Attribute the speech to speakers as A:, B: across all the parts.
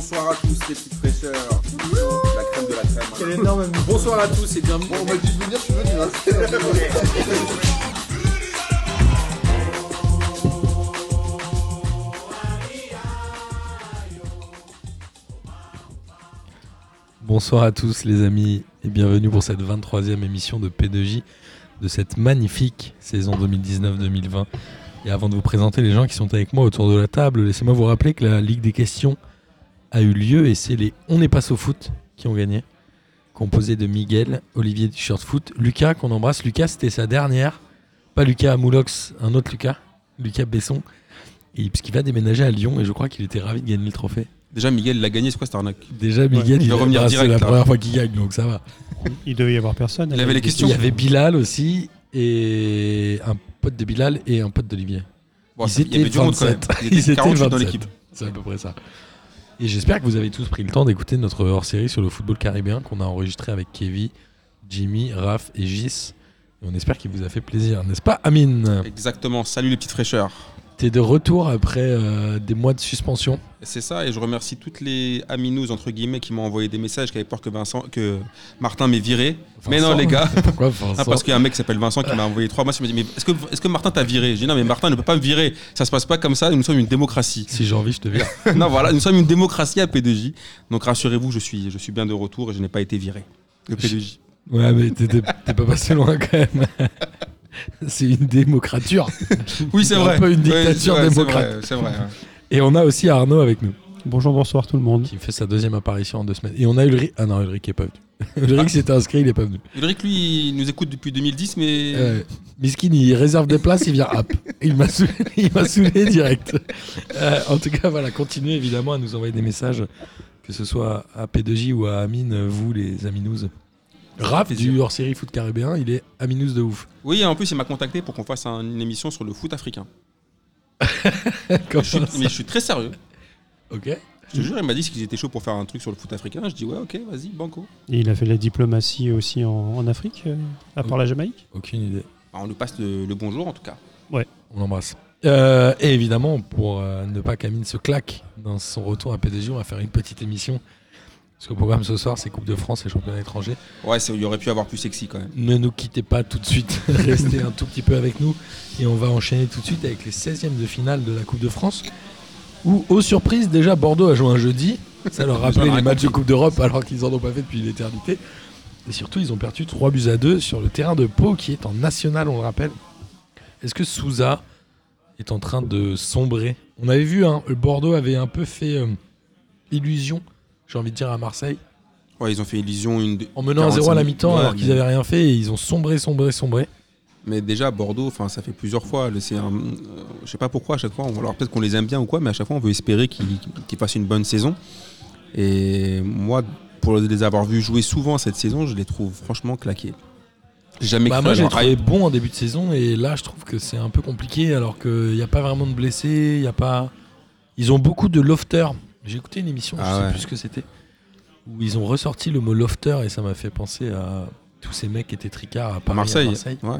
A: Bonsoir à tous les petites fraîcheurs. La crème de la crème.
B: Quel énorme ami.
C: Bonsoir à tous et bienvenue.
A: On m'a dit de venir, je suis venu.
C: Bonsoir à tous les amis et bienvenue pour cette 23e émission de P2J de cette magnifique saison 2019-2020. Et avant de vous présenter les gens qui sont avec moi autour de la table, laissez-moi vous rappeler que la Ligue des questions a eu lieu et c'est les On n'est pas au foot qui ont gagné, composé de Miguel, Olivier du Shirt Foot, Lucas qu'on embrasse. Lucas, c'était sa dernière, pas Lucas Moulox, un autre Lucas, Lucas Besson, et puisqu'il va déménager à Lyon et je crois qu'il était ravi de gagner le trophée.
D: Déjà, Miguel l'a gagné, c'est quoi cette arnaque
C: Déjà, Miguel,
D: il
C: il
D: va revenir
C: embrasse, c'est
D: direct, hein.
C: la
D: là.
C: première fois qu'il gagne, donc ça va.
B: Il devait y avoir personne.
D: Il avait les questions.
C: Il y avait Bilal aussi, et un pote de Bilal et un pote d'Olivier.
D: Bon,
C: Ils
D: ça- il y
C: étaient
D: avait du monde quand même.
C: 27.
D: Il
C: Ils
D: était
C: étaient
D: 48 dans
C: 27.
D: l'équipe.
C: C'est à peu près ça. Et j'espère que vous avez tous pris le temps d'écouter notre hors-série sur le football caribéen qu'on a enregistré avec Kevin, Jimmy, Raph et Gis. Et on espère qu'il vous a fait plaisir, n'est-ce pas, Amine
D: Exactement. Salut les petites fraîcheurs.
C: T'es de retour après euh, des mois de suspension.
D: C'est ça, et je remercie toutes les aminous entre guillemets qui m'ont envoyé des messages, qui avaient peur que Vincent, que Martin m'ait viré. mais non
C: Vincent.
D: les gars,
C: Pourquoi
D: Ah,
C: Vincent
D: parce qu'il y a un mec qui s'appelle Vincent qui m'a envoyé trois mois. Il m'a dit mais est-ce que est-ce que Martin t'a viré J'ai dit non mais Martin ne peut pas me virer. Ça se passe pas comme ça. Nous sommes une démocratie.
C: Si j'ai envie, je te vire.
D: non voilà, nous sommes une démocratie à P2J. Donc rassurez-vous, je suis je suis bien de retour et je n'ai pas été viré. De P2J.
C: Ouais, mais t'es t'es- t'es pas passé loin quand même. C'est une démocrature.
D: Oui c'est
C: un
D: vrai.
C: peu une
D: Ouais,
C: dictature
D: c'est vrai,
C: démocrate.
D: C'est vrai. c'est vrai, ouais.
C: Et on a aussi Arnaud avec nous,
B: Bonjour, bonsoir tout le monde.
C: qui fait sa deuxième apparition en deux semaines. Et on a Ulrich. Ah non, Ulrich est pas venu. Ulrich s'était inscrit, il est pas venu.
D: Ulrich, lui, il nous écoute depuis 2010, mais
C: Euh, Miskin, il réserve des places, il vient hop. Il m'a saoulé, il m'a saoulé direct. Euh, en tout cas, voilà, continuez évidemment à nous envoyer des messages, que ce soit à P2J ou à Amine, vous les Aminous. Raph
D: Plaisir.
C: du hors-série foot caribéen, il est Aminous de ouf.
D: oui, en plus, il m'a contacté pour qu'on fasse un- une émission sur le foot africain.
C: Comme
D: Je suis-
C: ça.
D: mais je suis très sérieux.
C: Ok.
D: Je te jure, il m'a dit qu'ils étaient chauds pour faire un truc sur le foot africain. Je dis ouais, ok, vas-y, banco.
B: Et il a fait de la diplomatie aussi en, en Afrique, euh, à part la Jamaïque.
C: Aucune idée.
D: Bah, on nous passe le, le bonjour en tout cas.
C: On l'embrasse. Euh, et évidemment, pour euh, ne pas qu'Amine se claque dans son retour à PDG, on va faire une petite émission. Parce que le programme ce soir, c'est Coupe de France et Championnat étranger.
D: Ouais, c'est- il aurait pu avoir plus sexy quand même.
C: Ne nous quittez pas tout de suite, restez un tout petit peu avec nous. Et on va enchaîner tout de suite avec les 16e de finale de la Coupe de France. Où, aux surprises, déjà Bordeaux a joué un jeudi. Ça leur
D: Ils en
C: rappelait
D: ont
C: les
D: rien
C: matchs de Coupe d'Europe alors qu'ils en ont pas fait depuis l'éternité. Et surtout, ils ont perdu 3 buts à 2 sur le terrain de Pau qui est en national, on le rappelle. Est-ce que Souza est en train de sombrer On avait vu, hein, le Bordeaux avait un peu fait euh, illusion, j'ai envie de dire, à Marseille.
D: Ouais, ils ont fait illusion une. de-
C: En menant à
D: 45
C: 0 à la mi-temps
D: minutes.
C: alors qu'ils avaient rien fait et ils ont sombré, sombré, sombré.
D: Mais déjà Bordeaux, enfin, ça fait plusieurs fois. le- C'est un- euh, je sais pas pourquoi à chaque fois. On, alors peut-être qu'on les aime bien ou quoi, mais à chaque fois on veut espérer qu'ils qu'ils fassent une bonne saison. Et moi, pour les avoir vus jouer souvent cette saison, je les trouve franchement claqués. J'ai Jamais
C: Bah,
D: cru
C: moi,
D: à
C: j'ai
D: leur
C: trouvé
D: hype.
C: bon en début de saison et là, je trouve que c'est un peu compliqué alors qu'il n'y a pas vraiment de blessés, il y a pas. Ils ont beaucoup de lofters. J'ai écouté une émission, je
D: Ah
C: sais
D: ouais.
C: plus ce que c'était, où ils ont ressorti le mot lofter et ça m'a fait penser à tous ces mecs qui étaient tricards à Paris, à
D: Marseille.
C: Marseille.
D: Ouais.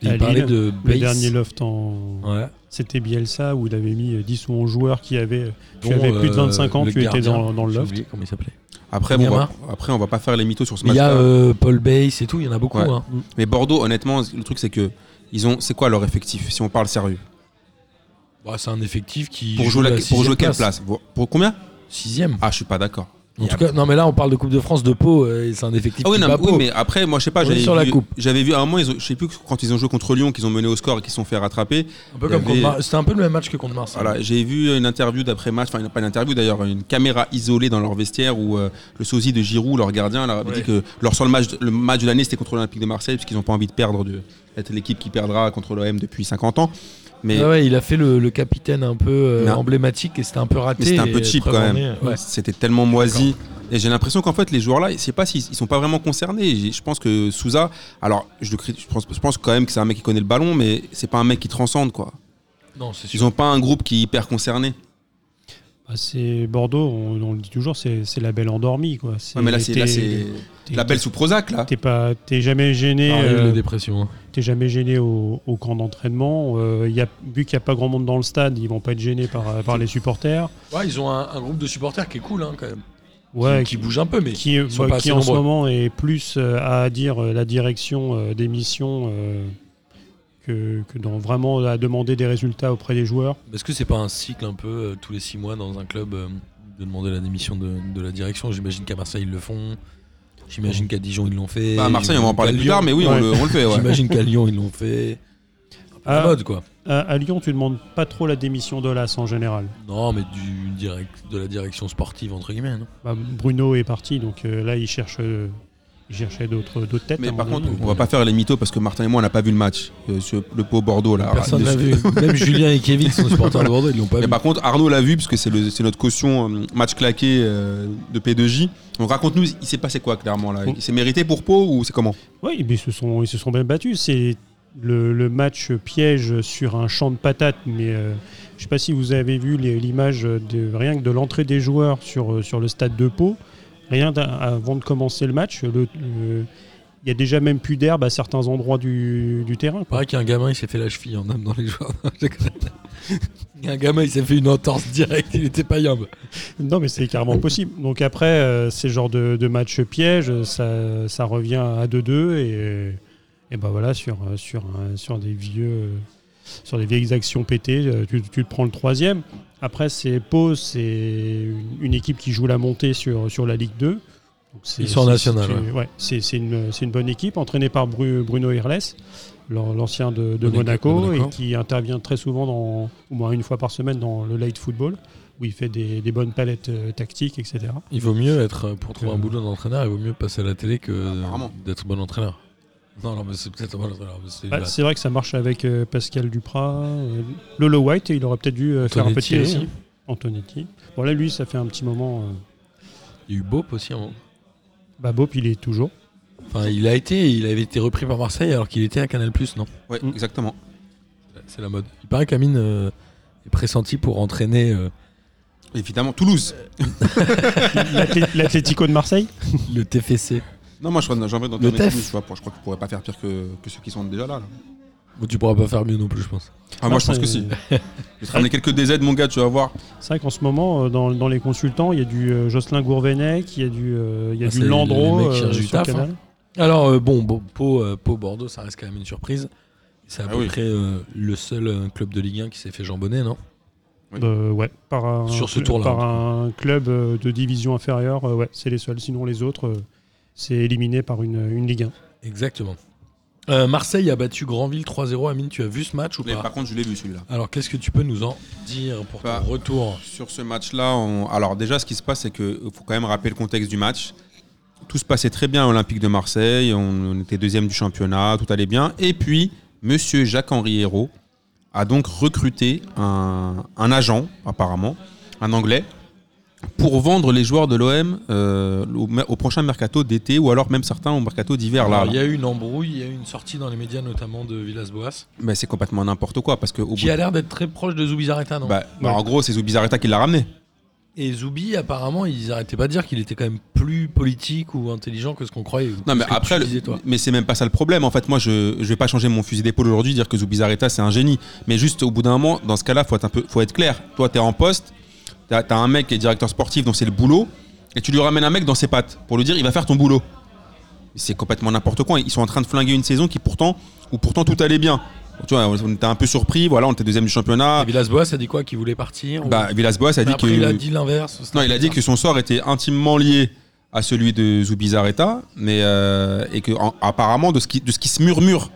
C: Et
B: À
C: Ils
B: Lille,
C: parlaient de
B: Le
C: base.
B: dernier loft, en...
C: Ouais.
B: c'était Bielsa, où il avait mis euh, 10 ou 11 joueurs qui avaient. Tu
C: Dont,
B: avais plus de
C: euh,
B: 25 ans,
C: le
B: tu étais
C: gardien,
B: dans, dans le
C: j'ai
B: loft.
C: oublié comment il s'appelait.
D: Après, bon, on va-
C: Nyama.
D: après, on va pas faire les mythos sur ce
C: Mais Il y a
D: match-là.
C: euh, Paul Bass et tout, il y en a beaucoup.
D: Ouais.
C: hein.
D: Mais Bordeaux, honnêtement, le truc c'est que ils ont, c'est quoi leur effectif Si on parle sérieux,
C: Bah, c'est un effectif qui.
D: pour
C: joue
D: jouer, la-
C: la
D: pour
C: sixième
D: jouer quelle place, Pour- Pour combien
C: Sixième.
D: Ah, je suis pas d'accord.
C: En
D: Il y a-
C: tout cas, non, mais là, on parle de Coupe de France de Pau, euh, et c'est un effectif
D: Ah oui,
C: qui
D: non,
C: bat
D: mais, oui,
C: Pau.
D: mais après, moi je sais pas,
C: On est
D: j'avais
C: sur la
D: vu,
C: coupe.
D: j'avais vu à un moment, ils ont- je sais plus quand ils ont joué contre Lyon, qu'ils ont mené au score et qu'ils se sont fait rattraper.
C: Un peu
D: il y
C: comme contre
D: avait-
C: Mar- C'était un peu le même match que contre Marseille.
D: Voilà, j'ai vu une interview d'après match, enfin pas une interview d'ailleurs, une caméra isolée dans leur vestiaire où euh, le sosie de Giroud, leur gardien, leur avait
C: Ouais.
D: dit que leur seul match, le match de l'année c'était contre l'Olympique de Marseille parce qu'ils n'ont pas envie de perdre, de- d'être l'équipe qui perdra contre l'OM depuis 50 ans. Mais
C: Ah ouais, il a fait le, le capitaine un peu euh,
D: Non.
C: emblématique et c'était un peu raté.
D: Mais c'était un
C: et
D: peu cheap
C: très
D: quand même.
C: borné. Ouais.
D: C'était tellement moisi. Et j'ai l'impression qu'en fait, les joueurs-là, je sais pas s'ils ils sont pas vraiment concernés. J'ai- Je pense que Souza, alors je, le cri- je, pense, je pense quand même que c'est un mec qui connaît le ballon, mais c'est pas un mec qui transcende quoi.
C: Non, c'est
D: Ils ont pas un groupe qui est hyper concerné.
B: Ah, c'est Bordeaux, on, on le dit toujours, c'est c'est la belle endormie. Quoi.
D: Ouais, mais là, c'est- là,
B: t'es-
D: c'est
B: t'es-
D: la belle sous Prozac, là.
B: T'es pas, t'es jamais gêné.
C: Ah,
B: euh,
C: la dépression. hein.
B: T'es jamais gêné au, au camp d'entraînement. Euh, y a, vu qu'il n'y a pas grand monde dans le stade, ils vont pas être gênés par, euh, par les supporters.
C: Ouais, ils ont un, un groupe de supporters qui est cool hein, quand même.
B: Ouais,
C: qui, qui bouge un peu, mais
B: qui,
C: sont
B: bah,
C: pas
B: qui
C: assez
B: en ce
C: nombreux.
B: moment est plus euh, à dire euh, la direction euh, des missions euh, que, que dans vraiment à demander des résultats auprès des joueurs.
C: est-ce que c'est pas un cycle un peu euh, tous les six mois dans un club euh, de demander la démission de, de la direction J'imagine qu'à Marseille ils le font. J'imagine qu'à Dijon ils l'ont fait.
D: Bah, à Marseille, on va en parler
C: Qu'à
D: plus
C: Lyon-
D: tard, mais oui,
B: Ouais.
D: on, le, on le fait. ouais.
C: J'imagine qu'à Lyon ils l'ont fait. Un peu
B: Ah.
C: la mode quoi.
B: À, à Lyon, tu demandes pas trop la démission de l'AS en général.
C: Non, mais du direct, de la direction sportive entre guillemets. Non
B: Bah, Bruno est parti, donc euh, là, il cherche, euh, il cherchait d'autres d'autres têtes. à
D: Mais
B: mon
D: par
B: avis.
D: contre, on va pas faire les mythos parce que Martin et moi, on n'a pas vu le match. Euh, ce- le pot Bordeaux, là.
C: Personne
D: De-
C: l'a vu. Même Julien et Kevin sont supporters de Bordeaux, ils l'ont pas
D: Mais
C: vu.
D: par contre, Arnaud l'a vu parce que c'est le- c'est notre caution euh, match claqué euh, de P2J. Donc raconte-nous, il s'est passé quoi clairement là
B: Mm.
D: C'est mérité pour Pau ou c'est comment
B: Oui, mais ils se sont, ils se sont bien battus. C'est le, le match piège sur un champ de patates, mais euh, je sais pas si vous avez vu les- l'image de rien que de l'entrée des joueurs sur, euh, sur le stade de Pau. Rien d'a- avant de commencer le match, le- le- il y a déjà même plus d'herbe à certains endroits du, du terrain. quoi.
C: Pareil qu'un gamin il s'est fait la cheville en homme dans les joueurs. un gamin il s'est fait une entorse directe, il était pas yambe.
B: Non, mais c'est carrément possible. Donc après, euh, ces genres de, de matchs pièges, ça, ça revient à 2-2 et, et ben voilà sur euh, sur un- sur des vieux euh, sur des vieilles actions pétées, euh, tu, tu te prends le troisième. Après, c'est Pau, c'est une, une équipe qui joue la montée sur sur la Ligue 2. Donc, c'est-
C: Ils sont en
B: c'est-
C: national,
B: c'est- ouais, c'est c'est une c'est une bonne équipe entraînée par Bru- Bruno Irles, l'an- l'ancien de, de
C: Monaco,
B: Monaco,
C: Monaco.
B: et qui intervient très souvent dans au moins une fois par semaine dans le light football où il fait des, des bonnes palettes euh, tactiques, etc.
C: Il vaut mieux être, pour trouver
B: Euh.
C: un boulot d'entraîneur, il vaut mieux passer à la télé que euh,
D: Apparemment.
C: d'être bon entraîneur. Non, non, mais c'est peut-être un bon entraîneur. mais c'est-
B: Ah,
C: bah,
B: c'est vrai que ça marche avec euh, Pascal Duprat, euh, Lolo White, et il aurait peut-être dû euh, faire un peu de
C: Antonetti
B: télé.
C: aussi.
B: hein. Antonetti. Bon là, lui, ça fait un petit moment. euh,
C: Il y a eu Bop aussi. hein.
B: bah, Bob, il est toujours.
C: Enfin, il a été, il avait été repris par Marseille alors qu'il était à Canal+, non
D: Ouais,
B: Mm.
D: exactement.
C: C'est la mode. Il paraît qu'Amine euh, est pressenti pour entraîner euh,
D: Évidemment, Toulouse.
B: L'Atlé- L'Atlético de Marseille
C: le TFC.
D: Non, moi je crois j'ai envie d'entendre
C: Le
D: Toulouse,
C: TEF.
D: tu vois, pour- je crois qu'on pourrait pas faire pire que, que ceux qui sont déjà là. là.
C: Bon, tu pourras pas faire mieux non plus, je pense.
D: Ah, moi je pense
B: c'est-
D: que si. Je vais te ramener quelques DZ, mon gars, tu vas voir.
B: euh, C'est vrai qu'en ce moment, euh, dans, dans les consultants, il y a du euh, Jocelyn Gourvenec, il y a du, euh, il y a
C: Ah, c'est
B: du
C: les-
B: Landreau
C: les mecs qui
B: euh,
C: cherchent du
B: sur le
C: taf, hein.
B: canal.
C: Alors euh, bon, bon Pau, euh, Pau Bordeaux, ça reste quand même une surprise. C'est à
D: Ah
C: peu
D: oui.
C: près euh, le seul euh, club de Ligue 1 qui s'est fait jambonner, non
D: Oui.
B: Euh, ouais, par un,
C: Sur ce tour-là,
B: par
C: en
B: un club euh, de division inférieure, euh, ouais, c'est les seuls. Sinon, les autres, euh, c'est éliminé par une, une Ligue 1.
C: Exactement. Euh, Marseille a battu Granville 3-0. Amine, tu as vu ce match ou
D: Mais
C: pas
D: par contre, je l'ai vu celui-là.
C: Alors, qu'est-ce que tu peux nous en dire pour ton
D: Bah.
C: retour
D: Sur ce match-là, on- alors déjà, ce qui se passe, c'est qu'il faut quand même rappeler le contexte du match. Tout se passait très bien à l'Olympique de Marseille, on, on était deuxième du championnat, tout allait bien. Et puis, monsieur Jacques-Henri Hérault a donc recruté un, un agent, apparemment, un Anglais, pour vendre les joueurs de l'OM euh, au, au prochain mercato d'été, ou alors même certains au mercato d'hiver. Là,
C: Alors, Il y a eu une embrouille, il y a eu une sortie dans les médias, notamment de Villas-Boas,
D: Mais c'est complètement n'importe quoi, parce que au bout
C: qui a l'air d'être très proche de Zubi Zareta, non
D: bah, bah, en gros, c'est Zubizarreta qui l'a ramené.
C: Et Zubi, apparemment, ils arrêtaient pas de dire qu'il était quand même plus politique ou intelligent que ce qu'on croyait.
D: Non mais
C: Ce que tu
D: après, le-
C: disais, toi.
D: mais c'est même pas ça le problème. En fait, moi, je, je vais pas changer mon fusil d'épaule aujourd'hui, dire que Zubizarreta c'est un génie. Mais juste au bout d'un moment, dans ce cas-là, faut être un peu, faut être clair. Toi, t'es en poste, t'as as un mec qui est directeur sportif, dont c'est le boulot, et tu lui ramènes un mec dans ses pattes pour lui dire, il va faire ton boulot. C'est complètement n'importe quoi. Ils sont en train de flinguer une saison qui pourtant, où pourtant tout allait bien. Tu vois, on était un peu surpris. Voilà, on était deuxième du championnat.
C: Et Villas-Boas a dit quoi Qu'il voulait partir ou-
D: Bah, Villas-Boas a
C: Mais
D: dit
C: après,
D: que
C: il a dit l'inverse. c'est
D: non, il a dit
C: bizarre.
D: que son sort était intimement lié à celui de Zubizarreta, mais euh, et que en- apparemment de ce qui de ce qui se murmure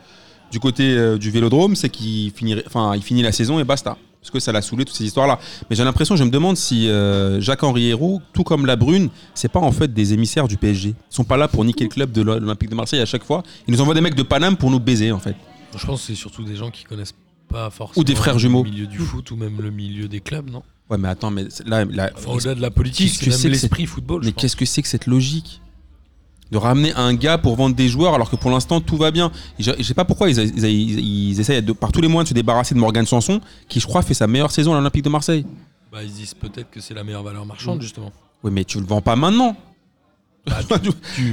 D: du côté euh, du Vélodrome, c'est qu'il finirait, enfin, il finit la saison et basta. Parce que ça l'a saoulé toutes ces histoires-là. Mais j'ai l'impression, je me demande si euh, Jacques-Henri Hérault, tout comme La Brune, c'est pas en fait des émissaires du PSG. Ils sont pas là pour niquer le club de l'O- l'Olympique de Marseille à chaque fois. Ils nous envoient des mecs de Paname pour nous baiser en fait.
C: Je pense que c'est surtout des gens qui connaissent pas forcément
D: Ou des frères jumeaux. Mmh.
C: le milieu du foot ou même le milieu des clubs, non
D: Ouais, mais attends, mais c'est- là, là
C: Enfin, Au-delà de la politique,
D: Qu'est-ce
C: c'est
D: que c'est
C: même
D: que c'est-
C: l'esprit football. je
D: Mais
C: pense.
D: qu'est-ce que c'est que cette logique de ramener un gars pour vendre des joueurs alors que pour l'instant tout va bien. Et Je, je sais pas pourquoi ils, ils- ils- ils essayent de- par tous les moyens de se débarrasser de Morgan Sanson qui je crois fait sa meilleure saison à l'Olympique de Marseille.
C: Bah, ils se disent peut-être que c'est la meilleure valeur marchande,
D: Mm.
C: justement.
D: Oui, mais tu le vends pas maintenant.
C: Bah, Tu,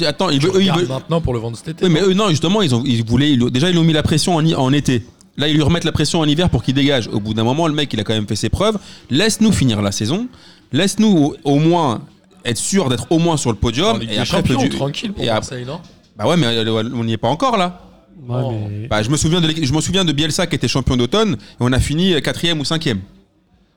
D: Eh, Attends, ils
C: tu
D: veulent- eux, ils
C: regardes
D: veulent-
C: maintenant pour le vendre cet été. hein.
D: Oui, mais eux, non, justement, ils, ont, ils voulaient. ils l'ont- déjà, ils lui ont mis la pression en, hi- en été. Là, ils lui remettent la pression en hiver pour qu'il dégage. Au bout d'un moment, le mec, il a quand même fait ses preuves. Laisse-nous finir la saison. Laisse-nous au, au moins être sûr d'être au moins sur le podium.
C: En Ligue
D: Et
C: des
D: après,
C: Champions,
D: peut-
C: tranquille pour
D: et après-
C: Marseille, non
D: Bah ouais, mais euh, on n'y est pas encore là.
B: Ouais,
C: Oh.
B: mais-
D: Bah, je me souviens de l'équipe- je me souviens de Bielsa qui était champion d'automne et on a fini euh, quatrième ou cinquième.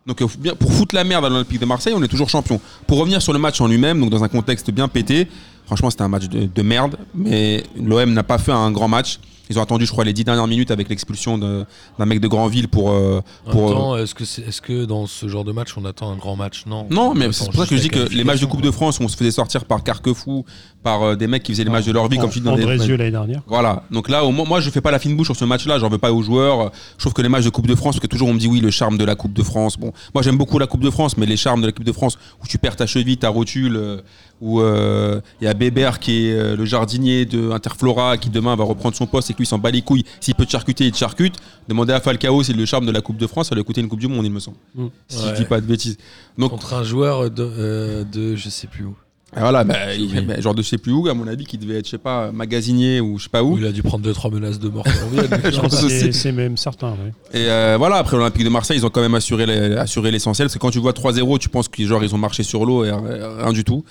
D: Donc euh, bien- pour foutre la merde à l'Olympique de Marseille, on est toujours champion. Pour revenir sur le match en lui-même, donc dans un contexte bien pété, franchement c'était un match de, de merde, mais l'OM n'a pas fait un grand match. Ils ont attendu, je crois, les dix dernières minutes avec l'expulsion de- d'un mec de Grandville pour. euh,
C: En
D: pour
C: même
D: euh,
C: temps, est-ce que, c'est- est-ce que dans ce genre de match, on attend un grand match Non.
D: non, mais
C: On
D: c'est
C: attend
D: pour ça que je dis
C: juste la
D: que les matchs de
C: qualification,
D: Coupe de France, où on se faisait sortir par Carquefou, par euh, des mecs qui faisaient les matchs de leur
C: Ah,
D: vie, comme tu dis dans les-
B: Andrézieux l'année dernière.
D: Voilà, donc là, au moins, moi, je fais pas la fine bouche sur ce match-là, j'en veux pas aux joueurs. Je trouve que les matchs de Coupe de France, parce que toujours on me dit oui, le charme de la Coupe de France. Bon, moi j'aime beaucoup la Coupe de France, mais les charmes de la Coupe de France, où tu perds ta cheville, ta rotule, euh, où euh, il y a Bébert qui est euh, le jardinier de Interflora, qui demain va reprendre son poste et que lui s'en bat les couilles. S'il peut te charcuter, il te charcute. Demander à Falcao, c'est le charme de la Coupe de France, ça lui a coûté une Coupe du Monde, il me semble.
B: Mm.
D: Si
C: Ouais.
D: je dis pas de bêtises. Donc
C: Contre un joueur de, euh, de je sais plus où.
D: voilà, bah,
C: J'ai
D: il-
C: oublié.
D: bah, genre de je sais plus où, à mon avis, qui devait être, je sais pas, magasinier ou je sais pas où.
C: Où il a dû prendre deux trois menaces de mort. quand on vient, lui.
D: Je pense
B: C'est-
D: aussi.
B: C'est même certain. ouais.
D: Et euh, voilà, après l'Olympique de Marseille, ils ont quand même assuré les- assuré l'essentiel. Parce que quand tu vois 3-0, tu penses que genre ils ont marché sur l'eau et euh, rien du tout.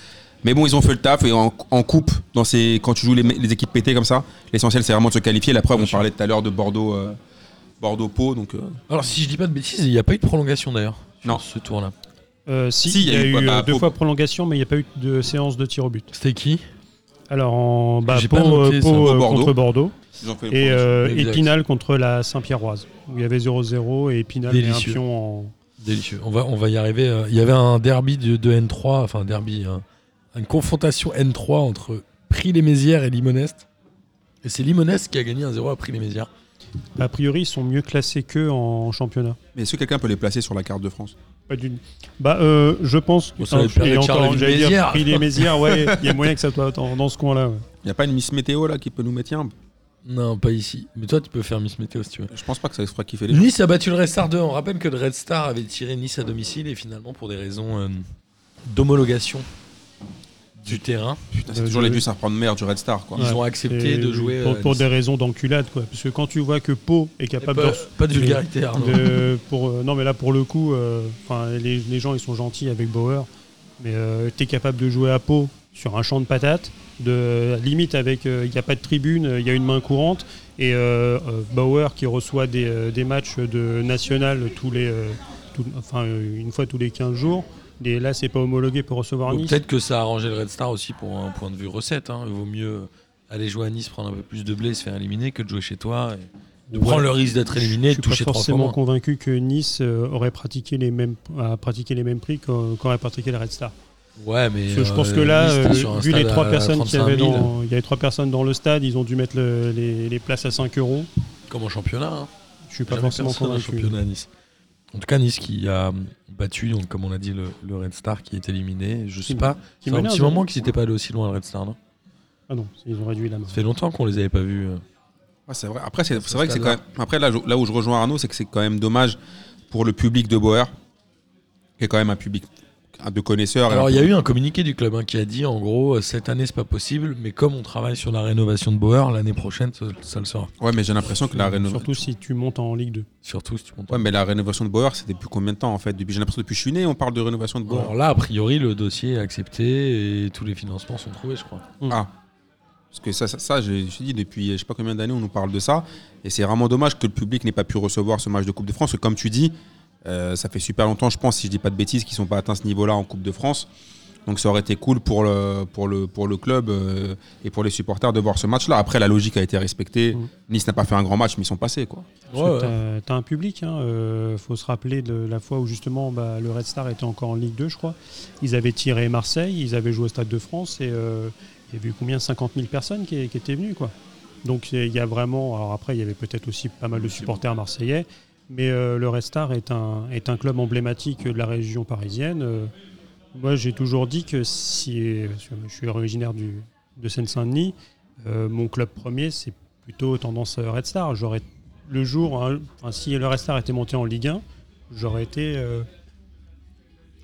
D: Mais bon, ils ont fait le taf et en, en coupe, dans ces, quand tu joues les, les équipes pétées comme ça, l'essentiel c'est vraiment de se qualifier. La preuve, on parlait tout à l'heure de Bordeaux, euh, Bordeaux-Pau. Donc euh,
C: Alors, si je dis pas de bêtises, il n'y a pas eu de prolongation d'ailleurs. sur
D: Non.
C: Ce tour-là.
B: Euh, si,
D: Si,
B: il y a eu,
D: bah,
B: euh, deux
D: faut-
B: fois prolongation, mais il n'y a pas eu de séance de tir au but.
C: C'était qui
B: Alors, en bah,
C: J'ai
B: Pau,
C: pas noté
B: euh,
C: ça.
B: Pau, euh,
D: Bordeaux.
B: contre Bordeaux
D: ils ont fait
B: et, euh, et
C: Exact.
B: Pinal contre la Saint-Pierroise, où il y avait 0-0 et Pinal met un
C: Délicieux.
B: pion en.
C: Délicieux. On va, on va y arriver. euh, Il y avait un derby de, de N3, enfin un derby, un- une confrontation N3 entre Prix-les-Mézières et Limonest. Et c'est Limonest qui a gagné 1-0 à Prix-les-Mézières.
B: A priori, ils sont mieux classés qu'eux en championnat.
D: Mais est-ce que quelqu'un peut les placer sur la carte de France
B: Pas d'une. Bah, euh, je pense.
C: Bon, ça va
B: Putain,
C: être perdu
B: et
C: de
B: encore,
C: Charleville
B: j'allais
C: Mézières.
B: dire, il est Mézières, ouais, il y a moyen que ça soit dans, dans ce coin-là. ouais.
D: Il n'y a pas une Miss Météo là qui peut nous mettre un
C: Non, pas ici. Mais toi, tu peux faire Miss Météo si tu veux.
D: Je pense pas que ça se fera kiffer
B: Mmh.
D: les gens.
C: Nice a battu le Red Star 2. On rappelle que le Red Star avait tiré Nice à domicile et finalement, pour des raisons euh, d'homologation du terrain,
D: Putain, Ah, c'est
B: Euh,
D: toujours
B: je-
D: les bus à reprendre merde du Red Star quoi.
C: ils
B: Ouais.
C: ont accepté
B: Et
C: de jouer.
B: pour,
C: euh,
B: pour
C: Nice.
B: des raisons d'enculade, quoi. Parce que quand tu vois que Pau est
C: Et pas,
B: capable de
C: pas de vulgarité, Arnaud.
B: De- pour, euh, non, mais là, pour le coup, euh, 'fin, les, les gens, ils sont gentils avec Bauer. Mais euh, t'es capable de jouer à peau sur un champ de patates, de, limite avec. euh, Il n'y a pas de tribune, il y a une main courante. Et euh, euh, Bauer qui reçoit des, euh, des matchs de national tous les. euh, tout- enfin, euh, une fois tous les 15 jours. Et là, c'est pas homologué pour recevoir
C: Ou
B: Nice.
C: Peut-être que ça a arrangé le Red Star aussi pour un point de vue recette. hein. Il vaut mieux aller jouer à Nice, prendre un peu plus de blé, se faire éliminer que de jouer chez toi. Et de
B: Ouais.
C: prendre le risque d'être éliminé et
B: Je
C: de
B: suis
C: toucher
B: pas
C: trois fois
B: forcément
C: moins.
B: convaincu que Nice euh, aurait pratiqué les mêmes, a pratiqué les mêmes prix qu'au- qu'aurait pratiqué le Red Star.
C: Ouais, mais.
B: Parce que je
C: euh,
B: pense que là,
C: Nice, t'es
B: euh,
C: sur un
B: vu les
C: stade
B: trois
C: à
B: personnes qu'il y
C: 35
B: avait
C: 000,
B: dans, il y avait trois personnes dans le stade, ils ont dû mettre le- les, les places à 5 euros.
C: Comme en championnat. hein.
B: Je suis pas
C: Jamais
B: forcément
C: personne en
B: convaincu.
C: championnat à Nice. En tout cas, Nice qui a battu, donc, comme on l'a dit, le, le Red Star qui est éliminé. Je sais
B: Qui-
C: pas. C'est
B: Qui
C: un
B: menait
C: petit
B: un
C: moment
B: zéro.
C: qu'ils n'étaient pas allés aussi loin, le Red Star. Non
B: Ah non, ils ont réduit la main.
C: ça fait longtemps qu'on les avait pas vus. euh.
D: Ouais, c'est vrai. Après, c'est
C: ce
D: c'est vrai que c'est quand
C: stade-là.
D: même. Après, là, je- là où je rejoins Arnaud, c'est que c'est quand même dommage pour le public de Boer, qui est quand même un public de connaisseurs. et
C: Alors
D: un
C: il y a
D: public-
C: eu un communiqué du club hein, qui a dit en gros euh, cette année c'est pas possible mais comme on travaille sur la rénovation de Bauer l'année prochaine ça, ça le sera.
D: Ouais, mais j'ai l'impression que la rénovation.
B: Surtout si tu montes en Ligue 2.
C: Surtout si tu montes.
D: Ouais, mais la rénovation de Boer, c'est depuis combien de temps en fait depuis... J'ai l'impression que depuis que je suis né, on parle de rénovation de Boer.
C: Alors là a priori le dossier est accepté et tous les financements sont trouvés je crois.
D: Parce que ça, ça, ça, je je te dis, depuis je sais pas combien d'années, on nous parle de ça. Et c'est vraiment dommage que le public n'ait pas pu recevoir ce match de Coupe de France. Parce que Comme tu dis, euh, ça fait super longtemps, je pense, si je dis pas de bêtises, qu'ils sont pas atteints ce niveau-là en Coupe de France. Donc ça aurait été cool pour le, pour le, pour le club euh, et pour les supporters de voir ce match-là. Après, la logique a été respectée.
B: Mm.
D: Nice n'a pas fait un grand match, mais ils sont passés. Quoi.
B: Parce que t'as- T'as un public, hein, euh, faut se rappeler de la fois où justement bah, le Red Star était encore en Ligue 2, je crois. Ils avaient tiré Marseille, ils avaient joué au Stade de France et euh, il y avait eu combien 50 000 personnes qui, qui étaient venues, quoi. Donc il y a vraiment. Alors après, il y avait peut-être aussi pas mal de supporters marseillais, mais euh, le Red Star est un, est un club emblématique de la région parisienne. Euh, moi, j'ai toujours dit que si. parce que Je suis originaire du, de Seine-Saint-Denis, euh, mon club premier, c'est plutôt tendance euh, Red Star. J'aurais le jour, hein, enfin, si le Red Star était monté en Ligue 1, j'aurais été euh,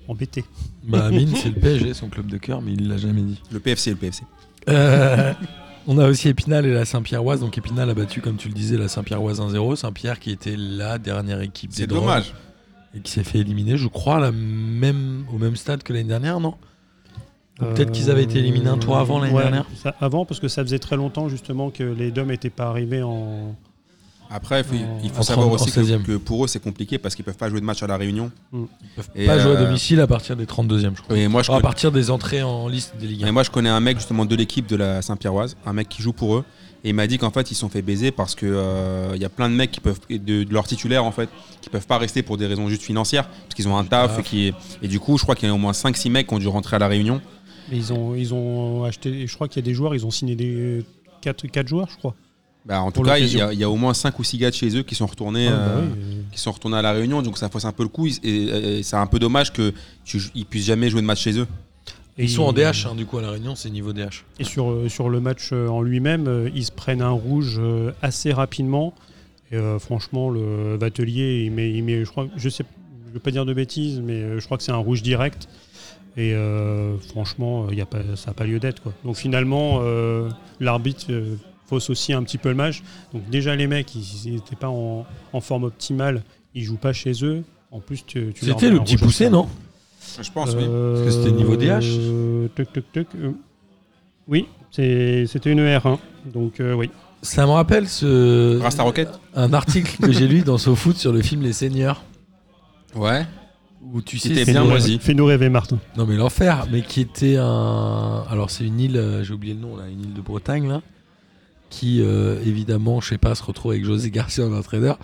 B: embêté.
C: Bah, Amine, c'est le PSG, son club de cœur, mais il l'a jamais dit.
D: Le PFC, le PFC.
C: Euh, on a aussi Épinal et la Saint-Pierroise. Donc Épinal a battu, comme tu le disais, la Saint-Pierroise 1-0. Saint-Pierre qui était la dernière équipe des
D: C'est
C: Drômes
D: dommage.
C: Et qui s'est fait éliminer, je crois, à la même, au même stade que l'année dernière, non Ou Peut-être qu'ils avaient été éliminés un tour avant l'année
B: Ouais,
C: dernière.
B: ça- Avant, parce que ça faisait très longtemps justement que les DOM n'étaient pas arrivés en.
D: Après, il faut,
B: En-
D: il faut
C: en
D: savoir
C: 30, en
D: aussi
C: 16e.
D: que, que pour eux, c'est compliqué parce qu'ils peuvent pas jouer de match à La Réunion.
C: Ils peuvent
D: Et
C: pas jouer à
D: euh,
C: domicile à partir des 32e, je crois.
D: Et moi, je
C: Ah, à
D: connais,
C: partir des entrées en liste des Ligue
D: et
C: 1.
D: moi, je connais un mec justement de l'équipe de la Saint-Pierroise, un mec qui joue pour eux. Et il m'a dit qu'en fait, ils se sont fait baiser parce que euh, il y a plein de mecs qui peuvent, de, de leurs titulaires en fait, qui peuvent pas rester pour des raisons juste financières, parce qu'ils ont un taf.
C: taf.
D: Et, qui, et du coup, je crois qu'il y en a au moins 5-6 mecs qui ont dû rentrer à La Réunion.
B: Mais ils ont, ils ont acheté. Je crois qu'il y a des joueurs, ils ont signé des 4, joueurs, je crois.
D: Bah, en tout
B: Pour
D: cas, il y,
B: l'occasion.
D: a- il y a au moins 5 ou 6 gars de chez eux qui sont retournés.
B: Ah, bah
D: euh,
B: oui, euh,
D: qui sont retournés à la Réunion, donc ça fausse un peu le coup. Et, et c'est un peu dommage que tu, ils puissent jamais jouer de match chez eux.
B: et
C: Ils sont en DH, hein, du coup, à La Réunion, c'est niveau DH.
B: Et sur, euh, sur le match euh, en lui-même, euh, ils se prennent un rouge euh, assez rapidement. Et, euh, franchement, le Vatelier, il met, il met- je crois, je sais, je veux pas dire de bêtises, mais euh, je crois que c'est un rouge direct. Et euh, franchement, euh, il y a pas, ça n'a pas lieu d'être. quoi. Donc finalement, euh, l'arbitre euh, fausse aussi un petit peu le match. Donc déjà, les mecs, ils n'étaient pas en, en forme optimale. Ils jouent pas chez eux. En plus, tu, tu leur
C: C'était
B: mets
C: le
B: un
C: petit
B: rouge
C: poussé,
B: au-
C: non
D: Je pense,
B: parce
C: que c'était niveau DH.
B: Tuc, tuc, tuc. euh, Oui, c'est- c'était une R1. Donc, euh, oui.
C: Ça me rappelle ce...
D: Rasta Rocket
C: un article que j'ai lu dans SoFoot sur le film Les Seigneurs.
D: Ouais.
C: Où tu
D: Qui était
C: c'est-
D: bien
B: Fais-nous
D: moisi.
B: rêver- Fais-nous rêver, Martin.
C: Non mais l'enfer, mais qui était un. Alors c'est une île, euh, j'ai oublié le nom là, une île de Bretagne là, qui euh, évidemment, je sais pas, se retrouve avec José Garcia, un entraîneur,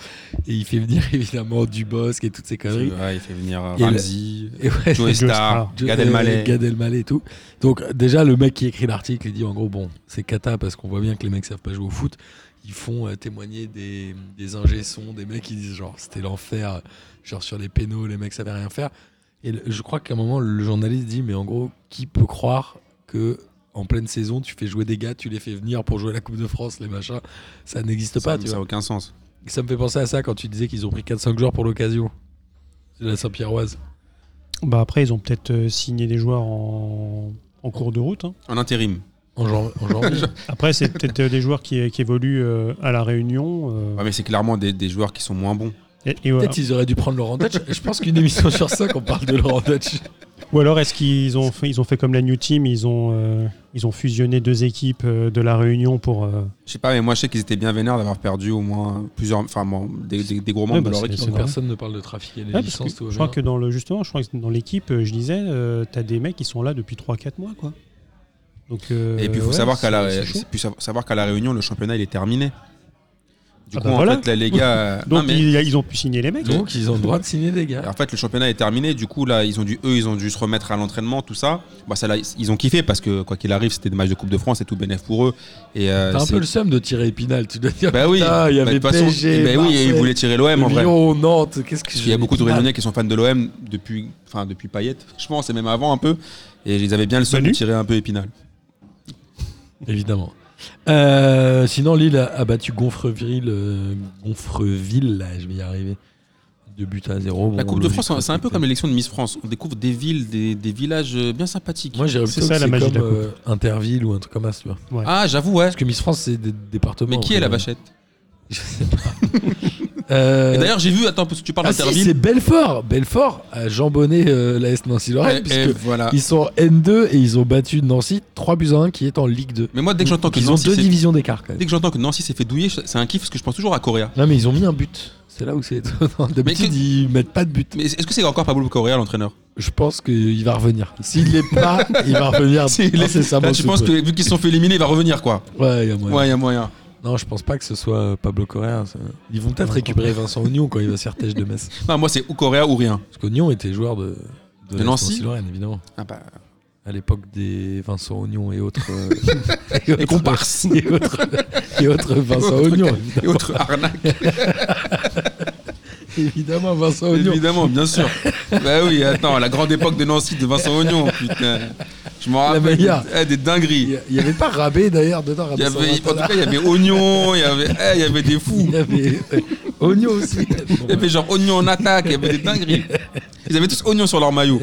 C: et il fait venir évidemment Dubosc et toutes ces conneries.
D: Ouais, il fait venir euh,
C: Et le-
D: Ramsey,
C: Et ouais,
D: Joe
B: Joe
D: Star,
B: Star.
C: Jo-
D: Gad
C: euh,
D: Elmaleh.
C: Gad Elmaleh et tout. Donc déjà le mec qui écrit l'article, il dit en gros bon, c'est cata parce qu'on voit bien que les mecs savent pas jouer au foot. Ils font euh, témoigner des des ingé sons, des mecs qui disent genre c'était l'enfer, genre sur les pénaux, les mecs savaient rien faire. Et le- je crois qu'à un moment le journaliste dit mais en gros qui peut croire que en pleine saison tu fais jouer des gars, tu les fais venir pour jouer la Coupe de France, les machins, ça n'existe
D: Ça
C: pas.
D: n'a
C: tu vois.
D: aucun sens.
C: Ça me fait penser à ça quand tu disais qu'ils ont pris 4-5 joueurs pour l'occasion. C'est la Saint-Pierroise.
B: Bah, après, ils ont peut-être euh, signé des joueurs en, en cours de route. hein.
D: En intérim.
C: En jan- en janvier.
B: Après, c'est peut-être euh, des joueurs qui, qui évoluent euh, à La Réunion. euh,
D: Ouais, mais c'est clairement des, des joueurs qui sont moins bons.
B: et- et voilà.
C: Peut-être ils auraient dû prendre Laurent Dutch. Je pense qu'une émission sur cinq, on parle de Laurent Dutch.
B: Ou alors, est-ce qu'ils ont, fait- ils ont fait comme la New Team Ils ont, euh, ils ont fusionné deux équipes euh, de La Réunion pour. euh,
D: Je sais pas, mais moi je sais qu'ils étaient bien vénérés d'avoir perdu au moins plusieurs, enfin bon, des, des- des gros membres
B: Ouais, bah,
D: de leur
B: c'est-
D: équipe.
B: c'est-
C: Personne ne parle de
D: Ah,
C: trafiquer les
B: ouais, parce que
C: licences. Tout va
B: je crois
C: bien.
B: que dans le justement, je crois que dans l'équipe, euh, je disais, euh, t'as des mecs qui sont là depuis 3-4 mois, quoi. Donc, euh,
D: Et puis il faut
B: ouais,
D: savoir qu'à la,
B: c'est- c'est chaud.
D: puis sa- savoir qu'à la Réunion, le championnat il est terminé. Du
B: Ah
D: coup,
B: bah
D: en
B: voilà.
D: fait, la Lega.
B: Donc
D: non, mais-
B: ils, ils ont pu signer les mecs.
C: Donc ils ont le droit de signer des gars.
D: En fait, le championnat est terminé. Du coup, là, ils ont dû, eux, ils ont dû se remettre à l'entraînement, tout ça. Bah, ça là, ils ont kiffé parce que, quoi qu'il arrive, c'était des matchs de Coupe de France et tout bénéf pour eux. Et, euh,
C: T'as un
D: c'est-
C: peu le seum de tirer Épinal. Tu dois dire,
D: Bah oui,
B: Ah,
C: putain, il y
D: Bah, de
C: avait
D: toute façon,
C: PSG,
D: eh ben oui, et ils
C: Marseille,
D: voulaient tirer l'OM en vrai.
C: Lyon, Nantes. Qu'est-ce que
D: Parce qu'il y a beaucoup de Réunionnais qui sont fans de l'OM depuis, enfin, depuis Payet, je pense, et même avant un peu. Et ils avaient bien le seum de
B: Manu
D: tirer un peu Épinal.
C: Ah, Évidemment. Euh, sinon, Lille a, a battu Gonfreville. euh, Gonfreville, là, je vais y arriver. Deux buts à zéro.
D: La
C: Bon,
D: Coupe de
C: logique,
D: France, c'est un peu
C: respectable.
D: comme l'élection de Miss France. On découvre des villes, des, des villages euh, bien sympathiques.
C: Moi, j'ai l'impression
B: C'est
C: que
B: ça, la
C: c'est
B: magie de
C: comme
B: la coupe.
C: euh, Interville ou un truc comme ça. Tu vois.
D: Ah, j'avoue, ouais.
C: Parce que Miss France, c'est des départements.
D: Mais qui est la
C: vraiment.
D: vachette
C: Je sais pas. Euh,
D: Et D'ailleurs, j'ai vu, attends, parce que tu parles
C: ah si, c'est
D: d'Interville.
C: Belfort. Belfort a jambonné euh, la S Nancy
D: Ouais,
C: Lorraine
D: et
C: puisque
D: Eh, voilà.
C: ils sont N2 et ils ont battu Nancy 3 buts à 1 qui est en Ligue 2.
D: Mais moi, dès que j'entends que
C: ils
D: Nancy
C: ont deux
D: s'est-
C: divisions d'écart quand même.
D: Dès que j'entends que Nancy s'est fait douiller, je- c'est un kiff parce que je pense toujours à Correa.
C: Non mais ils ont mis un but. C'est là où c'est étonnant. D'habitude
D: que-
C: ils mettent pas de but.
D: Mais est-ce que c'est encore Pablo Correa l'entraîneur
C: Je pense qu'il va revenir. S'il l'est pas, il va revenir.
D: Si, il est-
C: incessamment
D: Là, Ah, tu
C: sous
D: penses
C: peu.
D: que vu qu'ils se sont fait éliminer, il va revenir quoi
C: Ouais, il y a moyen.
D: Ouais, il y a moyen.
C: Non, je pense pas que ce soit euh, Pablo Correa. ça. Ils vont peut-être
B: Ouais.
C: récupérer Vincent Ognon quand il va faire tèche de Metz.
D: Non, moi, c'est ou Correa ou rien.
C: Parce qu'Ognon était joueur de,
D: De
C: l'Est
D: Nancy
C: Nancy-Lorraine, évidemment.
D: Ah bah,
C: à l'époque des Vincent Ognon et autres. euh,
D: et comparse
C: et autres, et autres Vincent
D: Et autres-
C: Ognon.
D: Et autre arnaque,
C: Évidemment, Vincent Ognon.
D: évidemment, bien sûr. bah oui, attends, la grande époque de Nancy de Vincent Ognon, putain. Je m'en
C: La
D: rappelle.
C: meilleure.
D: Eh, des dingueries.
C: Il n'y avait pas Rabé d'ailleurs dedans. Rabé
D: Il y avait, en tout
C: Santana.
D: cas, il y avait Ognon, il y avait, eh, il y avait des fous.
C: Il y avait, euh, Ognon aussi.
D: Il y avait genre Ognon en attaque, il y avait des dingueries. Ils avaient tous oignons sur leur maillot.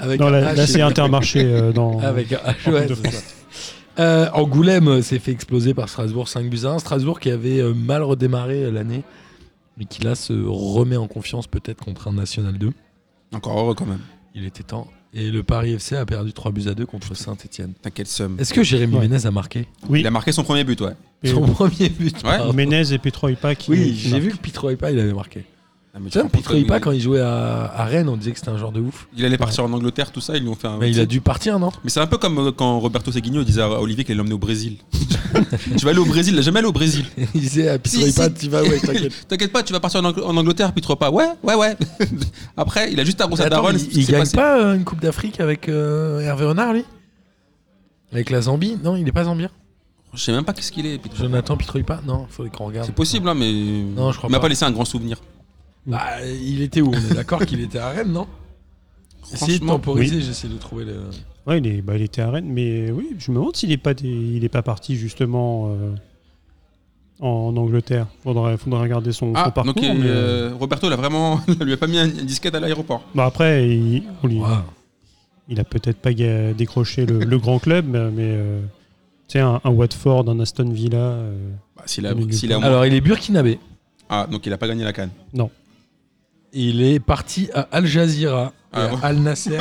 C: Avec
B: Non,
C: un
B: là,
C: H
B: là,
C: et-
B: c'est Intermarché. euh, dans...
D: Ah
C: Avec un H,
B: en
C: ouais,
B: Coupe de
C: c'est
B: France.
C: ça. Euh, Angoulême euh, s'est fait exploser par Strasbourg 5 buts à 1. Strasbourg qui avait euh, mal redémarré euh, l'année, mais qui là se remet en confiance peut-être contre un National 2.
D: Encore heureux quand même.
C: Il était temps. Et le Paris FC a perdu 3 buts à 2 contre Saint-Etienne.
D: T'as quel seum.
C: Est-ce que Jérémy
B: Ouais.
C: Ménez a marqué
B: Oui.
D: Il a marqué son premier but, ouais.
B: Et
C: son premier but pardon.
B: Ménez et Petroipa qui.
C: Oui,
B: qui
C: j'ai
B: marquent.
C: vu que Pitroipa il avait marqué.
D: Ah, mais
C: Tu sais,
D: te rends compte,
C: Pitroipa
D: il-
C: quand il jouait à, à Rennes, on disait que c'était un genre de ouf.
D: Il allait partir en Angleterre, tout ça, ils lui ont fait un.
C: Mais il a dû partir, non
D: Mais c'est un peu comme euh, quand Roberto Seguinho disait à Olivier qu'il allait l'emmener au Brésil. tu vas aller au Brésil, il a jamais allé au Brésil.
C: Il disait à
D: Si,
C: Pitroipa,
D: si.
C: tu vas, ouais, t'inquiète.
D: T'inquiète pas, tu vas partir en, Ang- en Angleterre, puis tu repars. Ouais, ouais, ouais. Après, il a juste arrosé à
C: Attends,
D: Daron.
C: mais il il gagne pas euh, une Coupe d'Afrique avec euh, Hervé Renard, lui Avec la Zambie Non, il est pas zambien.
D: Je sais même pas qu'est-ce qu'il est. Pitropa.
C: Jonathan Pitroipa Non, faudrait qu'on regarde.
D: C'est possible, hein, mais.
C: Non, je crois
D: Il m'a
C: pas.
D: pas laissé un grand souvenir.
C: Bah, il était où On est d'accord qu'il était à Rennes, non Essayez de
D: Franchement,
C: temporiser, j'essaie de trouver le.
B: Ouais, il, est- bah, il était à Rennes, mais oui, je me demande s'il n'est pas, des- il est pas parti justement euh, en Angleterre. Faudrait, faudrait regarder son, son
D: Ah,
B: parcours.
D: donc il-
B: mais-
D: euh, Roberto l'a vraiment. lui a pas mis un- une disquette à l'aéroport.
B: Bah, après, il, on lui-
C: Waouh.
B: il a peut-être pas ga- décroché le, le grand club, mais euh, tu sais, un, un Watford, un Aston Villa. euh,
D: Bah, s'il a,
B: Il est
D: s'il a-
C: Alors, il est burkinabé.
D: Ah, donc il a pas gagné la canne.
C: Il est parti à Al Jazeera et
D: Ah,
C: à
D: bon.
C: Al Nasser.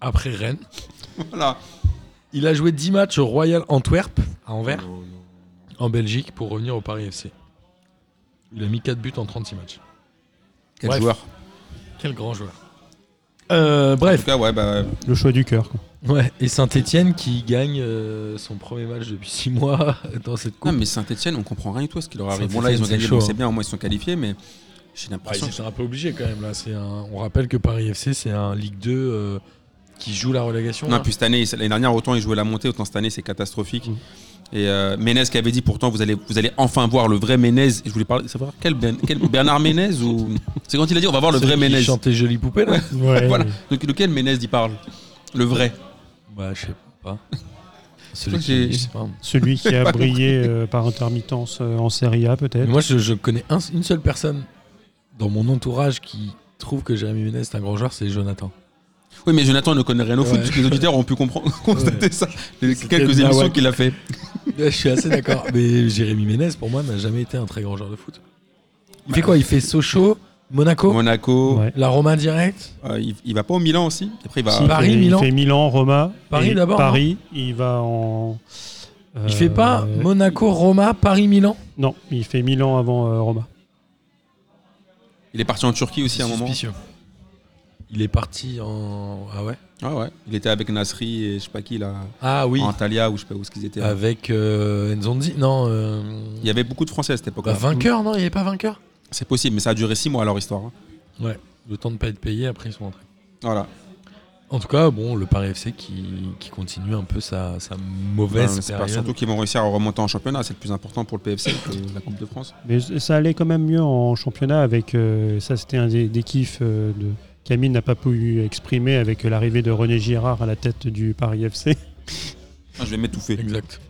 C: Après Rennes.
D: Voilà.
C: Il a joué 10 matchs au Royal Antwerp à Anvers, en Belgique, pour revenir au Paris FC. Il a mis 4 buts en 36 matchs.
D: Quel
C: Bref.
D: joueur.
C: Quel grand joueur. Euh,
D: En tout
C: bref,
D: cas, ouais, bah.
B: le choix du cœur. quoi.
C: ouais, et Saint-Etienne qui gagne euh, son premier match depuis 6 mois dans cette coupe.
D: Non, mais Saint-Etienne, on comprend rien du tout à ce qui leur arrive. Bon, là,
C: Saint-Étienne,
D: ils ont
C: c'est
D: gagné,
C: chaud,
D: donc c'est
C: hein.
D: bien, au moins ils sont qualifiés, mais j'ai
C: Bah, ils
D: l'impression.
C: étaient un peu obligés quand même. Là. C'est un- On rappelle que Paris FC, c'est un Ligue 2 euh, qui joue la relégation.
D: Non,
C: là.
D: puis cette année, l'année dernière, autant ils jouaient la montée, autant cette année, c'est catastrophique.
B: Mm.
D: Et euh, Ménez qui avait dit pourtant, vous allez, vous allez enfin voir le vrai Ménez. Je voulais parler, savoir quel, Ben- quel Bernard Ménez ou. C'est quand il a dit, on va voir le
C: Celui
D: vrai
C: qui
D: Ménez.
C: chantait Jolie Poupée, là
B: Ouais,
D: Voilà. Donc, de quel Ménez il parle Le vrai.
C: Bah, je sais pas. Celui
D: crois que
C: qui...
D: j'ai-
C: je sais pas.
B: Celui qui a
D: Pas
B: brillé euh, par intermittence euh, en Serie A,
C: Mais
B: peut-être.
C: Moi, je, je connais un- une seule personne dans mon entourage qui trouve que Jérémy Ménez est un grand joueur, c'est Jonathan.
D: Oui, mais Jonathan ne connaît rien au foot,
C: Ouais.
D: parce que les auditeurs ont pu comprendre, constater ça. Les
C: C'était
D: quelques
C: bien,
D: émissions
C: ouais.
D: qu'il a fait.
C: je suis assez d'accord. Mais Jérémy Ménez, pour moi, n'a jamais été un très grand joueur de foot. Il fait quoi Il fait Sochaux, Monaco,
D: Monaco,
B: Ouais.
C: la Roma direct
D: euh, il, il va pas au Milan aussi. Après, il va.
B: Si, il
C: Paris,
B: fait-
C: Milan.
B: Il fait Milan, Roma.
C: Paris
B: et
C: d'abord,
B: Paris, il va en. euh,
C: Il fait pas
B: euh,
C: Monaco, Roma, Paris, Milan
B: Non, il fait Milan avant euh, Roma.
D: Il est parti en Turquie aussi à un moment.
C: Suspicieux. Il est parti en. Ah ouais
D: Ah ouais. Il était avec Nasri et je sais pas qui là.
C: Ah oui.
D: En Antalya ou je sais pas où ce qu'ils étaient.
C: Avec euh, Nzondi Non. euh,
D: Il y avait beaucoup de Français à cette époque.
C: bah, vainqueur, non Il n'est pas vainqueur
D: C'est possible, mais ça a duré 6 mois leur histoire. hein.
C: Ouais. Le temps de pas être payé, après ils sont rentrés.
D: Voilà.
C: En tout cas, bon, le Paris FC qui, qui continue un peu sa, sa mauvaise
D: Ben, c'est pas
C: période.
D: surtout qu'ils vont réussir à remonter en championnat, c'est le plus important pour le PFC que la Coupe de France.
B: Mais c- ça allait quand même mieux en championnat avec. euh, ça, c'était un des, des kiffs euh, de. Camille n'a pas pu exprimer avec l'arrivée de René Girard à la tête du Paris FC.
D: Ah, je vais m'étouffer.
C: Exact.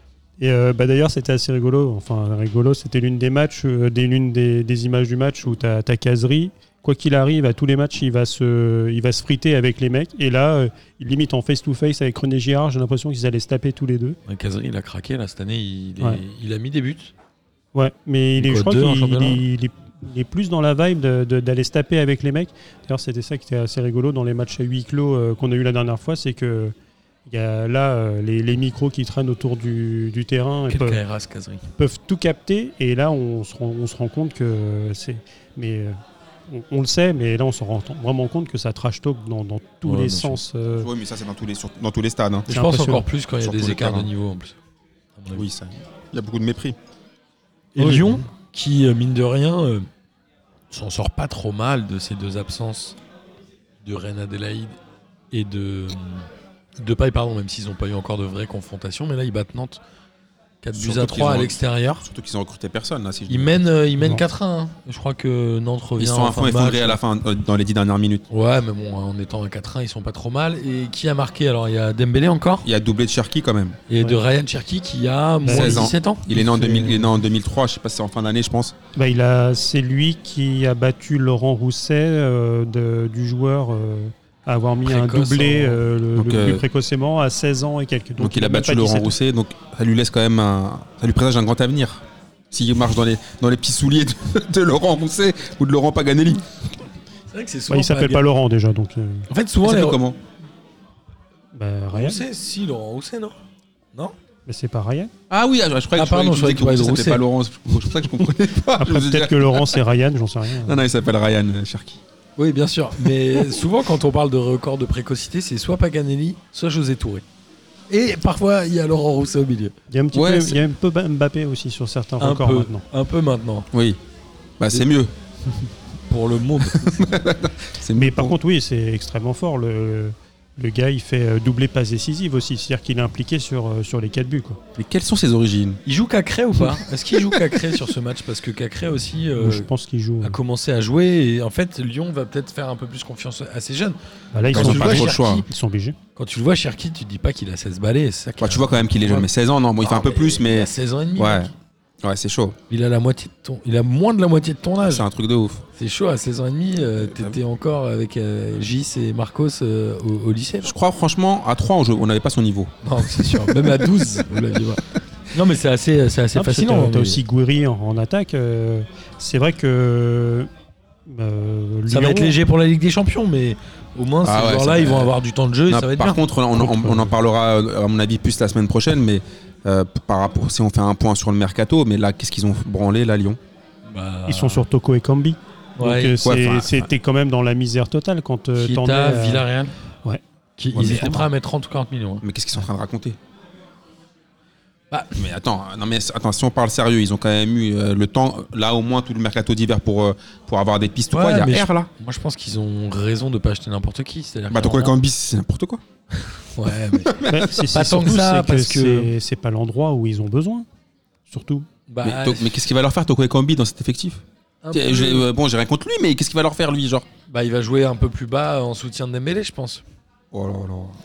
B: Et euh, bah, d'ailleurs, c'était assez rigolo. Enfin, rigolo, c'était l'une des matchs, euh, des, l'une des, des images du match où t'as ta caserie. Quoi qu'il arrive, à tous les matchs, il va se, il va se friter avec les mecs. Et là, euh, limite en face-to-face avec René Girard, j'ai l'impression qu'ils allaient se taper tous les deux.
C: Kazri, il a craqué là cette année. Il, est-
B: Ouais.
C: il a mis des buts.
B: Ouais, mais il est,
C: Donc,
B: je crois
C: deux en
B: qu'il
C: championnat.
B: il- il est, il est plus dans la vibe de- de- d'aller se taper avec les mecs. D'ailleurs, c'était ça qui était assez rigolo dans les matchs à huis clos euh, qu'on a eu la dernière fois, c'est que il y a là euh, les, les micros qui traînent autour du, du terrain et
C: Quel
B: peuvent,
C: Kairas, Kazri.
B: peuvent tout capter. Et là, on se rend, on se rend compte que c'est, mais euh, on, on le sait, mais là, on se rend vraiment compte que ça trash talk dans, dans tous
C: Ouais,
B: les
C: bien sûr.
B: sens. euh,
D: Oui, mais ça c'est dans tous les sur- dans tous les stades. hein.
B: C'est
C: Je pense
B: impressionnant.
C: encore plus quand il y a
D: Surtout
C: des
D: le
C: écarts de
D: terrain.
C: niveau en plus. à mon avis.
D: Oui, ça. Il y a beaucoup de mépris.
C: Et
B: oh, Oui.
C: Lyon, qui euh, mine de rien euh, s'en sort pas trop mal de ces deux absences de Rennes Adélaïde et de de Paille, pardon, même s'ils n'ont pas eu encore de vraies confrontations, mais là ils battent Nantes 4 buts
D: Surtout
C: à
D: qu'ils
C: 3 à
D: ont-
C: l'extérieur.
D: Surtout qu'ils ont recruté personne. Là, si je-
C: Ils mènent, euh, ils mènent
B: Non.
C: 4-1. hein. Je crois que Nantes revient.
D: Ils sont à
C: en fin
D: fond
C: de match.
D: effondrés à la fin, euh, dans les dix dernières minutes.
C: Ouais, mais bon, en étant à 4-1, ils sont pas trop mal. Et qui a marqué Alors, il y a Dembélé encore.
D: Il y a doublé de Cherki quand même.
C: Et de
B: Ouais.
C: Ryan Cherki qui a moins de
D: 16 ans.
C: 17 ans.
D: Il est né en,
B: C'est-
D: 2000 il est né en 2003, je sais pas si c'est en fin d'année, je pense.
B: Bah, il a, c'est lui qui a battu Laurent Rousset euh, de- du joueur euh, à avoir mis un
C: Précoce,
B: doublé
C: hein.
B: euh, le,
D: Donc,
B: le plus
D: euh,
B: précocement à 16 ans et quelques.
D: Donc, il a
B: même pas
D: battu Laurent
B: 17 ans.
D: Rousset, donc ça lui laisse quand même un. Ça lui présage un grand avenir. S'il marche dans les, dans les petits souliers de, de Laurent Rousset ou de Laurent Paganelli.
C: C'est vrai que c'est
B: Bah, il s'appelle pas, Laurent déjà, donc euh,
C: En fait,
D: Il
C: souvent, les.
D: s'appelle comment
B: bah, Ryan.
C: Rousset, si, Laurent Rousset, non
B: Mais c'est pas Ryan.
D: Ah oui, ah, je, je croyais
C: Ah,
D: que je croyais
C: pardon,
D: que
C: je
D: tu
C: croyais
D: disais
C: que
D: que
C: tu parlais
D: Rousset s'appelait pas
C: de Rousset.
D: Laurent. C'est pour ça que je comprenais pas. Je
B: Après
D: me suis dit,
B: peut-être que Laurent c'est Ryan, j'en sais rien.
D: Non, non, il s'appelle Ryan euh, Cherki.
C: Oui, bien sûr. Mais souvent, quand on parle de record de précocité, c'est soit Paganelli, soit José Touré. Et parfois, il y a Laurent Rousset au milieu.
B: Il y a un petit
D: Ouais,
B: peu,
D: c'est-
B: il y a un peu Mbappé aussi sur certains
C: Un
B: records
C: peu.
B: maintenant.
C: Un peu maintenant,
D: Oui. Bah, c'est mieux.
C: pour le monde.
D: C'est
B: Mais
D: mieux
B: par
D: pour-
B: contre, oui, c'est extrêmement fort. Le, le gars, il fait euh, doublé passe décisive aussi, c'est-à-dire qu'il est impliqué sur, euh, sur les 4 buts. Quoi.
D: Mais quelles sont ses origines
C: Il joue Cacré ou pas Est-ce qu'il joue Cacré sur ce match Parce que Cacré aussi euh,
B: Je pense qu'il joue.
C: a
B: euh,
D: Mm.
C: commencé à jouer. Et en fait, Lyon va peut-être faire un peu plus confiance à ces jeunes.
B: bah là, ils
D: Ils
C: Quand
B: sont,
D: ont
C: tu
D: pas
C: vois
D: trop le choix.
C: Cherki-
B: ils sont obligés.
C: Quand tu le vois, Cherki, tu te dis pas qu'il a 16 balais. c'est ça qui
D: Bah,
C: est-
D: tu vois quand même qu'il est jeune, mais 16 ans, non, bon, il fait
C: Ah,
D: un peu
C: mais
D: plus,
C: Il
D: mais.
C: a 16 ans et demi.
D: Ouais.
C: mec.
D: Ouais, c'est chaud.
C: Il a la moitié de ton. Il a moins de la moitié de ton âge.
B: Ah,
D: C'est un truc de ouf.
C: C'est chaud, à 16 ans et demi, euh, t'étais encore avec euh, Gis et Marcos euh, au, au lycée. non
D: Je crois franchement, à 3, on jeu- on n'avait pas son niveau.
C: Non, c'est sûr. Même à 12, vous l'aviez pas. Non, mais c'est assez, c'est assez
B: Ah, parce que
C: fascinant. hein,
B: t'as- T'as
C: mais
B: aussi Gouiri en, en attaque. euh, c'est vrai que. euh,
C: Ça
B: Lyon-
C: va être léger pour la Ligue des Champions, mais au moins,
D: Ah
C: ces
D: ouais,
C: joueurs-là,
D: ça-
C: ils vont avoir du temps de jeu et
D: Non,
C: ça va être
D: par
C: bien.
D: contre, on, on- on- on en parlera euh, à mon avis plus la semaine prochaine, mais euh, par rapport si on fait un point sur le mercato, mais là, qu'est-ce qu'ils ont branlé là, Lyon
B: Ils sont sur Toko et Cambi.
C: Bah,
B: Donc
C: Ah. Ouais.
B: euh, c'est-
D: enfin,
B: c'était quand même dans la misère totale quand euh,
C: Kita,
B: t'en es à-
C: Villarreal.
B: Ouais.
C: Qui-
D: Ouais, mais
C: ils étaient
D: attends.
C: prêts à mettre 30 ou 40 millions. hein.
D: Mais qu'est-ce qu'ils sont en train de raconter
C: Bah.
D: Mais attends, non mais attends, si on parle sérieux, ils ont quand même eu euh, le temps là au moins tout le mercato d'hiver pour euh, pour avoir des pistes ou
C: Ouais,
D: quoi. Il
C: mais
D: y a R là.
C: Moi, je pense qu'ils ont raison de pas acheter n'importe qui. C'est-à-dire
D: Bah
C: qu'à un
D: Toko
C: moment-
D: Ekambi, c'est n'importe quoi.
C: Ouais, mais-
B: Ouais, c'est- c'est
C: Pas tant que
B: surtout,
C: ça,
B: c'est
C: parce que-
B: c'est- c'est pas l'endroit où ils ont besoin. Surtout.
C: bah,
D: mais
C: Ah,
D: To- mais qu'est-ce qu'il va leur faire Toko Ekambi dans cet effectif
C: un peu-
D: Tiens, j'ai- euh, Bon, j'ai rien contre lui, mais qu'est-ce qu'il va leur faire lui, genre
C: bah, il va jouer un peu plus bas en soutien de Dembélé, je pense.
D: Oh là là,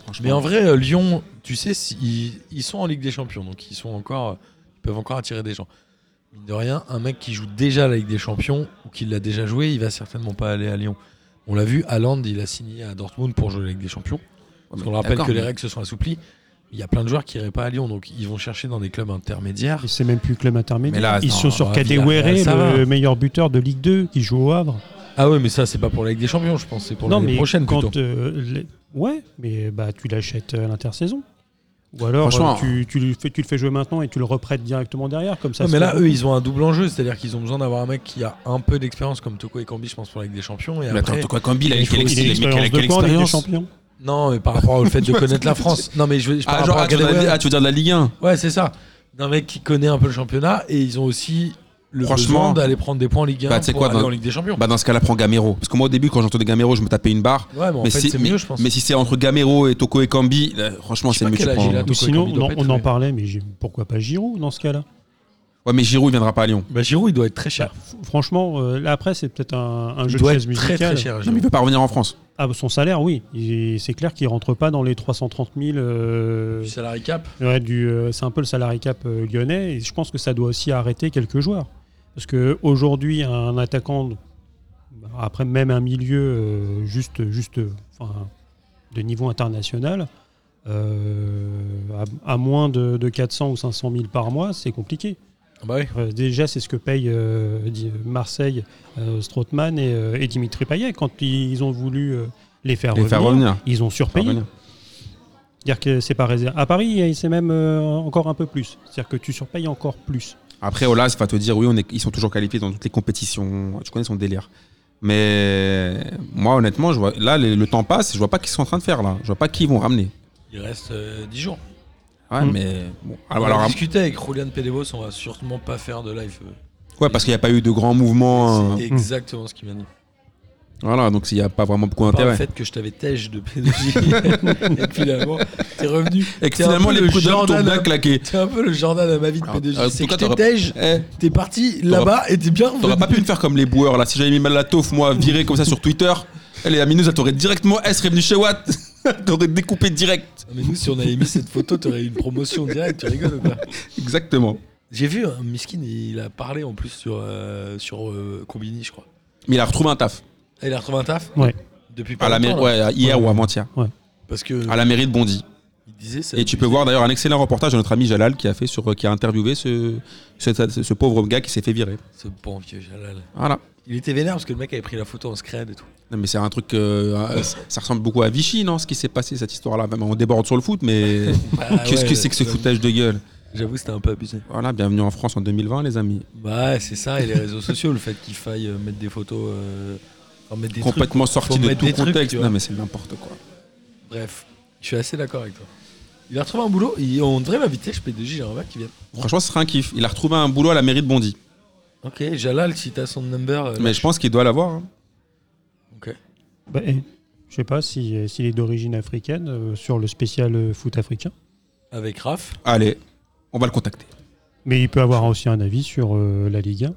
D: franchement.
C: Mais en vrai, euh, Lyon, tu sais, si- ils, ils sont en Ligue des Champions, donc ils sont encore, euh, ils peuvent encore attirer des gens. Mine de rien, un mec qui joue déjà la Ligue des Champions ou qui l'a déjà joué, il va certainement pas aller à Lyon. On l'a vu, Haaland, il a signé à Dortmund pour jouer la Ligue des Champions. Parce
D: Ouais,
C: qu'on
D: mais
C: rappelle
D: d'accord,
C: que les
D: mais-
C: règles se sont assouplies. Il y a plein de joueurs qui n'iraient pas à Lyon, donc ils vont chercher dans des clubs intermédiaires.
B: Et c'est même plus club
D: Mais
B: intermédiaire.
D: là,
B: ils
D: non,
B: sont sur
C: ouais,
B: Kadewere,
C: Villarreal, ça
B: le
C: va.
B: meilleur buteur de Ligue 2 qui joue au Havre.
C: Ah ouais, mais ça, c'est pas pour la Ligue des Champions, je pense, c'est pour l'année prochaine plutôt.
B: quand euh, les- ouais, mais bah tu l'achètes à l'intersaison. Ou alors
D: Franchement,
B: euh, tu, tu le fais, tu le fais jouer maintenant et tu le reprêtes directement derrière comme ça.
C: Non,
B: se
C: mais là,
B: fait.
C: eux, ils ont un double enjeu, c'est-à-dire qu'ils ont besoin d'avoir un mec qui a un peu d'expérience comme Toko et Cambi, je pense, pour la Ligue des Champions. Et
D: Mais
C: après,
D: attends, Toko Ekambi, il a
C: il faut-
D: quelle
B: il a
D: quelle-
B: l'expérience de
D: quelle
B: quoi en Ligue des
D: expérience
B: Champions
C: Non, mais par rapport au fait de connaître la France. Non, mais je, veux- je par
D: Ah, genre,
C: rapport à
D: ah, tu veux dire de
C: Galway,
D: la- ah, tu veux dire de la Ligue 1
C: Ouais, c'est ça. D'un mec qui connaît un peu le championnat et ils ont aussi le
D: Franchement.
C: besoin d'aller prendre des points en Ligue 1
D: Bah, tu sais
C: pour
D: quoi,
C: aller
D: dans-
C: en Ligue des Champions.
D: Bah dans ce cas-là, prends Gamero. Parce que moi au début, quand j'entendais Gamero, je me tapais une barre.
C: ouais, mais en fait,
D: si-
C: c'est mieux, je pense.
D: mais si c'est entre Gamero et Toko Ekambi, là, franchement,
C: Je
D: c'est
C: sais pas
D: mieux que
C: quel
D: tu
C: âge
D: prends.
C: il a,
D: hein.
B: Ou
C: Toko
B: sinon,
C: Ekambi
B: on,
C: doit
B: en-
C: pas être
B: on en
C: joué.
B: parlait, mais j'ai- pourquoi pas Giroud dans ce cas-là
D: Ouais, mais Giroud, il viendra pas à Lyon.
C: Bah, Giroud, il doit être très cher.
B: F- Franchement, euh, là après, c'est peut-être un, un
C: il
B: jeu de
C: doit
B: chaise
C: être très
B: musicale.
C: très cher.
D: Non,
C: Giroud.
D: mais il veut pas revenir en France.
B: Ah, son salaire, oui. Il- C'est clair qu'il rentre pas dans les 330 000. euh,
C: Du salary cap.
B: ouais, du, euh, c'est un peu le salary cap euh, lyonnais. Et je pense que ça doit aussi arrêter quelques joueurs. Parce que aujourd'hui, un attaquant, bah, après même un milieu euh, juste, juste euh, enfin, de niveau international, euh, à, à moins de, de 400 ou 500 000 par mois, c'est compliqué.
C: Ah Bah oui.
B: Euh, déjà, c'est ce que paye euh, di- Marseille, euh, Strootman et, euh, et Dimitri Payet. Quand ils ont voulu euh, les faire,
D: Les
B: revenir,
D: faire revenir.
B: ils ont
D: Faire
B: surpayé.
D: revenir.
B: C'est-à-dire que c'est pas réservé. À Paris, euh, c'est même euh, encore un peu plus. C'est-à-dire que tu surpayes encore plus.
D: Après, Olas va te dire, oui, on est, ils sont toujours qualifiés dans toutes les compétitions. Tu connais son délire. Mais moi, honnêtement, je vois, là, les- le temps passe. Je vois pas qu'ils sont en train de faire là. Je vois pas qui ils vont ramener.
C: Il reste euh, 10 jours.
D: Ouais,
C: Hmm.
B: Mm.
D: mais bon. Alors,
C: On va
D: Ah bah alors,
C: discuter avec Julian Pedevos, on va sûrement pas faire de live. euh,
D: ouais, parce qu'il n'y a pas eu de grands mouvements.
C: C'est
D: euh,
C: exactement ce qu'il m'a dit.
D: Voilà, donc s'il n'y a pas vraiment beaucoup
C: Par le
D: d'intérêt.
C: Bah, fait que je t'avais tège de P2J. et finalement, t'es revenu.
D: Et que
C: T'es un
D: finalement,
C: peu
D: les
C: le
D: prud'hommes tombent
C: Jordan-
D: bien claqués.
C: T'es un peu le Jordan à ma vie de
D: Alors,
C: P2J.
D: alors,
C: C'est que
D: pourquoi
C: t'es
D: t'aurais-
C: tège,
D: Eh,
C: t'es parti là-bas et t'es bien revenu.
D: T'aurais pas pu me faire comme les boueurs là. Si j'avais mis mal la taufe, moi, viré comme ça sur Twitter, elle est Aminous, elle t'aurait directement. Elle serait venue chez Watt. Elle t'aurait découpé direct.
C: Mais nous, si on avait mis cette photo, t'aurais eu une promotion directe, tu rigoles ou quoi
D: Exactement.
C: J'ai vu, un Miskin, il a parlé en plus sur, euh, sur euh, Combini, je crois.
D: Mais il a retrouvé un taf.
C: Ah, il a retrouvé un taf
B: Ouais.
C: Depuis pas
D: À la
C: longtemps,
D: mairie,
C: là.
D: ouais, hier ou avant-hier.
C: Parce que
D: À la mairie de Bondy.
C: il disait ça.
D: Et tu peux voir d'ailleurs un excellent reportage de notre ami Jalal qui a fait sur, qui a interviewé ce, ce, ce- ce pauvre gars qui s'est fait virer.
C: Ce bon vieux Jalal.
D: Voilà.
C: Il était vénère parce que le mec avait pris la photo en scred et tout.
D: Non, mais c'est un truc, euh, euh, ça ressemble beaucoup à Vichy, non Ce qui s'est passé cette histoire-là. Même on déborde sur le foot, mais
C: Bah Ah
D: qu'est-ce que c'est que ce foutage de gueule
C: J'avoue, c'était un peu abusé.
D: Voilà, bienvenue en France en 2020, les amis.
C: Bah, c'est ça, et les réseaux sociaux, le fait qu'il faille euh, mettre des photos. euh, enfin, mettre des
D: Complètement sorti
C: Faut
D: de
C: mettre
D: tout
C: des trucs,
D: contexte.
C: tu vois.
D: non, mais c'est n'importe quoi.
C: trucs. Bref, je suis assez d'accord avec toi. Il a retrouvé un boulot, et on devrait l'inviter, je P2J, j'ai un mec qui vient.
D: Franchement, ce serait un kiff. Il a retrouvé un boulot à la mairie de Bondy.
C: Ok, Jalal, si t'as son number. euh,
D: Mais je pense qu'il doit l'avoir. hein.
C: Ok.
B: Bah, eh, je sais pas si, euh, s'il est d'origine africaine euh, sur le spécial euh, foot africain.
C: Avec Raph.
D: Allez, on va le contacter.
B: Mais il peut avoir aussi un avis sur euh, la Ligue 1.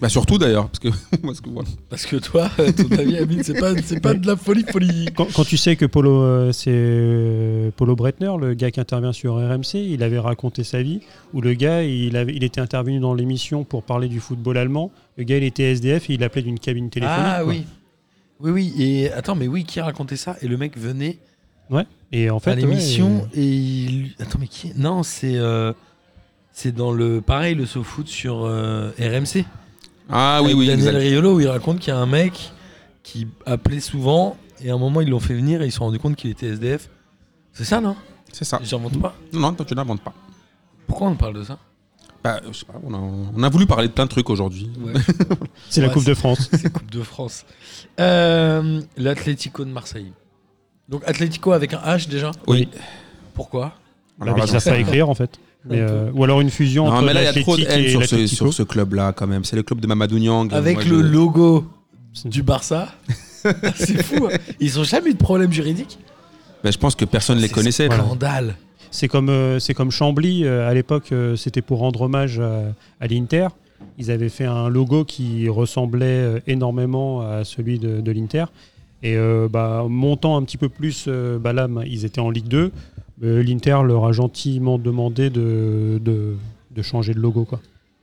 D: Bah, surtout d'ailleurs, parce que. parce que voilà.
C: Parce que toi, ton avis, Amine, c'est pas, c'est pas de la folie folie.
B: Quand, quand tu sais que Polo, euh, c'est euh, Polo Breitner, le gars qui intervient sur RMC, il avait raconté sa vie, où le gars, il, avait, il était intervenu dans l'émission pour parler du football allemand. Le gars, il était SDF et il appelait d'une cabine téléphonique.
C: Ah
B: quoi.
C: oui. Oui, oui. Et attends, mais oui, qui a raconté ça Et le mec venait
B: Et en fait,
C: à
B: ouais,
C: l'émission et il. Attends, mais qui Non, c'est. euh, C'est dans le. Pareil, le SoFoot sur euh, RMC.
D: Ah oui,
C: Avec
D: oui,
C: Daniel
D: exact.
C: Riolo, où il raconte qu'il y a un mec qui appelait souvent et à un moment, ils l'ont fait venir et ils se sont rendus compte qu'il était SDF. C'est ça, non
D: C'est ça.
C: J'invente pas.
D: Non, non, toi, tu n'inventes pas.
C: Pourquoi on parle de ça
D: Bah, je sais pas, on a, on a voulu parler de plein de trucs aujourd'hui.
B: c'est la
C: Ouais,
B: Coupe
C: c'est-
B: de France.
C: C'est Coupe de France. Euh, L'Atlético de Marseille. Donc Atlético avec un H déjà
D: Oui.
C: Pourquoi
D: Alors
B: Bah,
D: là,
B: ils savent
D: j'en
B: pas
D: sais rien.
B: écrire, en fait. Mais,
C: Un peu.
B: euh, ou alors une fusion
D: Non,
B: entre
D: mais là, il y a trop de
B: l'athlétique
D: haine
B: et
D: sur ce,
B: l'Atlético.
D: sur ce club-là, quand même. C'est le club de Mamadou Niang.
C: Avec
D: Euh, Moi,
C: le
D: je-
C: logo du Barça. c'est fou. hein. Ils ont jamais eu de problème juridique.
D: Bah, je pense que personne ne les
C: Ah, C'est
D: connaissait.
C: Scandale.
B: C'est comme, euh, c'est comme Chambly, euh, à l'époque, euh, c'était pour rendre hommage à, à l'Inter. Ils avaient fait un logo qui ressemblait euh, énormément à celui de, de l'Inter. Et euh, bah, montant un petit peu plus, euh, bah, là, ma- ils étaient en Ligue 2. Euh, L'Inter leur a gentiment demandé de, de, de changer de logo. Quoi.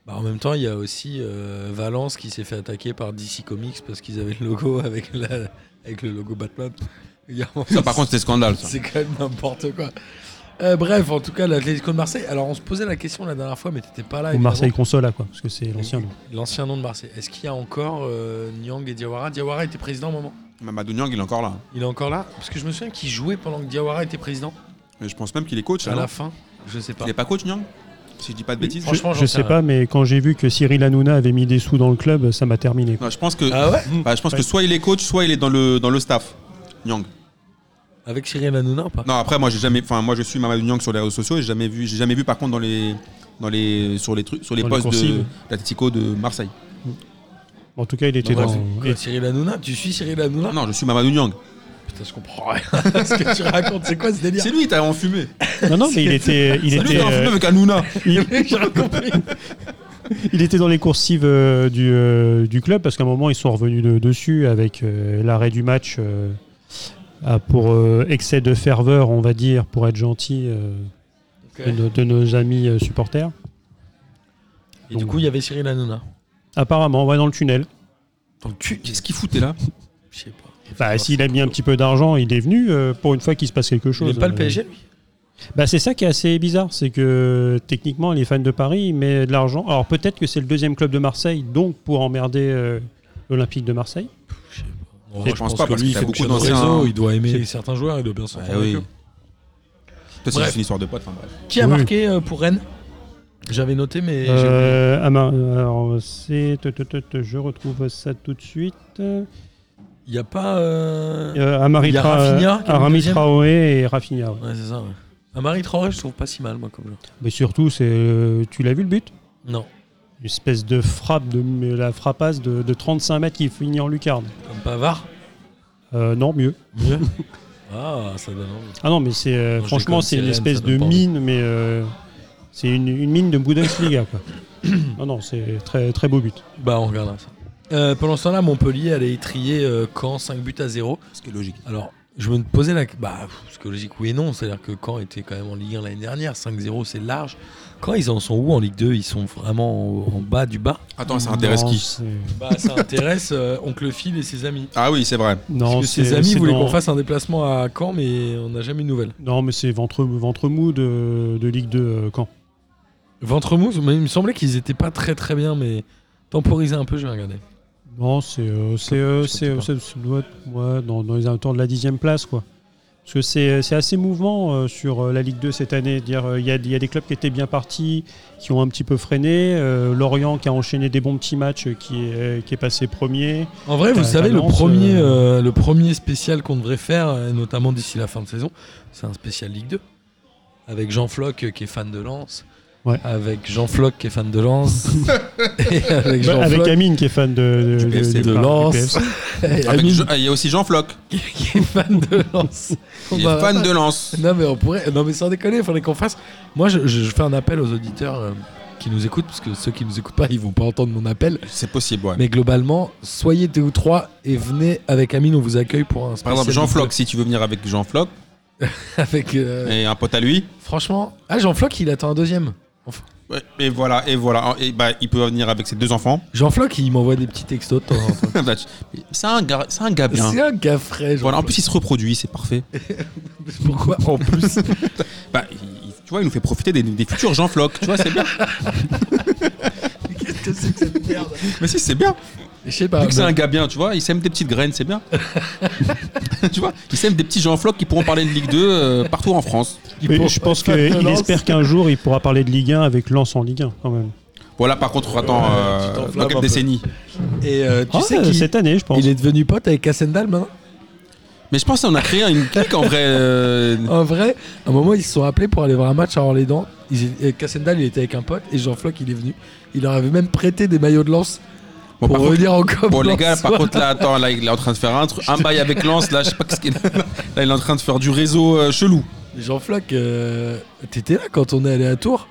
C: Bah, en même temps, il y a aussi euh, Valence qui s'est fait attaquer par DC Comics parce qu'ils avaient le logo avec, la- avec le logo Batman. Il y a un moment,
D: Ça, par contre, c'était scandale. ça.
C: C'est quand même n'importe quoi. Euh, bref, en tout cas, l'Atlético de Marseille. Alors, on se posait la question la dernière fois, mais t'étais pas là.
B: Ou
C: Ah, évidemment.
B: Marseille Consola, quoi, parce que c'est l'ancien nom.
C: L'ancien nom de Marseille. Est-ce qu'il y a encore euh, Niang et Diawara Diawara était président à un moment.
D: Mamadou Niang, il est encore là.
C: Il est encore là Parce que je me souviens qu'il jouait pendant que Diawara était président.
D: Mais je pense même qu'il est coach.
C: à
D: là,
C: la
D: non
C: fin, je sais pas.
D: Il n'est pas coach, Niang Si je dis pas de bêtises.
C: Franchement,
B: je
C: j'en
B: je
C: sais
B: sais
C: rien.
B: pas, mais quand j'ai vu que Cyril Hanouna avait mis des sous dans le club, ça m'a terminé. quoi.
D: Non, je pense que,
C: Ah ouais
D: bah, je pense que soit il est coach, soit il est dans le, dans le staff. Niang.
C: Avec Cyril Hanouna ou pas
D: Non, après, moi, j'ai jamais, enfin, moi, je suis Mamadou Niang sur les réseaux sociaux et j'ai jamais vu, j'ai jamais vu, par contre, dans les, dans les, sur les trucs, sur les
B: Dans les
D: postes de
B: consignes.
D: l'Atlético de Marseille.
B: En tout cas, il était
C: Non,
B: dans.
C: bref, quoi, Cyril Hanouna Tu suis Cyril Hanouna
D: Non, non, je suis Mamadou Niang.
C: Putain, je comprends rien. Ce que tu racontes, c'est quoi ce délire
D: C'est lui, t'as enfumé.
B: Non, non, mais il était, il
D: C'est lui,
B: était,
D: t'as
C: hein.
D: enfumé
B: euh,
D: avec Hanouna.
B: il-
C: J'ai rien compris.
B: Il était dans les coursives euh, du, euh, du club parce qu'à un moment ils sont revenus de- dessus avec euh, l'arrêt du match euh, à- pour euh, excès de ferveur, on va dire, pour être gentil euh, de, nos- de nos amis euh, supporters.
C: Et du coup, il y avait Cyril Hanouna.
B: Apparemment, ouais, dans le tunnel.
C: Dans le cul
D: Qu'est-ce qu'il foutait là
C: Je sais pas.
B: Bah, s'il a mis un petit peu d'argent, il est venu euh, pour une fois qu'il se passe quelque
C: Il
B: chose.
C: n'aime pas le
B: Euh,
C: PSG, lui
B: Bah, c'est ça qui est assez bizarre, c'est que techniquement les fans de Paris mettent de l'argent. Alors peut-être que c'est le deuxième club de Marseille, donc pour emmerder euh, l'Olympique de Marseille.
C: Non,
D: je pense pas, parce qu'il y a
C: fait
D: beaucoup
C: beaucoup Bah
D: d'anciens-
C: réseau, il doit
D: C'est-
C: aimer certains joueurs, il doit bien
D: Ah
B: Bah,
C: s'entendre
D: oui.
C: avec eux.
D: Toi, c'est
C: Bref.
D: juste une histoire de pote, enfin bref.
C: Qui a
B: Oui.
C: marqué euh, pour Rennes J'avais noté, mais. j'ai oublié.
B: Euh, ah, ma- alors, c'est. te- te- te- te- Je retrouve ça tout de suite. Euh,
C: Il n'y a pas. euh,
B: Amari
C: Il y a
B: Tra-
C: Rafinha qui est
B: Arami
C: deuxième.
B: Traoré et Rafinha. ouais.
C: Ouais, c'est ça, ouais. Un Marie Traoré, je trouve pas si mal, moi, comme joueur.
B: Mais surtout, c'est. euh, Tu l'as vu le but
C: Non.
B: une espèce de frappe, de mais la frappasse de, de 35 mètres qui finit en lucarne.
C: Comme Pavard
B: Euh, non, mieux.
C: Ah, ça donne envie.
B: Ah non, mais c'est euh,
C: Non, je
B: franchement,
C: déconne,
B: c'est
C: c'est
B: une
C: Rennes,
B: espèce
C: ça donne
B: de
C: pas envie.
B: mine, mais euh, c'est une, une mine de Bundesliga. Quoi. non, non, c'est très, très beau but.
C: Bah, on regardera ça. Euh, pendant ce temps-là, Montpellier allait étrier euh, Caen 5 buts à 0.
D: Ce qui est logique.
C: Alors, je me posais la bah, pff, ce que logique oui et non, c'est-à-dire que Caen était quand même en Ligue 1 l'année dernière, 5-0 c'est large. Quand ils en sont où en Ligue 2 Ils sont vraiment en, en bas du bas.
D: Attends, ça intéresse
B: Non,
D: qui
B: c'est-
C: Bah, ça intéresse euh, Oncle Phil et ses amis.
D: Ah oui, c'est vrai.
B: Non,
C: Parce que ses
B: c'est-
C: amis
B: c'est
C: voulaient
B: dans-
C: qu'on fasse un déplacement à Caen, mais on n'a jamais eu de nouvelles.
B: Non, mais c'est ventre, ventre mou de, de Ligue 2 euh, Caen.
C: Ventre mou, mais il me semblait qu'ils étaient pas très très bien, mais temporisez un peu, je vais regarder.
B: Non, c'est euh, c'est euh, c'est euh, ça- ça doit être, ouais, dans, dans les alentours de la dixième place quoi. Parce que c'est euh, c'est assez mouvant euh, sur euh, la Ligue 2 cette année. Dire euh, il y, a- il y a des clubs qui étaient bien partis, qui ont un petit peu freiné. Euh, Lorient qui a enchaîné des bons petits matchs, euh, qui est euh, qui est passé premier.
C: En vrai, vous
B: T'as-
C: savez,
B: t'as
C: le
B: Lens,
C: premier,
B: bah euh,
C: euh, le premier spécial qu'on devrait faire, euh, notamment d'ici la fin de saison, c'est un spécial Ligue 2. Avec Jean Floch euh, qui est fan de Lens.
B: Ouais.
C: Avec Jean Floch qui est fan de Lens. et avec Jean
B: Bah, avec
C: Floch
B: Amine qui est fan de, de,
D: Du PFC.
C: de
B: enfin, du
C: Lens.
B: PFC.
C: Et
D: Avec
C: Amine
D: Jean- ah, Il y a aussi Jean Floch,
C: qui, qui est fan de Lens. On
D: il
C: va-
D: est fan de Lens.
C: Non mais on pourrait. Non mais sans déconner, il faudrait qu'on fasse. Moi, je, je- je fais un appel aux auditeurs euh, qui nous écoutent, parce que ceux qui nous écoutent pas, ils vont pas entendre mon appel.
D: C'est possible, ouais.
C: Mais globalement, soyez deux ou trois et venez avec Amine, on vous accueille pour un
D: Par
C: spécial.
D: exemple, Jean
C: Ligue 2.
D: Floch, si tu veux venir avec Jean Floch
C: Avec. euh,
D: et un pote à lui,
C: Franchement, ah Jean Floch, il attend un deuxième.
D: ouais, et voilà, et voilà, et bah, il peut venir avec ses deux enfants.
C: Jean Floch, il m'envoie des petits textos de temps en temps.
D: Bah, tu- c'est un gars, c'est un gars bien.
C: C'est un gars frais. Jean
D: Voilà, en
C: Floch.
D: plus, il se reproduit, c'est parfait.
C: pourquoi en plus
D: Bah, il- il- tu vois, il nous fait profiter des, des futurs Jean Floch, tu vois, c'est bien.
C: Qu'est-ce que c'est que cette merde
D: Mais si, c'est bien.
C: Je sais pas.
D: Vu que c'est
C: Ah, mais-
D: un gars bien, tu vois, il sème des petites graines, c'est bien. tu vois, il sème des petits Jean Floch qui pourront parler de Ligue 2 euh, partout en France.
C: il
B: Mais
C: pour-
B: je pense
C: fan de
B: qu'il
C: Lens.
B: espère qu'un jour il pourra parler de Ligue 1 avec Lens en Ligue 1 quand même.
D: Voilà, par contre, attends,
C: Ouais,
D: euh,
C: tu t'enflammes
D: dans
C: un peu.
D: quelle décennie
C: Et euh, tu
B: Ah,
C: sais
B: euh,
C: qu'il
B: cette année, je pense.
C: il est devenu pote avec Hassendal maintenant.
D: Mais je pense qu'on a créé une clique en vrai. euh,
C: En vrai, à un moment, ils se sont appelés pour aller voir un match à Orléans. Ils- et Cassendal, il était avec un pote et Jean Floch, il est venu. Il leur avait même prêté des maillots de lance
D: Bon,
C: pour
D: par contre,
C: revenir en Corse.
D: bon, les gars, par contre, là, attends, là, il est en train de faire un, truc- un bail avec Lens, là, je sais pas ce qu'il Là, il est en train de faire du réseau euh, chelou.
C: Jean Floch, euh, t'étais là quand on est allé à Tours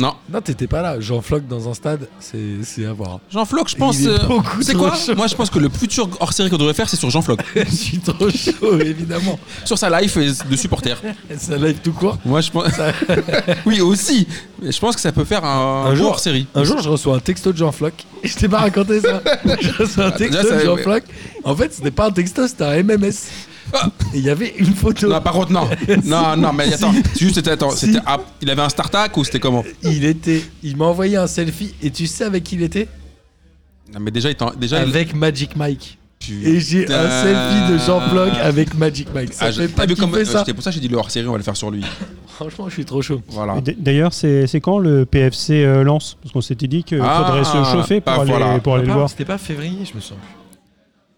D: Non.
C: Non, t'étais pas là. Jean Floch dans un stade, c'est c'est à voir.
D: Jean Floch, je pense.
C: Il est
D: euh,
C: beaucoup
D: c'est
C: trop
D: quoi
C: chaud.
D: Moi, je pense que le futur hors série qu'on devrait faire, c'est sur Jean Floch.
C: je suis trop chaud, évidemment.
D: sur sa life euh, de supporter.
C: Ça live tout court.
D: Moi, je pense. oui, aussi. Mais je pense que ça peut faire un,
C: Un jour.
D: hors série.
C: Un jour, je reçois un texto de Jean Floch. Je t'ai pas raconté ça. je reçois un texto
D: Déjà, ça-
C: de Jean
D: ouais.
C: Floch. En fait, ce n'est pas un texto, c'était un MMS.
D: Ah.
C: Et il y avait une photo.
D: Non, par contre, non. Non, non, mais attends. c'est Juste, c'était- attends,
C: Si.
D: c'était ah, il avait un startac ou c'était comment
C: Il était. Il m'a envoyé un selfie. Et tu sais avec qui il était
D: Non, mais déjà, il t'en- déjà, il-
C: Avec Magic Mike.
D: Putain.
C: Et j'ai un selfie de Jean Floch avec Magic Mike. Ça
D: Ah, je-
C: fait
D: t'as
C: pas
D: vu comme
C: kiffer ça.
D: c'était pour ça que j'ai dit le hors série, on va le faire sur lui.
C: Franchement, je suis trop chaud.
D: Voilà.
B: Et d- D'ailleurs, c'est c'est quand le PFC euh, lance Parce qu'on s'était dit qu'il
D: Ah,
B: faudrait se chauffer pour
D: bah
B: aller,
D: voilà.
B: pour aller le voir.
C: C'était pas février, je me sens.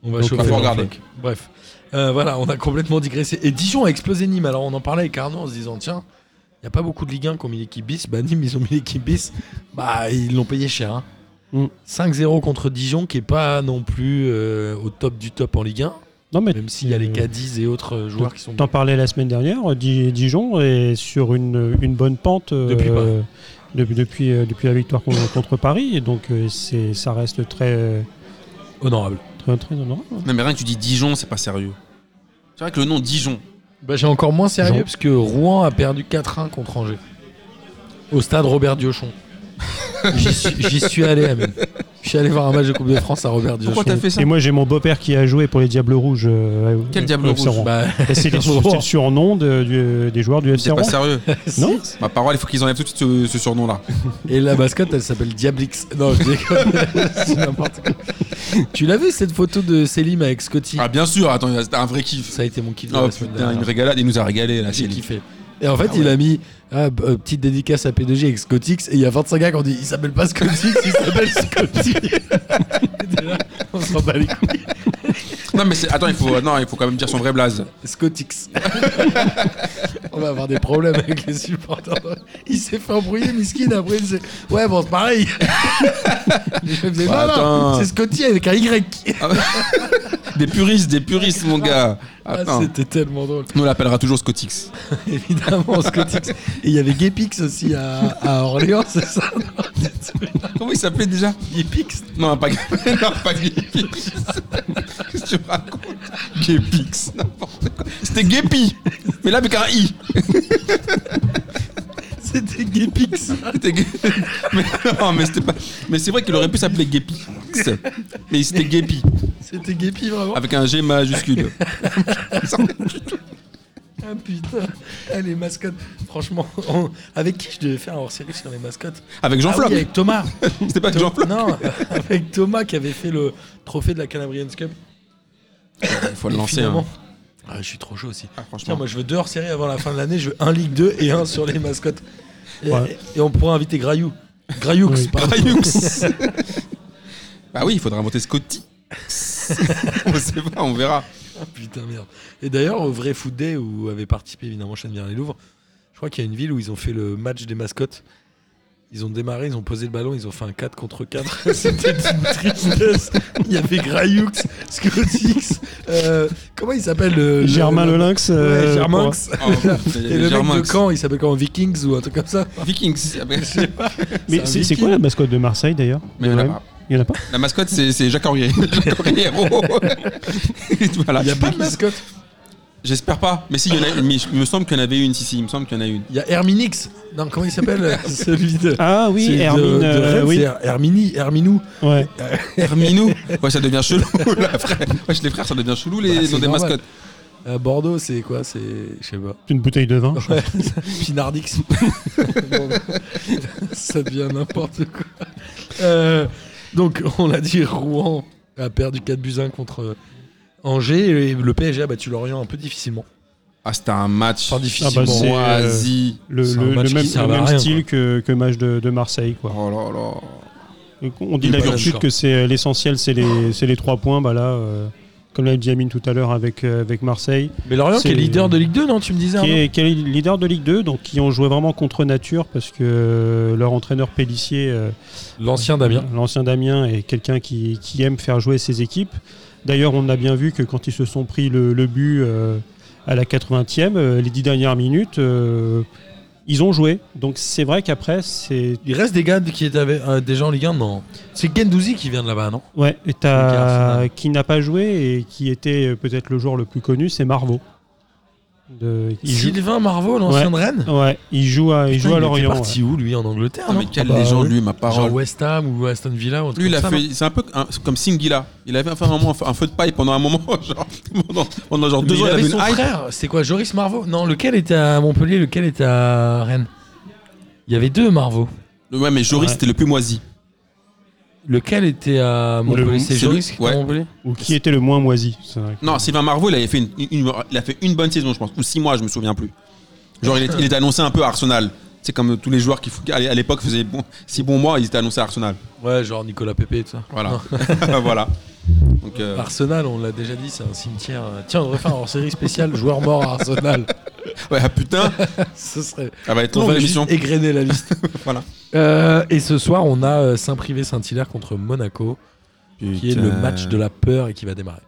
C: On va
D: Donc,
C: chauffer
D: faut
C: Jean
D: regarder.
C: Floch. Bref. Euh, voilà, on a complètement digressé. Et Dijon a explosé Nîmes. Alors, on en parlait avec Arnaud en se disant tiens, il n'y a pas beaucoup de Ligue 1 qui ont mis l'équipe bis. Bah, Nîmes, ils ont mis l'équipe bis. Bah, ils l'ont payé cher. hein.
B: Mm.
C: 5-0 contre Dijon, qui est pas non plus euh, au top du top en Ligue 1.
B: Non, mais
C: Même s'il y a les
B: euh,
C: Cadiz et autres euh, joueurs qui sont.
B: T'en parlais la semaine dernière, Di- Dijon est sur une, une bonne pente euh,
C: Depuis quoi
B: de- depuis, euh, depuis la victoire con- contre, Paris, et donc euh, c'est- ça reste très,
C: honorables.
B: très, très honorable.
D: Non, mais rien que tu dis Dijon, c'est pas sérieux. C'est vrai que le nom Dijon.
C: Bah, j'ai encore moins sérieux
B: Jean-
C: parce que Rouen a perdu 4-1 contre Angers. Au stade Robert Diochon. J'y suis- J'y suis allé, Amine. Je suis allé voir un match de Coupe de France à Robert Diochon.
D: Pourquoi t'as fait ça
B: Et moi j'ai mon beau-père qui a joué pour les Diables Rouges. euh,
D: Quel
B: au-
D: Diable
B: au FC
D: Rouge
B: Rouen.
C: Bah,
B: Et C'est les-
C: Rouen.
B: c'est le surnom de- du- des joueurs du FC
D: C'est
B: Rouen.
D: pas sérieux.
B: Non
D: Ma parole, il faut qu'ils enlèvent tout de suite ce, ce surnom-là.
C: Et la mascotte, elle s'appelle Diablix. Non, je déconne. C'est n'importe quoi. Tu l'as vu cette photo de Selim avec Scotty
D: Ah, bien sûr, attends, c'était un vrai kiff.
C: Ça a été mon kiff de
D: Oh
C: la semaine
D: putain, une
C: dernière.
D: régalade, il nous a régalé là,
C: J'ai
D: Céline.
C: kiffé. Et en fait, il a mis ah, b- euh, petite dédicace à P2J avec Scotix. Et il y a 25 gars qui ont dit il s'appelle pas Scotix, il s'appelle Scotty. Et là, on s'en bat les couilles.
D: Non, mais c'est- attends, il faut, non, il faut quand même dire son vrai blaze.
C: Scotix. on va avoir des problèmes avec les supporters. Il s'est fait embrouiller, Miskin. Après, il s'est. Ouais, bon, c'est pareil. Les mecs disaient,
D: Bah,
C: non, non,
D: attends.
C: hein. c'est Scotty avec un Y.
D: Des puristes, des puristes, mon gars.
C: Ah,
D: Attends,
C: C'était tellement drôle.
D: nous on l'appellera toujours Scotix.
C: Évidemment, Scotty. Et il y avait Gepix aussi à, à Orléans, c'est ça
D: Comment il s'appelait déjà
C: Gepix
D: Non, pas non, pas Gepix. Qu'est-ce que tu me racontes Gepix, n'importe quoi. C'était Gepi, mais là avec un i.
C: C'était Gepix.
D: C'était Ge- mais non, mais c'était pas. Mais c'est vrai qu'il aurait pu s'appeler Gepi. Mais c'était Gepi
C: C'était Gepi, vraiment.
D: avec un G majuscule.
C: Ah putain, Ah, les mascottes. Franchement, on- avec qui je devais faire un hors-série sur les mascottes
D: Avec
C: Ah
D: Jean
C: oui,
D: Floc.
C: Avec Thomas.
D: C'était pas avec Jean Floc.
C: Non, avec Thomas qui avait fait le trophée de la Calabrian Cup.
D: Il faut
C: Et
D: le lancer.
C: finalement-
D: Hein.
C: Ah, je suis trop chaud aussi.
D: Ah,
C: Tiens,
D: franchement.
C: moi je veux deux hors-série avant la fin de l'année. Je veux un Ligue 2 et un sur les mascottes. Et,
B: Ouais.
C: et on pourra inviter Grayou. Grayoux,
B: Oui.
C: pardon.
D: Grayux. Bah oui, il faudra inventer Scotty. on sait pas, on verra.
C: Putain, merde. Et d'ailleurs, au vrai Food Day où avait participé évidemment Chenvière les Louvres, je crois qu'il y a une ville où ils ont fait le match des mascottes. Ils ont démarré, ils ont posé le ballon, ils ont fait un 4 contre 4. C'était une tristesse. Il y avait Grayoux, Scotix, euh, comment il s'appelle le- le-
B: Germain
C: le-
B: le lynx.
C: Ouais,
B: euh,
C: Germain.
B: pour-
D: Oh, putain, il y
C: Et
D: avait
C: le
D: Germain.
C: mec de Caen, il s'appelle comment Vikings ou un truc comme ça
D: Vikings. Ah, Après-
C: Je sais pas.
B: Mais
C: un
B: c'est c'est
C: viking.
B: quoi la mascotte de Marseille d'ailleurs
D: Mais il y en a
B: Ouais.
D: pas.
B: Il y en a pas
D: La mascotte, c'est c'est Jacques Aurier. Jacques Aurier, oh, oh, oh. Voilà.
B: Ah,
C: Il n'y a pas de mascotte.
D: J'espère pas. Mais si, il, y en a, mais il me semble qu'il y en avait une. Si, si, il me semble qu'il y en a une.
C: Il y a Herminix. Non, comment il s'appelle euh, Celui de.
B: Ah oui,
C: celui de-
B: Hermine.
C: de
B: euh,
C: Rennes,
B: oui,
C: c'est Hermini, Herminou.
B: ouais.
D: Herminou. Ouais, ça devient chelou, là, frère. Wesh, les frères, ça devient chelou, les
C: Bah, c'est
D: noms des
C: normal.
D: mascottes.
C: À Euh, Bordeaux, c'est quoi C'est. Je sais pas.
B: Une bouteille de vin.
C: Ouais, Pinardix. Bon, ça devient n'importe quoi. Euh, donc, on l'a dit, Rouen a perdu 4 buts 1 contre euh, Angers. Et le PSG a battu Lorient un peu difficilement.
D: Ah, c'était un match.
C: Enfin, difficilement.
B: Ah bah, c'est- euh,
D: moisi.
B: Le,
C: C'est un
B: le- le
C: match qui
B: même,
C: sert
B: le
C: à
B: même
C: rien,
B: style que, que match de, de Marseille. Quoi.
D: Oh là là.
B: Donc, on dit
D: Il est
B: la
D: pas
B: virtude
C: d'accord.
B: que c'est euh, l'essentiel, c'est les, c'est les trois points. Bah là, euh, comme l'a dit Amine tout à l'heure avec, euh, avec Marseille,
C: Mais Lorient qui est
B: C'est-
C: leader de Ligue 2, non Tu me disais
B: qui
C: Arnaud
B: est, qui est leader de Ligue 2, donc qui ont joué vraiment contre nature parce que euh, leur entraîneur Pellissier, euh,
C: L'ancien Damien.
B: l'ancien Damien, est quelqu'un qui, qui aime faire jouer ses équipes. D'ailleurs, on a bien vu que quand ils se sont pris le, le but euh, à la 80e, euh, les dix dernières minutes, euh, ils ont joué. Donc c'est vrai qu'après, c'est
C: Il reste des gars qui étaient avec- euh, déjà en Ligue 1, non C'est Gendouzi qui vient de là-bas, non
B: Ouais, et
C: Ok,
B: t'as
C: Arsenal.
B: qui n'a pas joué et qui était euh, peut-être le joueur le plus connu, c'est Marvot. De- il joue,
C: Sylvain Marvot, l'ancien de Rennes
B: ouais, il joue à, il
C: Putain,
B: joue à
C: était
B: Lorient.
C: parti où, lui, en Angleterre
D: Putain, mais
C: non
D: quelle
C: Ah bah,
D: légende,
C: ouais.
D: lui, ma
C: Genre
D: parole.
C: West Ham ou Aston Villa ou un truc
D: Lui, il a
C: comme ça, non
D: fait. C'est un peu un- comme Singila. Il avait fait un, moment, un feu de paille pendant un moment, genre. Pendant, pendant genre
C: Mais
D: deux
C: il
D: ans, il
C: avait
D: avait
C: son
D: une hype.
C: frère, c'est quoi Joris Marvaux Non, lequel était à Montpellier, lequel était à Rennes Il y avait deux Marvaux.
D: Ouais, mais Joris,
B: Ouais.
D: c'était le plus moisi.
C: Lequel était à Montpellier C'est
D: c'est
C: Joris
D: lui,
C: qui était à
D: ouais.
C: Montpellier
B: Ou qui était le moins moisi. c'est vrai.
D: Non, Sylvain Marvaux, il, avait fait une, une- il a fait une bonne saison, je pense. Ou six mois, je me souviens plus. Genre, il est, il est annoncé un peu à Arsenal. C'est comme tous les joueurs qui, fou- à l'é- à l'époque, faisaient bon, six bons mois, ils étaient annoncés à Arsenal.
C: Ouais, genre Nicolas Pépé et tout ça.
D: Voilà.
C: Ah.
D: voilà. Donc, euh,
C: Arsenal, on l'a déjà dit, c'est un cimetière. euh. Tiens, on devrait faire un hors-série spécial joueur mort à Arsenal.
D: ouais, ah, putain,
C: Ce serait.
D: elle va être
C: On
D: longue
C: va juste
D: l'émission.
C: égrener la liste.
D: Voilà.
C: Euh, et ce soir, on a euh, Saint-Privé-Saint-Hilaire contre Monaco, qui est le match de la peur et qui va démarrer.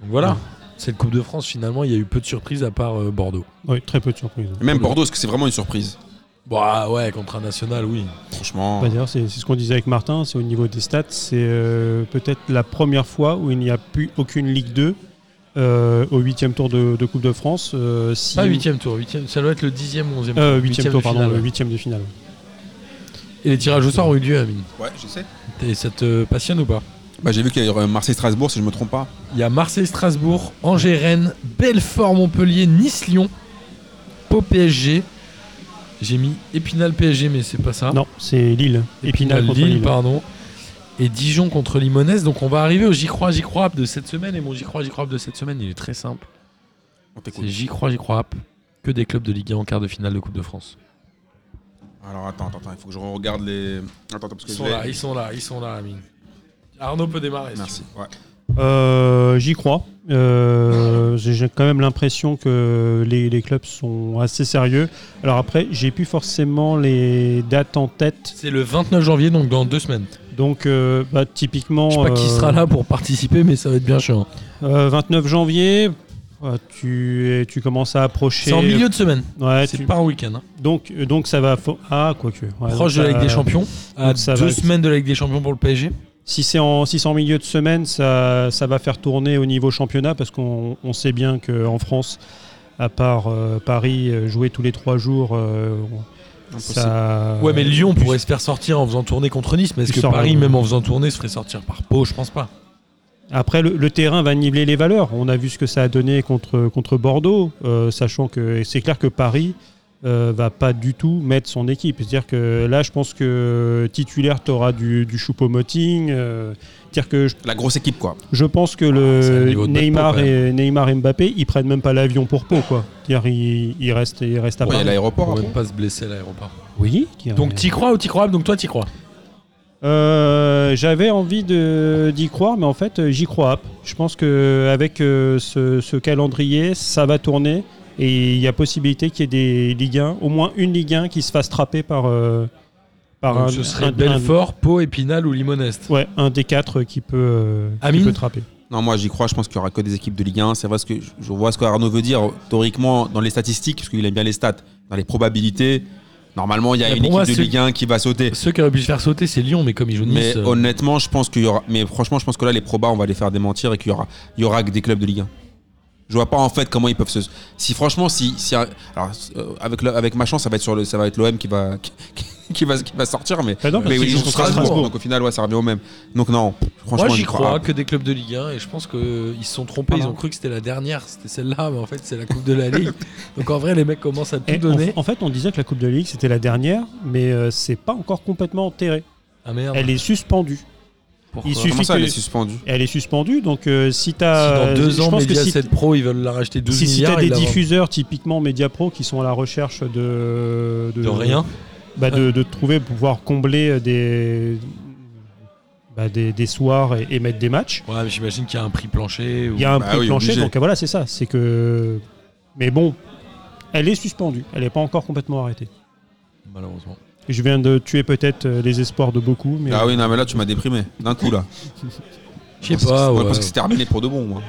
C: Donc voilà, cette Coupe de France, finalement, il y a eu peu de surprises à part euh, Bordeaux.
B: Ouais, très peu de surprises.
D: Et Même Bordeaux, parce que c'est vraiment une surprise.
C: Bah ouais, contre un national, oui.
D: Franchement.
B: Bah, d'ailleurs, c'est c'est ce qu'on disait avec Martin, c'est au niveau des stats, c'est euh, peut-être la première fois où il n'y a plus aucune Ligue 2 euh, au huitième tour de, de Coupe de France. euh, si-
C: Pas huitième tour, huitième, ça doit être le dixième ou onzième
B: Euh,
C: tour.
B: huitième
C: Huitième
B: tour,
C: de
B: pardon,
C: finale,
B: le
C: ouais.
B: huitième de finale.
C: Et les tirages au sort ont eu lieu, Amine.
D: Ouais, je sais.
C: Et ça te passionne ou pas
D: Bah, j'ai vu qu'il y a Marseille-Strasbourg, si je me trompe pas.
C: Il y a Marseille-Strasbourg, Angers-Rennes, Belfort-Montpellier, Nice-Lyon, Pau-PSG. J'ai mis Épinal-PSG, mais c'est pas ça.
B: Non, c'est Lille. Épinal contre Lille.
C: pardon. Et Dijon contre Limonaise. Donc on va arriver au J'y crois, J'y crois app de cette semaine. Et mon J'y crois, J'y crois app de cette semaine, il est très simple.
D: On
C: C'est
D: t'écoute.
C: J'y crois, J'y crois app. Que des clubs de Ligue 1 en quart de finale de Coupe de France.
D: Alors, attends, attends, attends, il faut que je regarde les. Attends, attends, parce que
C: Ils
D: je
C: sont
D: l'ai-
C: là, ils sont là, ils sont là, Amine. Arnaud peut démarrer. si tu
D: Merci. Ouais.
B: Euh, J'y crois. Euh, j'ai j'ai quand même l'impression que les, les clubs sont assez sérieux. Alors après, j'ai plus forcément les dates en tête.
C: C'est le 29 janvier, donc dans deux semaines.
B: Donc, euh, bah, typiquement,
C: Je sais pas qui
B: euh,
C: sera là pour participer, mais ça va être bien chiant.
B: euh, 29 janvier, euh, tu, et tu commences à approcher. euh,
C: C'est en milieu de semaine.
B: Ouais,
C: c'est
B: tu-
C: pas un week-end. hein.
B: donc, euh, donc ça va. fo- Ah, quoique. Ouais,
C: Proche de
B: donc
C: la
B: ça-
C: Ligue des Champions. À
B: donc ça
C: deux
B: va-
C: semaines de la Ligue des Champions pour le PSG.
B: Si c'est en, si c'est en milieu de semaine, ça, ça va faire tourner au niveau championnat parce qu'on on sait bien qu'en France, à part euh, Paris, euh, jouer tous les trois jours, euh, on- ça.
C: Ouais, mais Lyon pourrait se faire sortir en faisant tourner contre Nice. Mais est-ce
B: Tu
C: que
B: sors,
C: Paris,
B: euh,
C: même en faisant tourner, se ferait sortir par Pau Je pense pas.
B: Après, le, le terrain va niveler les valeurs. On a vu ce que ça a donné contre, contre Bordeaux, euh, sachant que et c'est clair que Paris euh, va pas du tout mettre son équipe. C'est-à-dire que là, je pense que titulaire, tu auras du, du Choupo-Moting. euh, c'est-à-dire que je,
D: La grosse équipe, quoi.
B: je pense que
C: c'est un
B: le
C: niveau de
B: Neymar,
C: Mbappé, quand
B: et, Neymar et Mbappé, ils prennent même pas l'avion pour Pau. quoi. C'est-à-dire ils, ils restent, ils restent à
D: Ouais, Il y a
B: Paris.
D: l'aéroport.
C: Pour
D: après.
C: même pas se blesser à l'aéroport.
B: Oui. qui-
C: Donc t'y crois ou t'y crois pas Donc toi t'y crois.
B: Euh, j'avais envie de- d'y croire, mais en fait, euh, j'y crois. pas. Je pense que avec euh, ce, ce calendrier, ça va tourner et il y a possibilité qu'il y ait des Ligue 1, au moins une Ligue 1 qui se fasse trapper par, euh, par
C: Donc,
B: un,
C: ce serait
B: un-
C: Belfort, Pau, Épinal ou Limonest.
B: un- ouais, un des quatre qui peut, euh, qui
C: Amine
B: peut trapper.
D: Non, moi j'y crois, je pense qu'il n'y aura que des équipes de Ligue 1. C'est vrai ce que je vois ce que Arnaud veut dire théoriquement dans les statistiques, parce qu'il aime bien les stats, dans les probabilités. Normalement, il y a
C: Mais
D: une
C: pour moi,
D: équipe de
C: c'est-
D: Ligue 1 qui va sauter.
C: Ceux qui auraient pu se faire sauter, c'est Lyon, mais comme ils jouent Nice.
D: Mais
C: euh,
D: honnêtement, je pense qu'il y aura. Mais franchement, je pense que là, les probas, on va les faire démentir et qu'il y aura, il y aura que des clubs de Ligue 1. Je vois pas en fait comment ils peuvent se. Si franchement, si, si alors, euh, avec le- avec ma chance, ça va être sur le, ça va être l'OM qui va qui, qui va qui va sortir, mais.
B: Ah non, parce
D: Mais
B: qu'ils
D: oui,
B: jouent
D: ils jouent
B: contre
D: Strasbourg,
B: Strasbourg.
D: donc au final, ouais, ça revient au même. Donc non, franchement,
C: Moi j'y
D: crois
C: crois
D: pas.
C: que des clubs de Ligue 1 et je pense qu'ils se sont trompés, ils
B: Voilà.
C: ont cru que c'était la dernière, c'était celle-là, mais en fait c'est la Coupe de la Ligue. Donc en vrai les mecs commencent à tout
B: Et
C: donner.
B: en, en fait, on disait que la Coupe de la Ligue c'était la dernière, mais euh, c'est pas encore complètement enterré.
C: Ah merde.
B: Elle est suspendue.
C: Pourquoi
B: il
D: Comment
B: suffit
D: ça,
B: que-
D: elle est suspendue
B: Elle est suspendue, donc euh, si tu
C: Si dans
B: as.
C: deux ans, Mediaset
B: si,
C: Pro, ils veulent la racheter 12
B: si, si
C: milliards.
B: t'as des
C: ils la vendent.
B: diffuseurs typiquement Mediapro qui sont à la recherche de
C: de rien.
B: bah, de, de trouver pour pouvoir combler des bah, des, des soirs et, et mettre des matchs.
C: Ouais, mais j'imagine qu'il y a un prix plancher. Ou...
B: Il y a un
D: Bah
B: prix
D: oui,
B: plancher,
D: obligé.
B: donc voilà, c'est ça. C'est que mais bon, elle est suspendue, elle n'est pas encore complètement arrêtée.
C: Malheureusement.
B: Je viens de tuer peut-être euh, les espoirs de beaucoup, mais
D: Ah oui, non, mais là, tu m'as déprimé d'un coup là.
C: Je sais pas.
D: Moi,
C: ouais.
D: Je pense que c'est terminé pour de bon. Moi.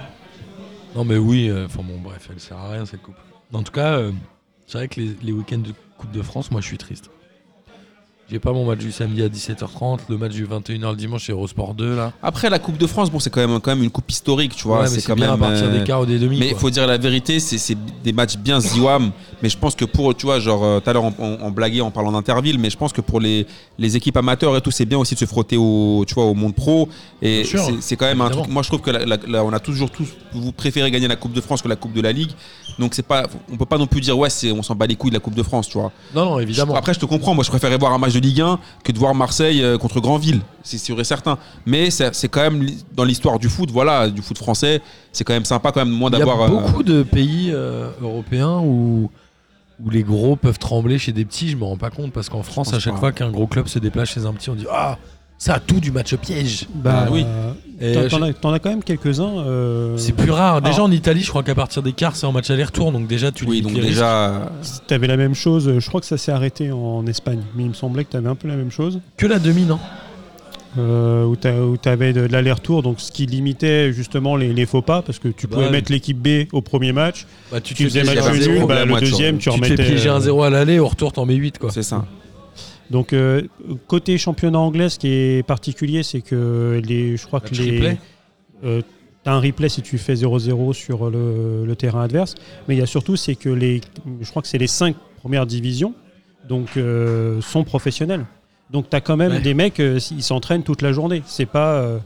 C: Non, mais oui. euh, Enfin bon, bref, elle sert à rien cette coupe. En tout cas, euh, c'est vrai que les, les week-ends de Coupe de France, moi je suis triste. J'ai pas mon match du samedi à 17h30, le match du 21h le dimanche chez Eurosport 2 là.
D: Après, la Coupe de France, bon, c'est quand même, quand même une coupe historique, tu vois.
C: Ouais, mais
D: c'est
C: c'est
D: quand
C: bien
D: même.
C: à partir
D: euh,
C: des quarts ou des demi.
D: Mais il
C: quoi.
D: faut dire la vérité, c'est- c'est des matchs bien ziwam. mais je pense que pour, tu vois, genre, euh, tout à l'heure, on, on- on blaguait en parlant d'Interville, mais je pense que pour les, les équipes amateurs et tout, c'est bien aussi de se frotter au, tu vois, au monde pro. Et
C: Bien sûr,
D: c'est- c'est quand même un
C: évidemment.
D: truc. Moi, je trouve que la- la- la- on a toujours tous, vous préférez gagner la Coupe de France que la Coupe de la Ligue. Donc, c'est pas, on peut pas non plus dire, ouais, c'est- on s'en bat les couilles de la Coupe de France, tu vois.
C: Non, non, évidemment.
D: Je- Après, je te comprends. Moi, je préférais voir un match de Ligue 1 que de voir Marseille euh, contre Granville. C'est sûr et certain. Mais ça- c'est quand même li- dans l'histoire du foot, voilà, du foot français, c'est quand même sympa quand même moins
C: Il y
D: d'avoir.
C: a
D: euh,
C: beaucoup de pays euh, européens où, où les gros peuvent trembler chez des petits. Je me rends pas compte parce qu'en France,
D: pense
C: à chaque
D: pas.
C: fois qu'un gros club se déplace chez un petit, on dit Ah, ça a tout du match au piège.
B: bah,
D: Ah oui.
C: Et
B: t'en-
C: je-
B: t'en as- t'en as quand même quelques-uns. euh,
C: C'est plus rare. Déjà
B: alors-
C: en Italie, je crois qu'à partir des quarts, c'est en match aller-retour. Donc déjà, tu
D: oui,
C: limites
D: donc
C: les risques.
D: déjà. euh,
B: T'avais la même chose. Je crois que ça s'est arrêté en Espagne, mais il me semblait que t'avais un peu la même chose.
C: que la demi, non
B: euh, où tu avais de, de l'aller-retour, donc ce qui limitait justement les, les faux pas, parce que tu
C: Bah
B: pouvais
C: oui.
B: mettre l'équipe B au premier match,
C: Bah, Tu,
B: tu
C: te
B: faisais
C: fais
D: il y
B: match
D: avait
C: piéger-
D: zéro
B: nul, bah,
D: problème,
B: le
D: ouais, tu
B: deuxième, tu
C: tu te
B: remettais.
C: fais piéger
B: euh,
C: un 0 à l'aller, au retour, t'en mets 8. Quoi.
D: C'est ça.
B: Donc euh, côté championnat anglais, ce qui est particulier, c'est que les, je crois que
C: Match
B: les,
C: replay.
B: euh, t'as un replay si tu fais 0-0 sur le, le terrain adverse, mais il y a surtout c'est que les, je crois que c'est les cinq premières divisions, donc euh, sont professionnels. Donc t'as quand même
C: Ouais.
B: des mecs, euh, ils s'entraînent toute la journée. C'est pas euh,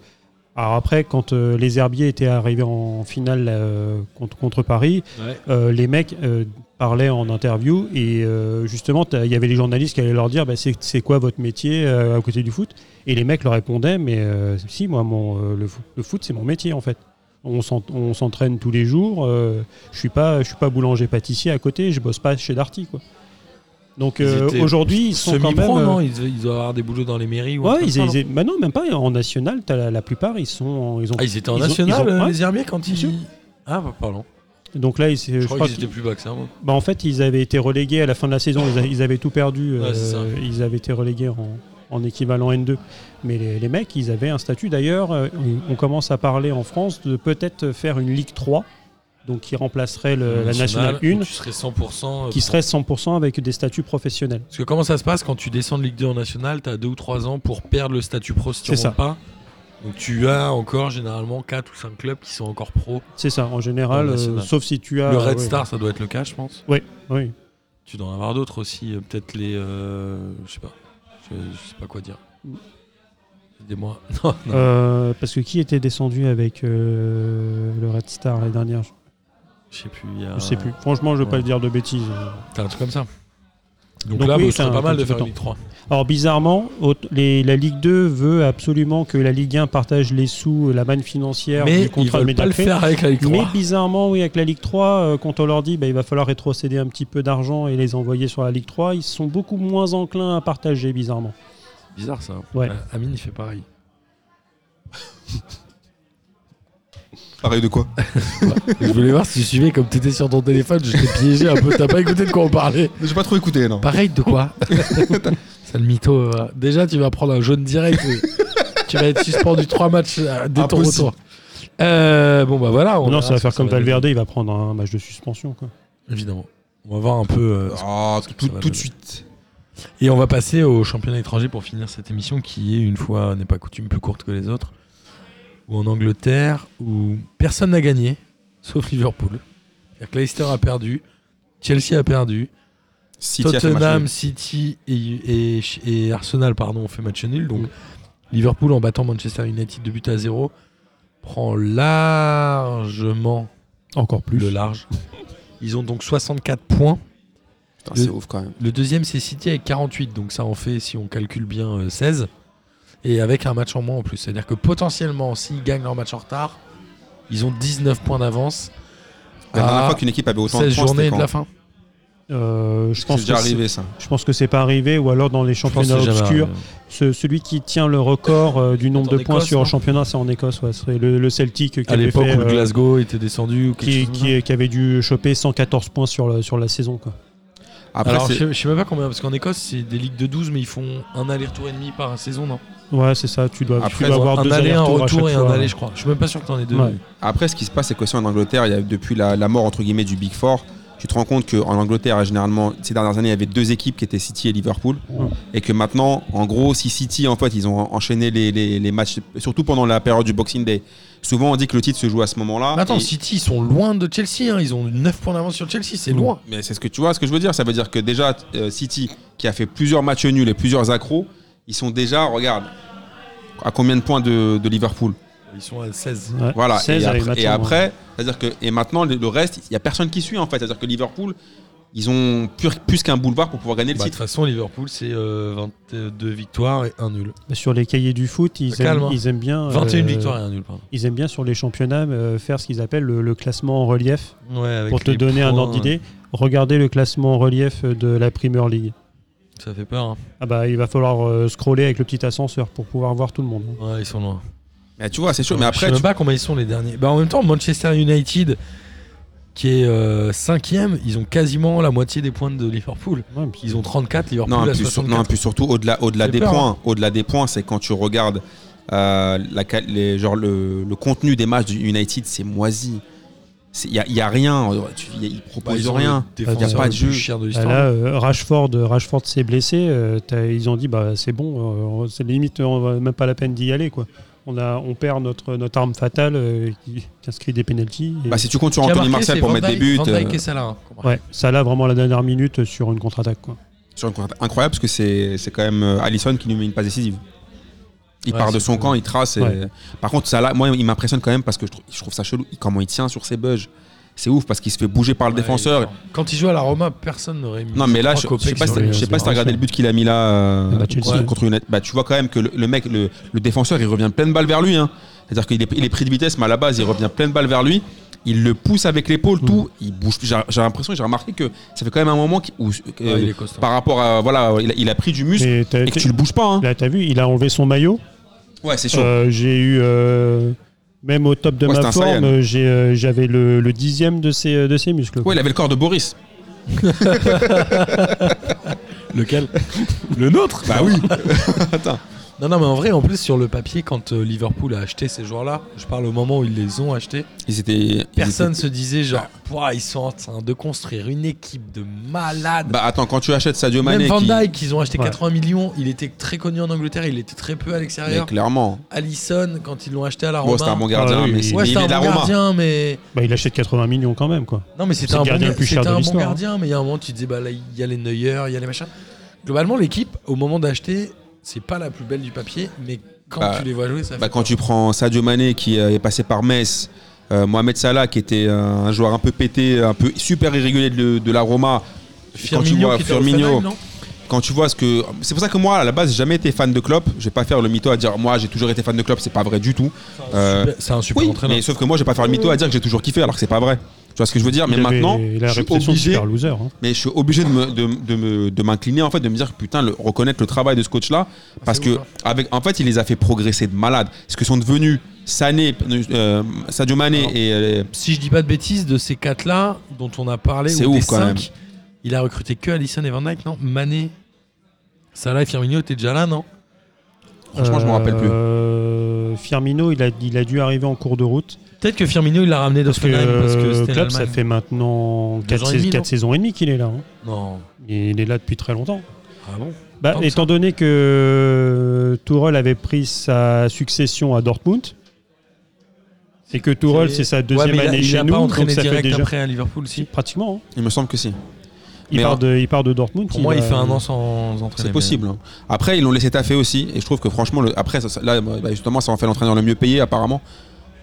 B: alors après, quand euh, les Herbiers étaient arrivés en finale euh, contre, contre Paris,
C: Ouais.
B: euh, les mecs euh, parlaient en interview et euh, justement, t'as- il y avait les journalistes qui allaient leur dire bah, c'est c'est quoi votre métier euh, à côté du foot Et les mecs leur répondaient mais euh, si, moi, mon, euh, le, fo- le foot, c'est mon métier en fait. On s'en- on s'entraîne tous les jours. euh, je suis pas, je suis pas boulanger-pâtissier à côté. Je bosse pas chez Darty, quoi. Donc
C: Ils
B: euh,
C: étaient
B: aujourd'hui, ils sont quand même.
C: Semi-pro,
B: euh,
C: non ils, ils doivent avoir des boulots dans les mairies. Ou un
B: ouais,
C: truc
B: ils,
C: comme ça,
B: ils- bah non, même pas en national. t'as la, la plupart, ils sont, en- ils ont
C: Ah, ils étaient
B: Ils
C: en
B: ont-
C: national,
B: ils ont-
C: euh,
B: ouais.
C: les Herbiers, quand
B: Bien sûr.
C: ils. Ah, bah, pardon.
B: Et donc là, ils, se-
C: Je,
B: je
C: crois
B: crois
C: qu'ils
B: qu'ils-
C: étaient plus bas que ça, moi.
B: bah, en fait, ils avaient été relégués à la fin de la saison. Ils, a- ils avaient tout perdu. euh,
C: Ouais, c'est ça.
B: ils avaient été relégués en, en équivalent N2. Mais les, les mecs, ils avaient un statut. D'ailleurs, euh, on, on commence à parler en France de peut-être faire une Ligue 3, donc qui remplacerait le- Euh, la Nationale 1,
C: où Tu serais 100%. euh,
B: qui serait 100% avec des statuts professionnels.
C: Parce que comment ça se passe quand tu descends de Ligue 2 en National, t'as 2 ou 3 ans pour perdre le statut pro si tu
B: C'est ça.
C: rentres pas. Donc tu as encore généralement 4 ou 5 clubs qui sont encore pro.
B: C'est ça, en général,
C: En
B: euh,
C: national.
B: sauf si tu as.
C: le Red
B: ouais.
C: Star, ça doit être le cas, je pense.
B: Oui.
C: Tu dois en avoir d'autres aussi, euh, peut-être les. euh, je sais pas. Je, je sais pas quoi dire. Aidez-moi. Non, non.
B: Euh, parce que qui était descendu avec euh, le Red Star la dernière Je
C: je sais plus. il y a-
B: je sais plus. Franchement, je ne veux pas
C: Ah Ouais.
B: dire de bêtises. euh.
C: T'as un truc comme ça. Donc,
B: Donc
C: là,
B: oui,
C: bah, ce
B: t'as
C: serait
B: un
C: pas mal de
B: petit peu
C: faire une Ligue 3.
B: Alors bizarrement, aut- les- la Ligue 2 veut absolument que la Ligue 1 partage les sous, la manne financière
C: Mais
B: du
C: ils
B: contrat de
C: veulent pas le
B: Mediapro.
C: faire avec la Ligue 3.
B: Mais bizarrement, oui, avec la Ligue 3, euh, quand on leur dit bah, il va falloir rétrocéder un petit peu d'argent et les envoyer sur la Ligue 3, ils sont beaucoup moins enclins à partager, bizarrement.
C: Bizarre ça.
B: Ouais.
C: Euh, Amine, il fait pareil.
D: Pareil de quoi
C: Je voulais voir si tu suivais comme t'étais sur ton téléphone, je t'ai piégé un peu, t'as pas écouté de quoi on parlait.
D: J'ai pas trop écouté, non.
C: Pareil de quoi Sale mytho. euh, Déjà tu vas prendre un jaune direct. oui. tu vas être suspendu trois matchs euh, dès ton
D: Impossible.
C: retour. Euh, bon bah voilà.
B: non, ça va
C: verra
B: faire
C: ce que
B: comme
C: donner.
B: Valverde, il va prendre un match de suspension. Quoi.
C: Évidemment. On va voir un peu. euh,
D: Ah, tout, tout-
C: Ça va
D: tout de
C: donner.
D: suite.
C: Et on va passer au championnat étranger pour finir cette émission qui est une fois n'est pas coutume plus courte que les autres. Ou en Angleterre où personne n'a gagné sauf Liverpool. C'est-à-dire que Leicester a perdu, Chelsea a perdu,
D: City a fait match
C: Tottenham,
D: nul.
C: City et, et- et Arsenal pardon ont fait match nul. Donc Liverpool en battant Manchester United de but à zéro prend largement
B: Encore plus.
C: le large. Ils ont donc 64 points.
D: Putain, c'est ouf quand même.
C: Le deuxième, c'est City avec 48. Donc ça en fait, si on calcule bien, euh, 16. Et avec un match en moins en plus. C'est-à-dire que potentiellement, s'ils gagnent leur match en retard, ils ont 19 points d'avance.
D: La dernière
C: à
D: fois qu'une équipe avait autant
C: 16
D: de points,
C: journées
D: c'était
C: Ah, de la
D: quand
C: fin.
B: Euh, je,
D: C'est
B: pense que
D: déjà
B: c'est-
D: arrivé ça.
B: je pense que c'est pas arrivé, ou alors dans les championnats obscurs. Ce- celui qui tient le record euh, du nombre
C: en
B: de points
C: Écosse,
B: sur
C: non
B: un championnat, c'est en Écosse. ouais. C'est le, le Celtic qui
C: À
B: avait,
C: l'époque
B: fait,
C: où le
B: euh,
C: Glasgow était descendu. Ou quelque
B: qui,
C: chose comme ça.
B: qui- qui avait dû choper 114 points sur la, sur la saison. Quoi.
D: Après,
C: Alors, je
D: c'est-
C: sais, je sais même pas combien, parce qu'en Écosse, c'est des ligues de 12, mais ils font un aller-retour et demi par saison, non
B: Ouais, c'est ça. Tu dois, tu
D: Après,
B: dois avoir
C: Un
B: deux
C: aller, un
B: allers-retours à
C: retour
B: chaque
C: et
B: fois.
C: un aller, je crois. Je suis même pas sûr que t'en aies deux.
B: Ouais.
D: après, ce qui se passe, c'est qu'aussi en Angleterre, il y a, depuis la, la mort entre guillemets du Big Four, tu te rends compte qu'en Angleterre, généralement, ces dernières années, il y avait deux équipes qui étaient City et Liverpool.
C: Mm.
B: Ouais.
D: Et que maintenant, en gros, si City, en fait, ils ont enchaîné les, les- les matchs, surtout pendant la période du Boxing Day. Souvent, on dit que le titre se joue à ce moment-là.
C: Mais attends,
D: Et-
C: City, ils sont loin de Chelsea. hein. Ils ont 9 points d'avance sur Chelsea,
B: Mmh.
C: c'est loin.
D: Mais c'est ce que tu vois, ce que je veux dire. Ça veut dire que déjà, euh, City, qui a fait plusieurs matchs nuls et plusieurs accros, ils sont déjà, regarde, à combien de points de, de Liverpool
C: Ils sont à 16.
B: hein. Ouais.
D: Voilà.
B: 16
D: et
B: avec
D: après, et
B: Maton, ouais.
D: après, c'est-à-dire que et maintenant le, le reste, il y a personne qui suit en fait. C'est-à-dire que Liverpool, ils ont plus, plus qu'un boulevard pour pouvoir gagner le
C: Bah, de toute
D: titre.
C: façon, Liverpool, c'est euh, 22 victoires et 1 nul.
B: Bah, Sur les cahiers du foot, ils,
C: Ah, calme,
B: aiment,
C: hein.
B: ils aiment bien.
C: 21
B: euh,
C: victoires et 1 nul, pardon.
B: Ils aiment bien sur les championnats euh, faire ce qu'ils appellent le, le classement en relief.
C: Ouais, avec
B: Pour te
C: les
B: donner un
C: points,
B: ordre d'idée, regardez le classement en relief de la Premier League.
C: Ça fait peur. hein.
B: Ah bah, il va falloir euh, scroller avec le petit ascenseur pour pouvoir voir tout le monde. hein.
C: Ouais, ils sont loin.
D: Mais tu vois, c'est sûr. Mais
C: je sais
D: après,
C: même
D: tu-
C: pas combien ils sont les derniers. Bah, en même temps, Manchester United, qui est 5 e ils ont quasiment la moitié des points de Liverpool.
B: Ouais, puis-
C: Ils ont 34, Liverpool
D: non,
C: a
D: plus,
C: 64.
D: non, plus surtout au-delà, au-delà
C: J'ai
D: des
C: peur, hein.
D: points, au-delà des points, c'est quand tu regardes euh, la, quali- les, genre le, le contenu des matchs du United, c'est moisi. Il y, a- y a rien. Tu- y a- Ils
C: Bah,
D: proposent
C: ont
D: rien.
C: le
B: y a
C: défenseur
D: pas
C: le
D: de
C: plus
D: jeu.
C: cher de
B: Ah,
C: l'histoire.
B: là, euh, Rashford, Rashford s'est blessé. euh, t'as- ils ont dit, bah, c'est bon, euh, c'est limite, on va même pas la peine d'y aller, quoi. On a, on perd notre notre arme fatale euh, qui, qui inscrit des pénalties. et-
D: Bah, si tu comptes sur
C: Qui a
D: Anthony
C: marqué,
D: Martial
C: c'est
D: pour
C: Van
D: mettre des
C: Dijk-
D: buts,
C: Van Dijk
D: euh,
C: et Salah, hein.
B: ouais, ça là vraiment à la dernière minute euh, sur une contre-attaque, quoi.
D: sur une contre- incroyable parce que c'est c'est quand même euh, Allison qui nous met une passe décisive. Il
C: Ouais,
D: part de
C: c'est
D: son
C: cool.
D: camp, il trace. et-
B: Ouais.
D: Par contre, Salah, moi, il m'impressionne quand même parce que je trouve, je trouve ça chelou. Il- Comment il tient sur ses bugs C'est ouf parce qu'il se fait bouger par le
C: Ouais,
D: défenseur.
C: Quand il joue à la Roma, personne n'aurait mis.
D: Non, mais là, je,
C: trois
D: je sais
C: copecs
D: pas si
C: sur
D: t'as-
C: les-
D: je sais pas si t'as
B: les
D: regardé le but qu'il a mis là euh,
B: Bah, Chelsea.
D: contre- contre une. Bah, tu vois quand même que le, le mec, le, le défenseur, il revient pleine balle vers lui. hein. C'est-à-dire qu'il est, il est pris de vitesse, mais à la base, il revient pleine balle vers lui. Il le pousse avec
C: Mm.
D: l'épaule, tout. Il bouge. plus. J'ai j'ai l'impression, j'ai remarqué que ça fait quand même un moment qui- où,
C: Ouais,
D: euh,
C: il est costaud.
D: par rapport à voilà, il a, il a pris du muscle
B: Mais t'as-
D: et que tu le bouges pas. hein.
B: Là, t'as vu, il a enlevé son maillot.
D: Ouais, c'est chaud.
B: Euh, J'ai eu euh, Même au top de
D: Ouais, c'est
B: ma
D: un
B: forme,
D: Saiyan.
B: euh, j'ai, euh, j'avais le, le dixième de ses, euh, de ses muscles.
D: Ouais, il avait le corps de Boris.
C: Lequel Le nôtre
D: Bah oui. Attends.
C: Non, non, mais en vrai, en plus, sur le papier, quand euh, Liverpool a acheté ces joueurs-là, je parle au moment où ils les ont achetés,
D: Ils étaient. ils
C: personne
D: étaient- Bah.
C: se disait genre, Pouah, ils sont en train de construire une équipe de malades.
D: Bah attends, quand tu achètes Sadio
C: Même
D: Mané.
C: Van
D: qui-
C: Dyke, ils ont acheté
B: Ouais.
C: 80 millions, il était très connu en Angleterre, il était très peu à
D: Mais
C: l'extérieur.
D: clairement.
C: Allison, quand ils l'ont acheté à la Roma.
D: Bon, c'était un bon gardien,
B: Ah oui,
D: mais
B: oui.
D: c'est-
C: Ouais,
D: mais il
C: c'était
D: est
C: un
D: de la
C: bon
D: Roma.
C: gardien, mais.
B: Bah, il achète 80 millions quand même, quoi.
C: Non, mais c'était
B: C'est
C: un,
B: le
C: bon,
B: gardien le plus cher
C: c'était
B: de
C: un bon
B: l'histoire, hein.
C: gardien, mais il y a un moment, tu te dis, bah là, il y a les Neuer, il y a les machins. Globalement, l'équipe, au moment d'acheter, c'est pas la plus belle du papier, mais quand
D: Bah,
C: tu les vois jouer, ça
D: Bah,
C: fait.
D: quand tu prends Sadio Mané qui euh, est passé par Metz, euh, Mohamed Salah qui était euh, un joueur un peu pété, un peu super irrégulier de, de la Roma. Quand tu vois
C: qui était au
D: Firmino,
C: Hoffenheim, non
D: Quand tu vois ce que c'est pour ça que moi à la base j'ai jamais été fan de Klopp. Je vais pas faire le mytho à dire moi j'ai toujours été fan de Klopp, c'est pas vrai du tout. Euh,
C: Super- Bah, C'est un super
D: oui,
C: entraîneur.
D: mais sauf que moi je vais pas faire le mytho à dire que j'ai toujours kiffé alors que c'est pas vrai. Tu vois ce que je veux dire Mais
B: Il avait
D: maintenant,
B: la
D: je suis
B: réputation de
D: obligé
B: super loser. hein.
D: mais je suis obligé de m'incliner me, de, de me- de m'incliner, en fait, de me dire putain, le, reconnaître le travail de ce coach-là, parce
C: c'est
D: que
C: ouf, hein.
D: avec, en fait, il les a fait progresser de malade. Ce que sont devenus Sané, euh, Sadio Mané
C: Alors,
D: et euh,
C: Si je dis pas de bêtises, de ces quatre-là, dont on a parlé,
D: C'est
C: ou des
D: ouf, quand
C: cinq,
D: même.
C: il a recruté que Allison et Van Dijk, non Mané, Salah et Firmino étaient déjà là, non
D: franchement, je m'en rappelle plus.
B: Euh, Firmino, il a, il a dû arriver en cours de route.
C: Peut-être que Firmino, il l'a ramené
B: Parce que,
C: d'Offenheim parce que
B: euh,
C: c'était
B: Klopp, ça
C: l'Allemagne.
B: fait maintenant
C: Deux
B: 4,
C: ans et demi, non
B: saisons et demie qu'il est là. hein.
C: Non.
B: Il est là depuis très longtemps.
C: Ah bon
B: Bah,
C: Tant que
B: étant donné que Tourelle avait pris sa succession à Dortmund, et que Tourelle,
C: C'est-
B: c'est sa deuxième
C: Ouais, mais il a-
B: année
C: il
B: chez
C: a
B: nous,
C: pas
B: donc
C: entraîné
B: ça fait
C: direct
B: déjà
C: après à Liverpool, si.
B: pratiquement. hein.
D: il me semble que si.
B: Il,
D: Mais
B: part
D: alors-
B: de, il part de Dortmund.
C: Pour
B: il
C: moi, il
B: a-
C: fait un an sans entraîner.
D: C'est
C: mais-
D: possible. hein. Après, ils l'ont laissé taffer aussi, et je trouve que franchement, le- après, ça- ça- là, bah, justement, ça en fait l'entraîneur le mieux payé, apparemment.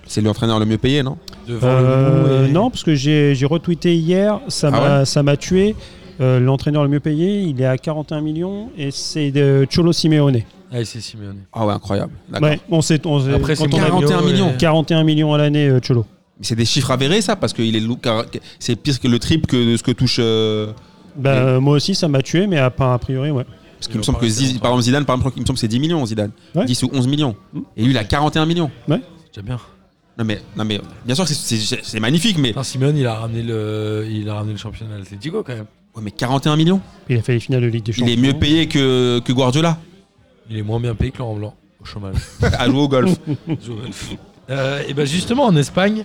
D: C'est l'entraîneur le mieux payé, non
C: Devant
B: Euh,
C: le Mou et-
B: Non, parce que j'ai j'ai retweeté hier, ça
D: Ah
B: m'a ça m'a tué. Euh, L'entraîneur le mieux payé, il est à 41 millions et c'est de Cholo Simeone.
C: Ah, c'est Simeone.
D: Ah ouais, incroyable. D'accord.
B: Ouais, on s'est- on s'est-
C: Après,
B: Euh, quand
C: c'est euh,
B: on a-
D: 41 millions.
C: ouais.
B: 41 millions à l'année, euh, Cholo.
D: Mais c'est des chiffres avérés, ça, parce que il est lou- car- c'est pire que le triple que ce que touche. euh,
B: Bah,
D: Et-
B: euh, moi aussi, ça m'a tué, mais à, a priori, ouais.
D: Parce qu'il me semble que Ziz- par exemple Zidane, par exemple, il me semble que c'est 10 millions Zidane.
B: Ouais.
D: 10 ou 11 millions.
B: Mm.
D: Et lui, il a 41 millions.
C: C'est déjà bien.
D: Non mais, non mais bien sûr que c'est- c'est c'est magnifique, mais,
C: Putain, Simeone, il a ramené le, il a ramené le championnat d'Atletico quand même.
D: ouais, mais 41 millions
B: Il a fait les finales de Ligue des
D: Il
B: Champions.
D: est mieux payé que, que Guardiola
C: Il est moins bien payé que Laurent Blanc au chômage.
D: à jouer au golf.
C: Euh, et ben justement en Espagne,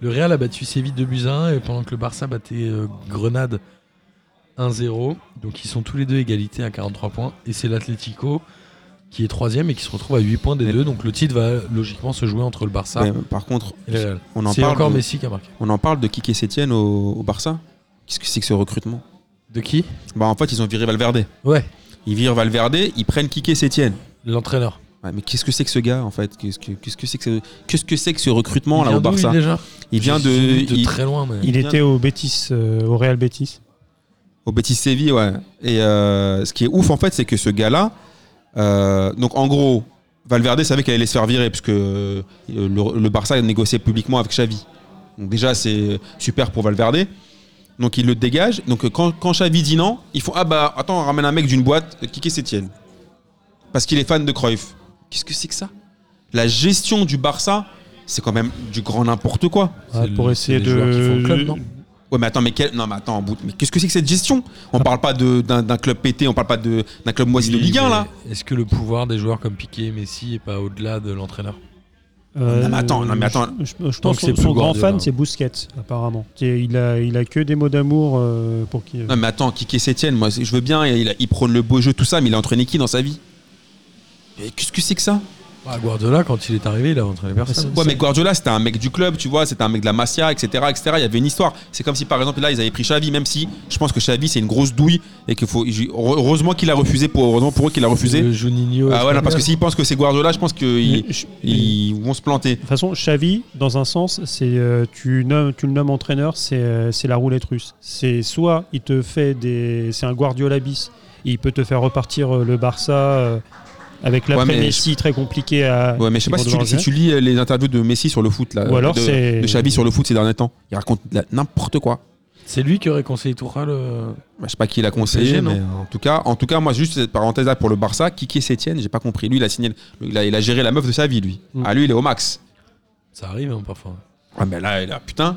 C: le Real a battu Séville 2 buts à 1 et pendant que le Barça battait euh, Grenade 1-0, donc ils sont tous les deux égalité à 43 points et c'est l'Atlético qui est troisième et qui se retrouve à 8 points des
D: Mais-
C: deux, donc le titre va logiquement se jouer entre le Barça
D: Mais, par contre,
C: et le Real.
D: on en,
C: Ah. C'est
D: parle
C: encore
D: de,
C: Messi qui a marqué.
D: on en parle de Kike Sétienne au, au Barça. Qu'est-ce que c'est que ce recrutement
C: De qui
D: Bah en fait, ils ont viré Valverde.
C: Ouais,
D: Ils virent Valverde, ils prennent Kike Sétienne.
C: l'entraîneur.
D: Ouais, mais qu'est-ce que c'est que ce gars en fait Qu'est-ce que qu'est-ce que c'est que ce, qu'est-ce que c'est que ce recrutement
C: Il
D: là
C: vient
D: au
C: d'où, lui,
D: Barça
C: déjà
D: Il vient de,
C: J'ai vu de
D: il-
C: très loin. Mais...
B: Il était au Betis, euh, au Real Betis.
D: Au Betis Séville, ouais. Et euh, ce qui est ouf, en fait, c'est que ce gars-là, euh, donc en gros, Valverde savait qu'elle allait se faire virer, puisque euh, le, le Barça négociait publiquement avec Xavi. Donc déjà, c'est super pour Valverde. Donc il le dégage. Donc euh, quand, quand Xavi dit non, ils font Ah bah attends, on ramène un mec d'une boîte, euh, Kiki Sétienne. Parce qu'il est fan de Cruyff. Qu'est-ce que c'est que ça La gestion du Barça, c'est quand même du grand n'importe quoi.
C: C'est
B: Ah,
C: le-
B: pour
C: c'est
B: essayer
C: les
B: de.
C: joueurs qui font le club, non
D: Ouais, mais attends, mais, quel... non, mais attends, bout- mais qu'est-ce que c'est que cette gestion On parle pas de- d'un d'un club pété, on parle pas de- d'un club moisi de
C: Oui,
D: Ligue 1
C: mais
D: là.
C: Est-ce que le pouvoir des joueurs comme Piqué et Messi est pas au-delà de l'entraîneur
B: Euh,
D: Non, mais attends, non, mais attends.
B: Je, je- je
C: Tant
B: pense
C: que c'est
B: que son,
C: plus
B: son grand
C: Guardiola.
B: fan, c'est Busquets, apparemment. C'est- Il a, il a que des mots d'amour euh, pour qui.
D: Non, mais attends, Kiki Sétienne, moi c'est- je veux bien, il, il prône le beau jeu, tout ça, mais il a entraîné qui dans sa vie Mais Qu'est-ce que c'est que ça
C: Bah, Guardiola, quand il est arrivé, il a entraîné personne.
D: Ouais, mais Guardiola, c'était un mec du club, tu vois, c'était un mec de la Masia, etc., etc. Il y avait une histoire. C'est comme si par exemple là, ils avaient pris Xavi, même si je pense que Xavi, c'est une grosse douille et qu'il faut. Heureusement qu'il a refusé, pour, heureusement pour eux qu'il a refusé.
C: Le Juninho.
D: Ah ouais, non, parce que
C: espagnol.
D: s'ils pensent que c'est Guardiola, je pense
B: Mais
D: qu'ils
B: je-
D: ils vont se planter.
B: De toute façon, Xavi, dans un sens, c'est euh, tu, nommes- tu le nommes entraîneur, c'est euh, c'est la roulette russe. C'est soit il te fait des, c'est un Guardiola bis, il peut te faire repartir euh, le Barça euh, avec l'après
D: Ouais, mais
B: Messi très compliqué à.
D: Ouais, mais je sais
B: ils
D: pas
B: vont
D: si
B: devoir
D: tu, si
B: gérer.
D: tu lis euh, les interviews de Messi sur le foot, là,
B: Ou alors
D: de,
B: c'est-
D: de Xavi sur le foot ces derniers temps. Il raconte de la- n'importe quoi.
C: C'est lui qui aurait conseillé Tourelle. euh,
D: Bah, je sais pas qui l'a conseillé,
C: PSG, non
D: mais en tout cas, en tout cas, moi juste cette parenthèse là pour le Barça, Kiki Sétienne, j'ai pas compris. Lui, il a signé, le- il a, il a géré la meuf de sa vie, lui.
B: Mm.
D: Ah lui, il est au max.
C: Ça arrive hein, parfois.
D: Ah, mais là, là, putain.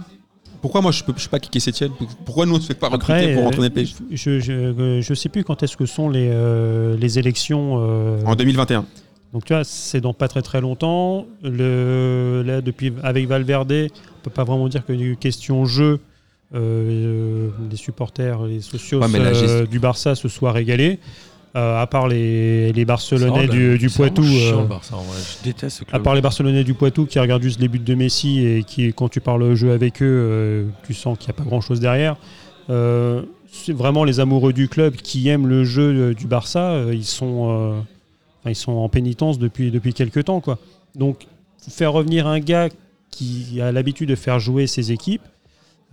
D: Pourquoi moi je peux, je peux pas kicker Sétienne Pourquoi nous on se fait pas recruter
B: Après,
D: pour
B: euh,
D: entraîner le PSG
B: Je, je, euh, je sais plus quand est-ce que sont les, euh, les élections. euh,
D: En 2021.
B: Donc tu vois, c'est dans pas très très longtemps. Le, là, depuis avec Valverde, on peut pas vraiment dire qu'il y a eu question jeu. euh, les supporters, les sociaux
D: Ouais, mais la gest-
B: du Barça se soient régalés. Euh, à part les, les
C: Ça,
B: Barcelonais
D: hein.
B: du, du
C: c'est
B: Poitou.
C: vraiment chiant,
B: euh,
C: le Barça, en vrai. Je déteste ce
B: à
C: club.
B: part les Barcelonais du Poitou qui regardent juste les buts de Messi et qui, quand tu parles jeu avec eux, euh, tu sens qu'il n'y a pas grand chose derrière. Euh, c'est vraiment les amoureux du club qui aiment le jeu euh, du Barça, euh, ils, sont, euh, enfin, ils sont en pénitence depuis, depuis quelques temps. Quoi. Donc, faire revenir un gars qui a l'habitude de faire jouer ses équipes,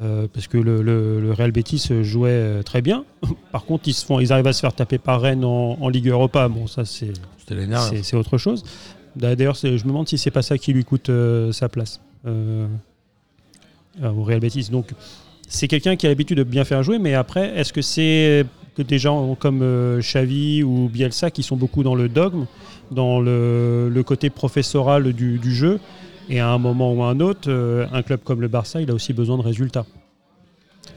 B: euh, parce que le, le- le Real Betis euh, jouait euh, très bien. Par contre, ils, se font, ils arrivent à se faire taper par Rennes en, en Ligue Europa. Bon, ça, c'est.
C: C'était l'année dernière.
B: C'est- C'est autre chose. D'ailleurs, c'est- je me demande si c'est pas ça qui lui coûte euh, sa place euh, euh, au Real Betis. Donc, c'est quelqu'un qui a l'habitude de bien faire jouer, mais après, est-ce que c'est que des gens comme euh, Xavi ou Bielsa qui sont beaucoup dans le dogme, dans le, le côté professoral du, du jeu, et à un moment ou à un autre, euh, un club comme le Barça, il a aussi besoin de résultats.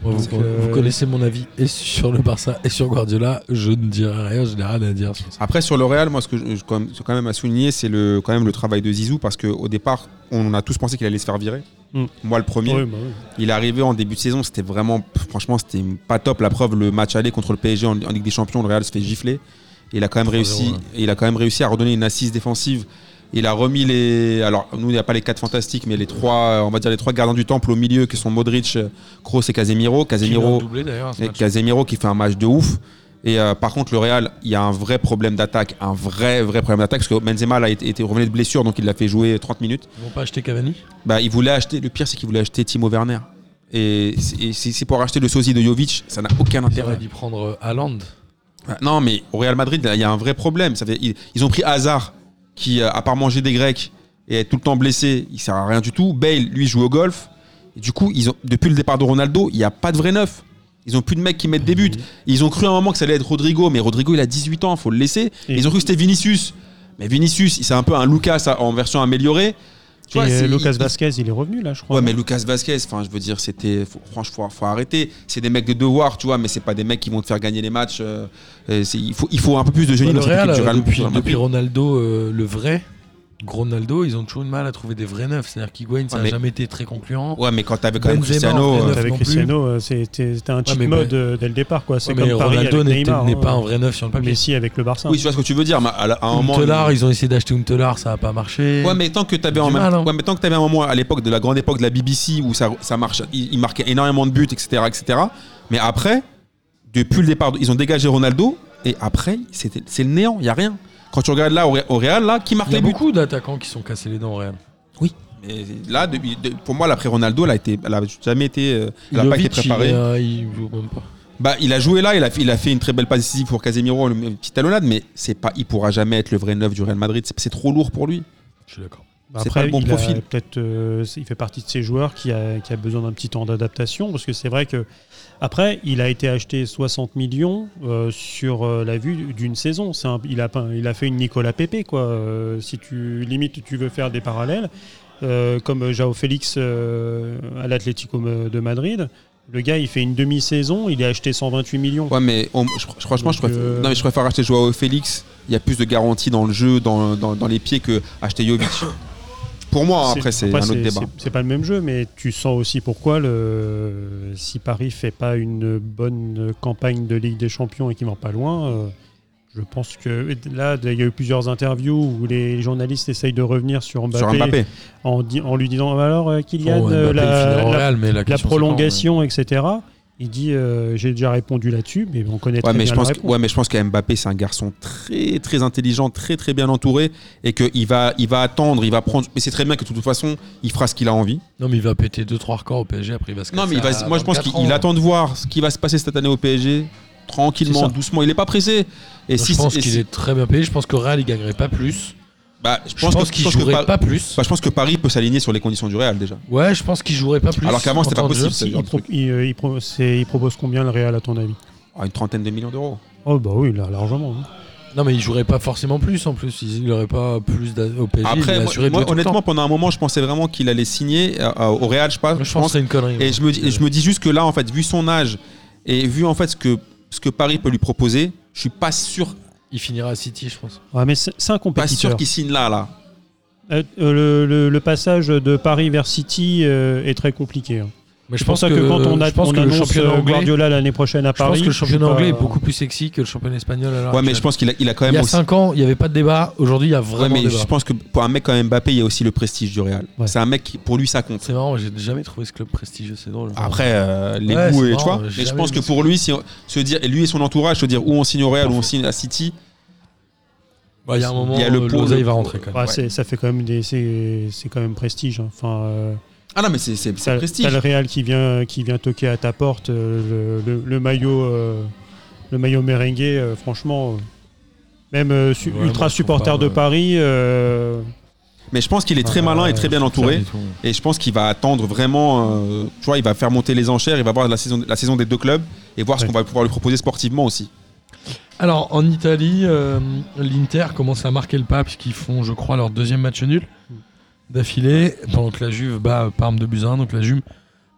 C: Moi, vous,
B: Donc, euh,
C: vous connaissez mon avis et sur le Barça et sur Guardiola. Je ne dirai rien, je n'ai rien à dire sur ça.
D: Après sur le Real, moi ce que je, je- quand, même, quand même à souligner, c'est le quand même le travail de Zizou parce qu'au départ, on a tous pensé qu'il allait se faire virer.
B: Mm.
D: Moi le premier.
B: Oui, bah oui.
D: Il est arrivé en début de saison, c'était vraiment, pff, franchement, c'était pas top. La preuve, le match aller contre le PSG en, en Ligue des Champions, le Real se fait gifler. Et il a quand même
C: 3-0,
D: réussi.
C: ouais.
D: et Il a quand même réussi à redonner une assise défensive. Il a remis les, alors nous il n'y a pas les quatre fantastiques, mais les trois, euh, on va dire les trois gardiens du temple au milieu qui sont Modric, euh, Kroos et Casemiro. Casemiro,
E: doublé d'ailleurs.
D: et Casemiro qui fait un match de ouf. Et euh, par contre, le Real, il y a un vrai problème d'attaque, un vrai, vrai problème d'attaque, parce que Benzema là, était, était revenu de blessure, donc il l'a fait jouer 30 minutes.
C: Ils vont pas acheter Cavani
D: Bah, il voulait acheter, le pire, c'est qu'il voulait acheter Timo Werner. Et c'est- c'est c'est pour acheter le sosie de Jovic, ça n'a aucun
C: Ils auraient
D: intérêt.
C: dû prendre euh, Haaland.
D: Ah, Non, mais au Real Madrid, là, il y a un vrai problème. Ça fait, ils, ils ont pris Hazard, qui, euh, à part manger des Grecs et être tout le temps blessé, il sert à rien du tout. Bale, lui, joue au golf. Et du coup, ils ont, depuis le départ de Ronaldo, il n'y a pas de vrai neuf. Ils ont plus de mecs qui mettent des buts. Ils ont cru à un moment que ça allait être Rodrigo, mais Rodrigo, il a 18 ans, faut le laisser. Et ils ont cru que c'était Vinicius. Mais Vinicius, c'est un peu un Lucas en version améliorée. Tu vois,
B: Et, euh,
D: c'est-
B: Lucas
D: il-
B: Vasquez, il est revenu là, je crois.
D: Ouais, mais Lucas Vasquez, enfin, je veux dire, c'était. faut- Franchement, faut, faut arrêter. C'est des mecs de devoir, tu vois, mais c'est pas des mecs qui vont te faire gagner les matchs. euh, euh, c'est- il, faut, il faut un peu plus de génie
C: Bah, le
D: dans cette
C: Real,
D: équipe du Real
C: depuis,
D: Real Madrid.
C: depuis Ronaldo, euh, le vrai, Ronaldo, ils ont toujours eu de mal à trouver des vrais neufs. C'est-à-dire qu'Higuaín, ça
D: Ouais,
C: n'a
D: mais-
C: jamais été très concluant.
D: Ouais, mais quand t'avais quand même
C: Benzema,
D: Cristiano.
C: en
D: euh,
C: fait,
B: avec
C: non plus.
B: Cristiano, euh, c'était c'était un cheat
C: mais- bah,
B: mode euh, dès le départ. quoi. C'est
C: Ouais, mais
B: comme Paris
C: Ronaldo
B: avec
C: n'était-
B: Neymar.
C: n'est
B: hein.
C: pas un vrai neuf sur le papier.
B: Messi avec le Barça.
D: Oui, je vois ce que tu veux dire, mais à, la- à un moment.
C: Huntelaar, ils ont essayé d'acheter Huntelaar, ça n'a pas marché.
D: Ouais, mais tant que t'avais
C: Du
D: en même-
C: mal, hein.
D: ouais, mais tant que t'avais un moment à l'époque de la grande époque de la BBC où ça, ça marche, il, il marquait énormément de buts, etc., etc. Mais après, depuis le départ, ils ont dégagé Ronaldo et après, c'était- c'est le néant, il y a rien. Quand tu regardes là au Ré- au Real, là, qui marque
C: Il y a
D: les buts
C: beaucoup d'attaquants qui sont cassés les dents au Real.
D: Mais là, depuis- de- pour moi, l'après Ronaldo, elle a, été, elle a jamais été, euh, elle a pas été
C: Jovic,
D: préparée.
C: Il,
D: Il,
C: est, euh, il joue même pas.
D: bah, il a joué là, il a, il a fait une très belle passe ici pour Casemiro, le- une petite talonnade, mais c'est pas, il pourra jamais être le vrai neuf du Real Madrid. C'est- C'est trop lourd pour lui.
C: Je suis d'accord.
D: C'est pas le bon
B: Bah, il a
D: profil.
B: peut-être, euh, c'est- il fait partie de ces joueurs qui a, qui a besoin d'un petit temps d'adaptation parce que c'est vrai que après, il a été acheté 60 millions euh, sur euh, la vue d'une saison. C'est un- il, a, pas- il a fait une Nicolas Pepe quoi. Euh, si tu limites, tu veux faire des parallèles euh, comme Jao Félix euh, à l'Atlético de Madrid. Le gars, il fait une demi-saison, il est acheté 128 millions.
D: Ouais, mais on- je- je- franchement, je
B: Donc,
D: préfère,
B: euh,
D: non, mais je préfère acheter Joao Félix. Il y a plus de garantie dans le jeu, dans, dans- dans les pieds, que acheter Jovic. pour moi, hein, après, c'est un autre débat.
B: c'est- C'est pas le même jeu, mais tu sens aussi pourquoi le, si Paris fait pas une bonne campagne de Ligue des Champions et qu'il va pas loin, euh, je pense que là, il y a eu plusieurs interviews où les journalistes essayent de revenir sur Mbappé,
D: Sur Mbappé.
B: En, di- en lui disant Ah, alors euh, Kylian,
C: Bon,
B: euh,
C: Oh, Mbappé, il
B: la,
C: finira au
B: la-
C: Real, mais la
B: la
C: question, c'est quand,
B: prolongation, etc. Il dit euh, j'ai déjà répondu là-dessus, mais on connaît
D: Ouais
B: très
D: mais,
B: bien
D: je
B: la
D: pense que,
B: réponse.
D: ouais, mais je pense que Mbappé, c'est un garçon très, très intelligent, très, très bien entouré et qu'il va, il va attendre, il va prendre. Mais c'est très bien que de toute façon, il fera ce qu'il a envie.
C: euh, Non, mais il va péter 2-3 records au PSG, après il va se
D: Non, mais il
C: casser
D: va-
C: à
D: moi, je pense
C: 24
D: qu'il
C: ans.
D: attend de voir ce qui va se passer cette année au PSG,
B: C'est
D: tranquillement,
B: ça.
D: doucement. Il n'est pas pressé. Et
C: Non,
D: si
C: je pense
D: et si-
C: qu'il est très bien payé. Je pense qu'au Real, il gagnerait pas plus.
D: bah, je
C: Je
D: pense,
C: pense
D: que-
C: qu'il
D: je pense que
C: jouerait
D: Par-
C: pas plus.
D: bah, je pense que Paris peut s'aligner sur les conditions du Real déjà.
C: Ouais, je pense qu'il jouerait pas plus.
D: Alors qu'avant, c'était
C: en
D: pas
C: temps de jeu.
D: possible. ce
B: Il,
D: genre de
B: pro-
D: truc.
B: il, euh, il pro- c'est- il propose combien le Real à ton avis
D: Ah, une trentaine de millions d'euros.
B: Oh bah oui, là, largement. hein.
C: Non, mais il jouerait pas forcément plus en plus. Il n'aurait pas plus d'a- au PSG. il
D: Après,
C: est
D: moi,
C: assuré
D: moi,
C: de jouer tout le temps.
D: honnêtement, pendant un moment, je pensais vraiment qu'il allait signer à- à- au Real, je sais pas.
C: Moi, je pense que c'est une connerie.
D: Et je me, dis, et je me dis juste que là, en fait, vu son âge et vu en fait ce que, ce que Paris peut lui proposer, je suis pas sûr,
C: Il finira à City, je pense.
B: Ouais, Ah, mais c'est c'est un
D: pas sûr
B: compétiteur.
D: qu'il signe là, là.
B: Euh, euh, le, le- le passage de Paris vers City euh, est très compliqué. hein.
C: Mais
B: C'est pour ça que, quand on, a,
C: je pense
B: on
C: que le
B: annonce
C: championnat
B: euh,
C: anglais,
B: Guardiola l'année prochaine à
C: je pense
B: Paris,
C: que le championnat
B: suis
C: anglais est
B: pas-
C: beaucoup plus sexy que le championnat espagnol. à l'heure
D: Ouais, mais
C: actuelle.
D: je pense qu'il a, il a quand
C: il y
D: même
C: a
D: aussi.
C: 5 ans, il n'y avait pas de débat. Aujourd'hui, il y a vraiment
D: Ouais, mais
C: débat.
D: je pense que pour un mec comme Mbappé, il y a aussi le prestige du Real.
B: Ouais.
D: C'est un mec qui, pour lui, ça compte.
C: C'est marrant, j'ai jamais trouvé ce club prestigieux, c'est drôle.
D: Après, euh, les
C: Ouais,
D: goûts, et-
C: c'est
D: tu vois.
C: marrant, j'ai
D: Mais je
C: jamais
D: pense
C: vu
D: que
C: ça.
D: pour lui, si on- se dire, et lui et son entourage, se dire où on signe au Real, où on signe à City.
C: Bah, il y a un moment,
D: il y a le
C: euh,
D: pot,
C: l'oseille
D: le-
C: va rentrer quand même.
B: Ouais, c'est- Ça fait quand même des, c'est c'est quand même prestige. hein. Enfin, euh,
D: Ah non, mais c'est c'est- c'est
B: t'as
D: prestige.
B: t'as le Real qui vient, qui vient toquer à ta porte. euh, le, le- le maillot, euh, le maillot merengue, euh, franchement, euh, même euh, su-
C: Ouais, moi,
B: ultra
C: je trouve
B: supporter
C: pas,
B: de
C: euh,
B: Paris. euh,
D: Mais je pense qu'il est très
B: Ah,
D: malin et très bien entouré.
C: Pas du tout.
D: Et je pense qu'il va attendre vraiment. euh, tu vois, il va faire monter les enchères, il va voir la saison, la saison des deux clubs et voir ce
B: Ouais.
D: qu'on va pouvoir lui proposer sportivement aussi.
C: Alors, en Italie, euh, l'Inter commence à marquer le pas, puisqu'ils font, je crois, leur deuxième match nul d'affilée, pendant que la Juve bat euh, Parme de Buzyn. Donc, la Juve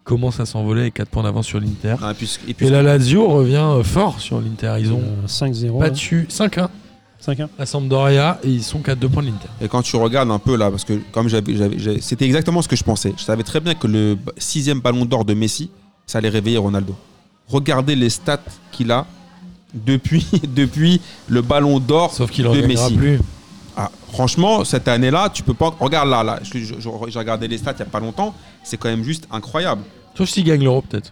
C: commence à s'envoler avec 4 points d'avance sur l'Inter.
D: Ah, et puis- et puis-
C: Et la Lazio revient euh, fort sur l'Inter. Ils ont
B: euh, hein, 5-0, hein,
C: battu 5-1
B: 5-1.
C: à Sampdoria et ils sont qu'à 2 points de l'Inter.
D: et quand tu regardes un peu là, parce que comme j'avais, j'avais- j'avais- c'était exactement ce que je pensais. Je savais très bien que le b- sixième ballon d'or de Messi, ça allait réveiller Ronaldo. Regardez les stats qu'il a depuis, depuis le ballon d'or
C: Sauf qu'il en
D: de
C: gagnera
D: Messi.
C: plus.
D: Ah, franchement, cette année-là, tu peux pas. Regarde là, là. Je- je- je- j'ai regardé les stats il y a pas longtemps. C'est quand même juste incroyable.
C: Sauf s'il gagne l'Euro, peut-être.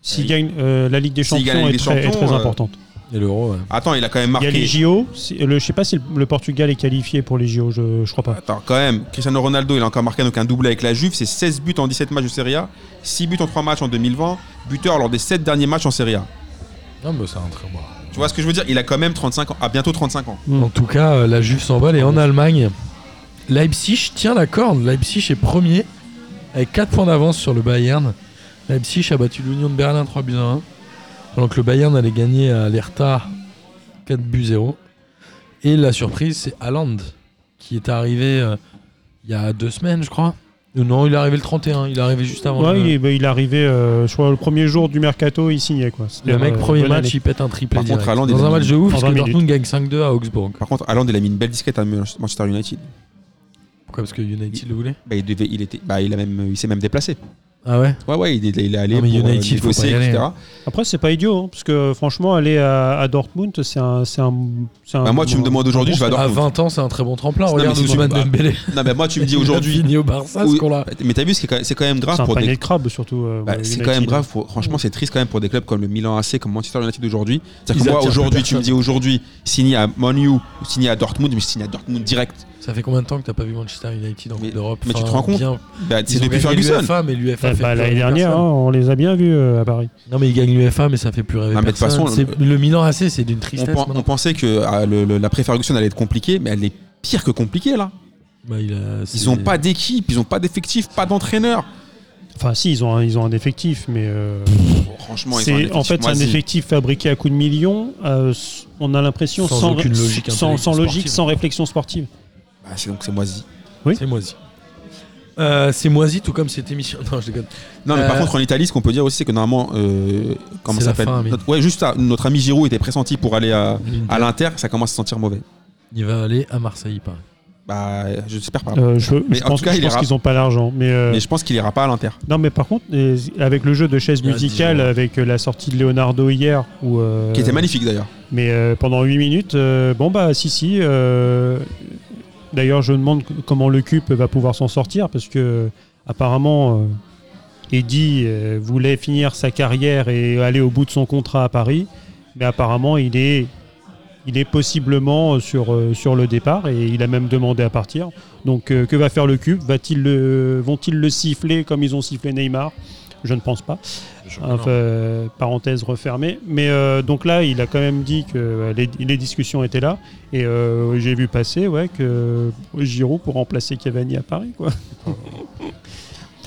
B: S'il gagne euh, la Ligue des
D: S'il
B: Champions,
D: gagne la Ligue des
B: est, très, est
D: Champions,
B: très
D: euh,
B: importante.
C: Et l'Euro, ouais.
D: Attends, il a quand même
B: Il y
D: marqué.
B: a les JO. si- le- je sais pas si le, le Portugal est qualifié pour les JO, je, je crois pas.
D: Attends, quand même, Cristiano Ronaldo, il a encore marqué donc un doublé avec la Juve, c'est 16 buts en 17 matchs de Serie A, 6 buts en 3 matchs en 2020, buteur lors des 7 derniers matchs en Serie A.
C: Non, mais c'est un très bon.
D: Tu vois ce que je veux dire Il a quand même 35 ans, à bientôt 35 ans.
C: En tout cas, euh, la Juve s'emballe et en Allemagne, Leipzig tient la corde. Leipzig est premier avec 4 points d'avance sur le Bayern. Leipzig a battu l'Union de Berlin 3 buts à 1. Pendant que le Bayern allait gagner à l'Hertha 4 buts 0. Et la surprise, c'est Haaland qui est arrivé euh, il y a deux semaines, je crois. Euh, Non, il est arrivé le 31, il est arrivé juste avant.
B: Ouais,
C: le...
B: il, est, bah, il est arrivé, euh, je crois, le premier jour du mercato, il signait. Quoi. C'était,
C: le mec,
B: euh,
C: premier
B: bonne
C: match,
B: année.
C: il pète un triplé.
D: Par contre,
C: direct.
D: Haaland, il
C: Dans
D: est
C: un match de ouf,
B: en
C: parce que
B: 20 minutes.
C: Dortmund gagne 5-2 à Augsbourg.
D: Par contre, Haaland, il a mis une belle disquette à Manchester United.
C: Pourquoi Parce que United le voulait
D: Bah, il, devait- il était, bah, il, a même, il s'est même déplacé.
C: Ah ouais
D: Ouais, ouais, il, est- il est allé
C: Non, mais
D: pour euh,
C: United, faut
D: négocier,
C: pas y
D: etc.
C: aller.
B: Après, c'est pas idiot, hein, parce que franchement, aller à, à Dortmund, c'est un, c'est un, c'est
C: hein.
B: un-
D: Bah, moi, tu me demandes aujourd'hui, je vais à
C: À
D: Dortmund.
C: 20 ans, c'est un très bon tremplin.
D: Non,
C: Regarde
D: mais c'est
C: Ousmane
D: sûr, bah,
C: Dembélé.
D: Non, mais moi, tu me dis
C: Il a
D: aujourd'hui.
C: fini au Barça,
D: Oui.
C: ce qu'on
D: Mais t'as vu, c'est quand même- c'est quand même grave
B: c'est un
D: pour
B: panier
D: des,
B: de crabes, surtout. euh,
D: Bah,
B: United.
D: c'est quand même grave. faut- franchement, c'est triste quand même pour des clubs comme le Milan AC, comme Manchester United aujourd'hui. C'est-à-dire
C: Ils
D: que moi,
C: attirent plus
D: aujourd'hui, tu me
C: personne.
D: dis aujourd'hui, signé à Manu, signé à Dortmund, mais je signe à Dortmund direct.
C: Ça fait combien de temps que t'as pas vu Manchester United en
D: Mais-
C: Coupe d'Europe
D: mais tu te rends compte
C: bien-
D: Bah,
C: ils
D: c'est
C: ont
D: depuis
C: gagné
D: Ferguson.
C: l'UEFA, mais l'UEFA
B: Bah,
C: fait
B: bah,
C: plus
B: l'année
C: rêver
B: dernière,
C: personne.
B: hein, on les a bien vus euh, à Paris.
C: Non, mais ils gagnent l'UEFA, mais ça fait plus rêver
D: Ah, mais de toute
C: personne.
D: façon,
C: C'est- le Milan AC, c'est d'une
D: On,
C: tristesse.
D: pen-
C: maintenant.
D: on pensait que ah, le- le- la pré-Ferguson allait être compliquée, mais elle est pire que compliquée là.
C: Bah, il a- c'est-
D: Ils n'ont pas d'équipe, ils n'ont pas d'effectif, pas d'entraîneur.
B: Enfin, si, ils ont un, ils ont un effectif, mais. euh,
D: Bon, franchement, ils ont un
B: c'est,
D: effectif
B: en fait, c'est un
D: moisi.
B: effectif fabriqué à coups de millions. euh, s- on a l'impression
C: Sans
B: sans,
C: aucune logique hein,
B: sans, sans
C: intelligente
B: logique,
C: sportive.
B: sans réflexion sportive.
D: Bah, c'est donc c'est moisi.
C: C'est moisi. Euh, c'est moisi, tout comme cette émission. Non, je déconne.
D: Non, mais
C: Euh,
D: par contre, en Italie, ce qu'on peut dire aussi, c'est que normalement, euh, comment
C: C'est
D: ça
C: la
D: s'appelle
C: fin, mais-
D: Notre- Ouais, juste ça, notre ami Giroud était pressenti pour aller à, à l'Inter, ça commence à se sentir mauvais.
C: Il va aller à Marseille, il paraît.
D: Bah, j'espère pas.
B: Euh, je
D: Mais
B: je
D: en
B: pense,
D: tout cas,
B: je
D: il est
B: pense
D: rap-
B: qu'ils n'ont pas l'argent. Mais, euh,
D: Mais je pense qu'il ira pas à l'Inter.
B: Non, mais par contre, les- avec le jeu de chaises
C: Il reste
B: musicales,
C: dix jours.
B: avec euh, la sortie de Leonardo hier, où, euh,
D: Qui était magnifique d'ailleurs.
B: mais euh, pendant 8 minutes, euh, bon bah si, si. euh, D'ailleurs, je me demande c- comment le CUP va pouvoir s'en sortir, parce que euh, apparemment, euh, Eddy euh, voulait finir sa carrière et aller au bout de son contrat à Paris, mais apparemment, il est. Il est possiblement sur, euh, sur le départ et il a même demandé à partir. Donc euh, que va faire le cube Va-t-il le- Vont-ils le siffler comme ils ont sifflé Neymar Je ne pense pas. Enfin, euh, parenthèse refermée. Mais euh, donc là, il a quand même dit que euh, les, les discussions étaient là. Et euh, j'ai vu passer ouais, que euh, Giroud pour remplacer Cavani à Paris. Quoi.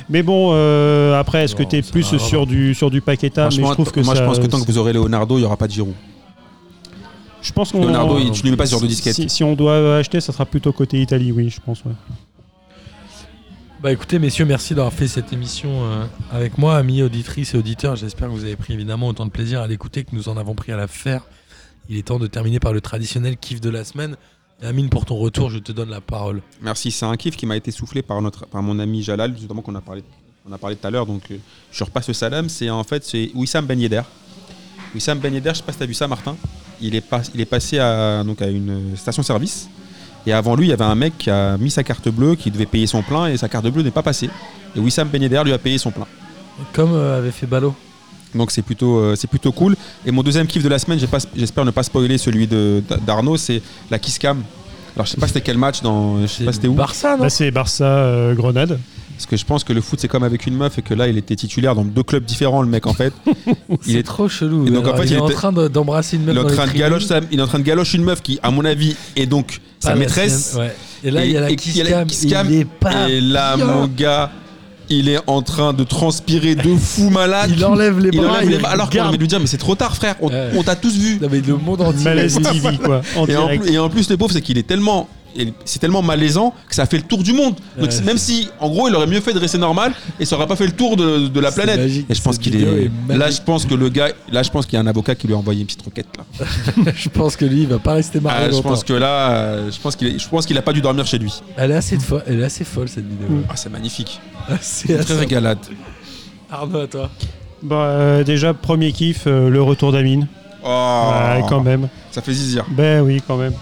B: mais bon, euh, après, est-ce que
C: Non,
B: tu es
C: ça
B: plus
C: va,
B: sur du, sur du Paqueta mais
D: Franchement,
B: je trouve que
D: moi
B: ça- euh,
D: je pense que tant que vous aurez Leonardo, il n'y aura pas de Giroud.
B: je Je pense qu'on.
D: Leonardo, il-
B: on-
D: tu lui mets pas sur deux disquettes.
B: Si, si on doit acheter, ça sera plutôt côté Italie, oui, je pense. ouais.
C: Bah écoutez messieurs, merci d'avoir fait cette émission euh, avec moi, amis auditrices et auditeurs. J'espère que vous avez pris évidemment autant de plaisir à l'écouter que nous en avons pris à la faire. Il est temps de terminer par le traditionnel kiff de la semaine. Et Amine, pour ton retour, je te donne la parole.
D: Merci, c'est un kiff qui m'a été soufflé par, notre, par mon ami Jalal, justement qu'on a parlé, on a parlé tout à l'heure, donc euh, je repasse le salam, c'est en fait c'est Wissam Ben Yedder. Wissam Ben Yedder, je sais pas si t'as vu ça Martin, il est, pas, il est passé à, donc, à une station-service, et avant lui il y avait un mec qui a mis sa carte bleue, qui devait payer son plein, et sa carte bleue n'est pas passée. Et Wissam Ben Yedder lui a payé son plein.
C: Comme euh, avait fait Ballot.
D: Donc c'est plutôt, euh, c'est plutôt cool. Et mon deuxième kiff de la semaine, j'ai pas- j'espère ne pas spoiler celui de- d'Arnaud, c'est la Kiss Cam. Alors je sais pas c'était quel match, dans, je sais pas c'était où.
C: Barça, non
B: Là, c'est euh, Barça-Grenade.
D: Parce que je pense que le foot c'est comme avec une meuf et que là il était titulaire dans deux clubs différents le mec en fait. il
C: C'est
D: est
C: trop chelou.
D: Et donc, en
C: Alors,
D: fait,
C: il,
D: il
C: est en
D: était-
C: train de- d'embrasser une meuf
D: il est, en
C: dans les
D: train de
C: tribunes,
D: galoche sa- il est en train de galoche une meuf qui à mon avis est donc
C: pas
D: sa
C: la
D: maîtresse.
C: sienne, ouais. Et là, il y a
D: Et-
C: la
D: et il y a la
C: kiss-cam.
D: kiss cam,
C: Il est pas.
D: Et là
C: bien.
D: mon gars il est en train de transpirer de fou malade.
C: Il enlève les
D: Il
C: bras.
D: enlève
C: il
D: les bras. alors qu'on
C: regarde.
D: avait lui dire mais c'est trop tard frère, on,
C: Ouais.
D: on t'a tous vu.
C: Non, mais le monde entier.
B: Malaise TV, quoi. En
D: Et en,
B: direct.
D: plus- et en plus le pauvre c'est qu'il est tellement et c'est tellement malaisant que ça fait le tour du monde. Donc
C: Ouais,
D: c'est- même si en gros il aurait mieux fait de rester normal et ça aurait pas fait le tour de, de la
C: C'est
D: planète.
C: magique,
D: et je pense
C: cette
D: qu'il
C: vidéo
D: est,
C: est magique.
D: là je pense que le gars là je pense qu'il y a un avocat qui lui a envoyé une petite requête là.
C: je pense que lui, il va pas rester marié
D: Ah, je
C: longtemps.
D: pense que là euh, je pense qu'il est- je pense qu'il a pas dû dormir chez lui.
C: Elle est assez folle, elle est assez folle cette vidéo.
D: Ah c'est magnifique.
C: C'est
D: Très
C: assez...
D: régalade.
C: Arnaud, à toi.
B: Bah, euh, déjà, premier kiff, euh, le retour d'Amine.
D: Oh,
B: Ouais, quand même.
D: ça fait zizir.
B: Ben oui, quand même.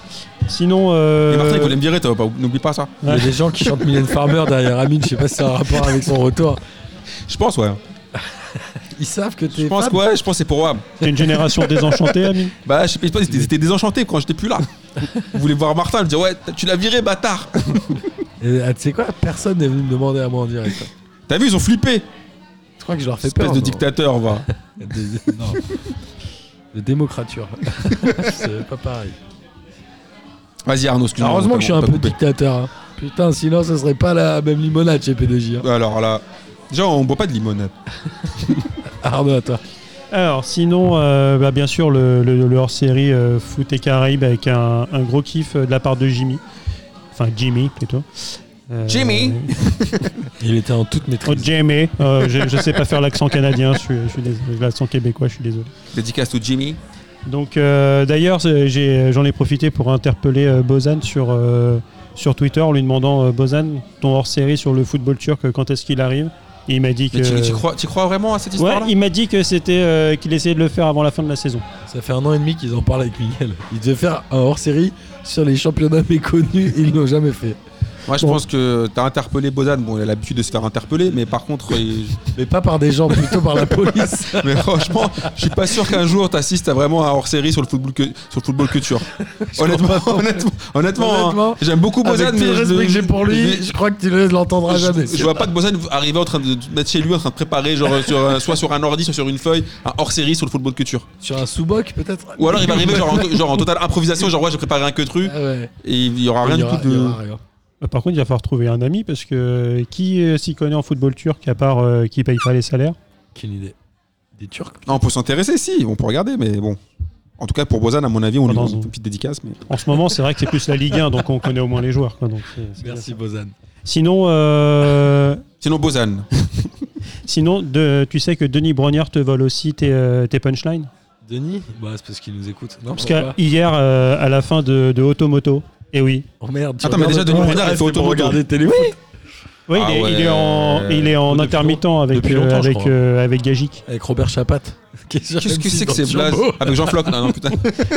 B: Sinon. euh,
D: Et Martin il voulait me virer toi, pas- n'oublie pas ça.
C: Il y a des gens qui chantent Mylène Farmer derrière Amine, je sais pas si ça a un rapport avec son retour.
D: Je pense ouais.
C: Ils savent que t'es.
D: Je pense
C: fan.
D: que ouais, je pense que c'est pour moi.
B: T'es une génération désenchantée, Amine.
D: Bah je sais pas, ils étaient désenchantés quand j'étais plus là. Vous voulez voir Martin, il me dit ouais tu l'as viré bâtard.
C: Et, ah, Tu sais quoi Personne n'est venu me demander à moi en direct. quoi.
D: T'as vu ils ont flippé.
C: Je crois que je leur fais
D: Espèce
C: peur.
D: de
C: non
D: dictateur, va.
C: De- non. De démocrature. C'est pas pareil.
D: Vas-y Arnaud, excuse-moi.
C: Heureusement que je suis un
D: T'as
C: peu
D: coupé.
C: dictateur. hein. Putain, sinon ce serait pas la même limonade chez PDJ. hein.
D: Alors là, déjà on boit pas de limonade.
C: Arnaud, à toi.
B: Alors, sinon, euh, bah, bien sûr, le, le- le hors-série euh, Foot et Caraïbes avec un, un gros kiff euh, de la part de Jimmy. Enfin, Jimmy, plutôt. Euh,
A: Jimmy.
C: Il était en toute
B: Oh,
C: maîtrise.
B: Jimmy. Euh, je, je sais pas faire l'accent canadien, je suis, je suis désolé. L'accent québécois, je suis désolé.
D: Dédicace to Jimmy.
B: Donc euh, d'ailleurs, c'est- j'ai- j'en ai, profité pour interpeller euh, Bozan sur, euh, sur Twitter en lui demandant euh, Bozan, ton hors-série sur le football turc, euh, quand est-ce qu'il arrive Et il m'a dit que
D: Mais
C: euh,
D: tu, tu crois, tu crois vraiment à cette
B: Ouais,
D: histoire-là
B: il m'a dit que c'était euh, qu'il essayait de le faire avant la fin de la saison.
C: Ça fait un an et demi qu'ils en parlent avec Miguel. Ils devaient faire un hors-série sur les championnats méconnus, ils l'ont jamais fait.
D: Moi je pense que t'as interpellé Bozan. Bon, il a l'habitude de se faire interpeller, mais par contre, il-
C: Mais pas par des gens, plutôt par la police.
D: mais franchement, je suis pas sûr qu'un jour t'assistes à vraiment un hors-série sur le football que, sur le football culture. honnêtement, honnêtement, honnêtement, hein.
C: Honnêtement,
D: j'aime beaucoup Bozan,
C: Avec tout
D: mais
C: le respect que j'ai pour lui,
D: je-
C: je crois que tu ne l'entendras
D: je-
C: jamais.
D: je vois pas de Bozan arriver en train de de mettre chez lui en train de préparer genre sur un- soit sur un ordi soit sur une feuille un hors-série sur le football culture.
C: Sur un sous-boc, peut-être
D: Ou alors il va arriver genre en, genre en totale improvisation genre ouais j'ai préparé un que tru
C: Ah ouais.
D: et il y aura rien
C: Il y
D: du
C: aura-
D: tout
C: il y
D: de
C: aura rien.
B: Euh, Par contre, il va falloir trouver un ami parce que euh, qui euh, s'y connaît en football turc à part euh, qui paye pas les salaires
C: Quelle idée. Des Turcs
D: Non, on peut s'intéresser, si, on peut regarder, mais bon. En tout cas, pour Bozan, à mon avis, on lui rend
B: Pendant son-
D: une petite dédicace. Mais...
B: En ce moment, c'est vrai que c'est plus la Ligue 1, donc on connaît au moins les joueurs. quoi, donc c'est- c'est bien.
C: Merci Bozan.
B: Sinon, euh,
D: Sinon, Bozan.
B: sinon, de- tu sais que Denis Brognard te vole aussi tes, euh, tes punchlines.
C: Denis Bah, c'est parce qu'il nous écoute. Non,
B: Parce
C: pourquoi
B: qu'hier, hier, euh, à la fin de, de Automoto, et oui,
C: Oh merde. tu
D: Attends, mais déjà,
C: regardes-
D: Denis
C: Ouais,
D: Brognard, il
C: c'est
D: fait
C: pour
D: automoto.
C: regarder téléphone.
B: oui
D: Ah
B: il, est,
D: ouais.
B: il est en, il est en
C: Depuis
B: intermittent avec,
C: depuis
B: euh,
C: longtemps, je
B: avec,
C: crois.
B: euh, avec Gagic.
C: Avec Robert Chapat.
D: Qu'est-ce que c'est que ces blagues Avec Jean Floc Non, non, putain.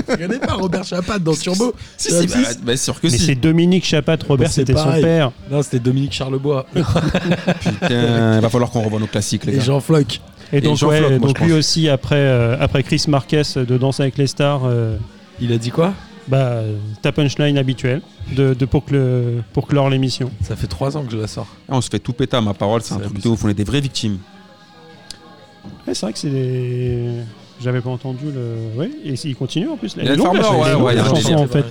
C: Regardez pas Robert Chapat dans Turbo.
D: si,
C: Sur
D: si,
C: M6.
D: bah, bah, sûr que
B: Mais
D: si.
B: c'est Dominique Chapat, Robert,
C: c'est
B: c'était son
C: pareil.
B: père.
C: Non, c'était Dominique Charlebois
D: Putain, il va falloir qu'on revoie nos classiques, les
C: et
D: gars.
C: Jean Floch.
B: Et donc,
D: Jean
B: ouais,
D: Floch, moi,
B: donc
D: je
B: lui
D: pense.
B: aussi, après, euh, après Chris Marquez de Danse avec les stars, euh,
C: Il a dit quoi
B: bah, euh, ta punchline habituelle de, de pour, que le- pour clore l'émission.
C: Ça fait 3 ans que je la sors.
D: Ah, on se fait tout péter, ma parole, c'est un
C: C'est
D: truc de
C: abusé.
D: ouf. On est des vraies victimes.
B: Ouais, c'est vrai que c'est des. J'avais pas entendu le. Ouais, et il continue en plus. Elle
D: Il
B: est
D: est
B: longue, la-
D: farmer, ouais,
B: elle est longue,
D: ouais,
B: la
D: il y a un
B: chanson,
D: délire.
B: en fait.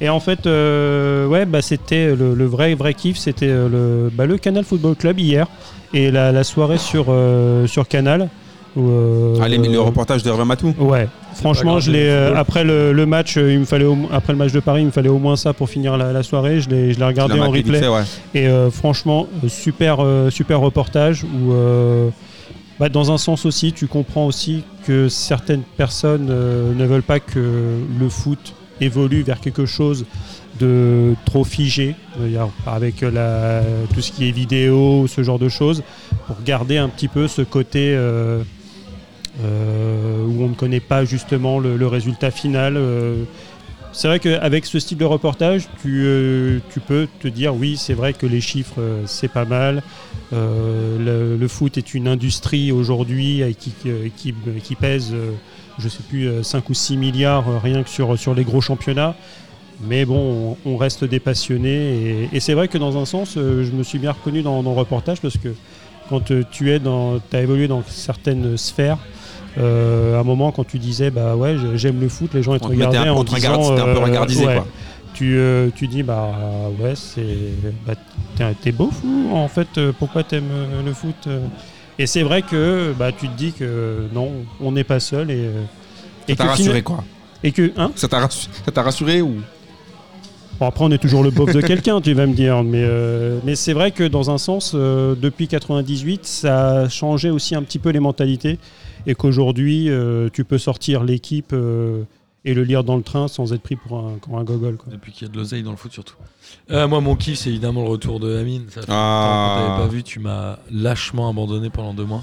B: Et en fait, euh, ouais, bah, c'était le, le vrai vrai kiff, c'était euh, le, bah, le Canal Football Club hier et la, la soirée sur, euh, sur Canal où, euh,
D: Allez, mais le reportage Ah, de Ramatou.
B: Ouais, franchement,
C: grave,
B: je l'ai
C: c'est
B: euh,
C: drôle.
B: après le, le match, euh, il me fallait au mo- après le match de Paris, il me fallait au moins ça pour finir la, la soirée. Je l'ai, je l'ai regardé en replay
D: ouais.
B: et euh, franchement, euh, super, euh, super reportage où, euh, bah, dans un sens aussi, tu comprends aussi que certaines personnes euh, ne veulent pas que le foot évolue vers quelque chose de trop figé, euh, avec la, tout ce qui est vidéo, ce genre de choses, pour garder un petit peu ce côté euh, euh, où on ne connaît pas justement le, le résultat final. euh. c'est vrai qu'avec ce style de reportage, tu, euh, tu peux te dire oui, c'est vrai que les chiffres, euh, c'est pas mal. Euh, le, le foot est une industrie aujourd'hui euh, qui, euh, qui, qui pèse, euh, je sais plus, euh, 5 ou 6 milliards euh, rien que sur, sur les gros championnats. Mais bon, on on reste des passionnés. Et, et c'est vrai que dans un sens, euh, je me suis bien reconnu dans mon reportage parce que quand euh, tu es dans, as évolué dans certaines sphères, euh, à un moment, quand tu disais, bah ouais, je- j'aime le foot, les gens ils te
D: On te mettait
B: regardaient
D: un-
B: en
D: on te regarde,
B: disant,
D: c'était un peu
B: euh,
D: regardisé,
B: ouais.
D: quoi.
B: Tu, euh, tu dis, bah ouais, c'est. bah, t'es un- t'es beau fou, en fait, euh, pourquoi t'aimes euh, le foot euh Et c'est vrai que bah, tu te dis que non, on n'est pas seul et. euh,
D: Ça
B: et
D: t'a
B: que fina-
D: rassuré, quoi.
B: et que, hein
D: Ça t'a rassu- ça t'a rassuré ou
B: Bon, après, on est toujours le bof de quelqu'un, tu vas me dire. Mais, euh, mais c'est vrai que dans un sens, euh, depuis 98, ça a changé aussi un petit peu les mentalités. Et qu'aujourd'hui, euh, tu peux sortir l'équipe euh, et le lire dans le train sans être pris pour un, pour un gogol. quoi.
C: Depuis qu'il y a de l'oseille dans le foot, surtout. Euh, moi, mon kiff, c'est évidemment le retour de Amine. Ça fait longtemps que
D: Ah.
C: t'avais pas vu, tu m'as lâchement abandonné pendant deux mois.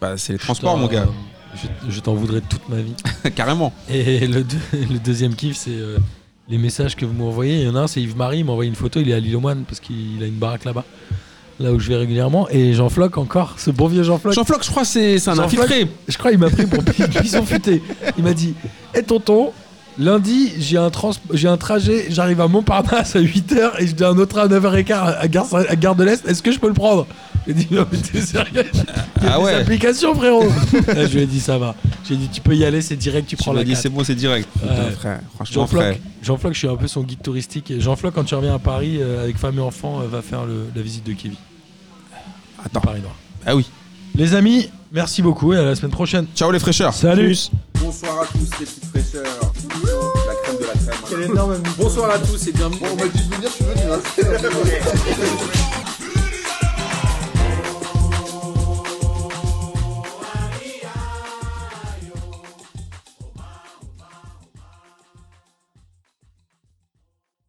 D: Bah, c'est les
C: Transport
D: transports, mon gars.
C: Je, je t'en voudrais toute ma vie.
D: Carrément.
C: Et le, deux- le deuxième kiff, c'est euh, les messages que vous m'envoyez. Il y en a un, c'est Yves-Marie, il m'a envoyé une photo, il est à l'île aux Moines parce qu'il a une baraque là-bas, là où je vais régulièrement. Et Jean Floc encore, ce bon vieux Jean Floc.
D: Jean Floc, je crois que c'est c'est un
C: Jean
D: infiltré.
C: Je crois qu'il m'a pris pour pi- pisson futé. Il m'a dit Hé tonton, lundi, j'ai un, trans- j'ai un trajet, j'arrive à Montparnasse à 8h et j'ai un autre à 9h15 à Gare, à Gare de l'Est, est-ce que je peux le prendre J'ai dit Non, mais t'es sérieux Il y a
D: Ah
C: des
D: ouais.
C: applications, frérot Là, Je lui ai dit Ça va. J'ai dit Tu peux y aller, c'est direct, tu
D: Tu
C: prends
D: m'as
C: la Euh,
D: dit,
C: carte.
D: c'est bon, c'est direct. Putain,
C: Ouais.
D: frère. Franchement,
C: Jean
D: frère.
C: Floc, Jean Floc, je suis un peu son guide touristique. Et Jean Floc, quand tu reviens à Paris euh, avec femme et enfant, euh, va faire le- la visite de Kevin,
D: Attends.
C: Paris Noir.
D: Ah oui.
C: Les amis, merci beaucoup et à la semaine prochaine.
D: Ciao les fraîcheurs.
C: Salut
F: Bonsoir à tous les petites fraîcheurs. La crème de la crème.
G: Quelle énorme
F: Bonsoir à tous et bienvenue.
G: On m'a dit de venir, je suis venu. hein.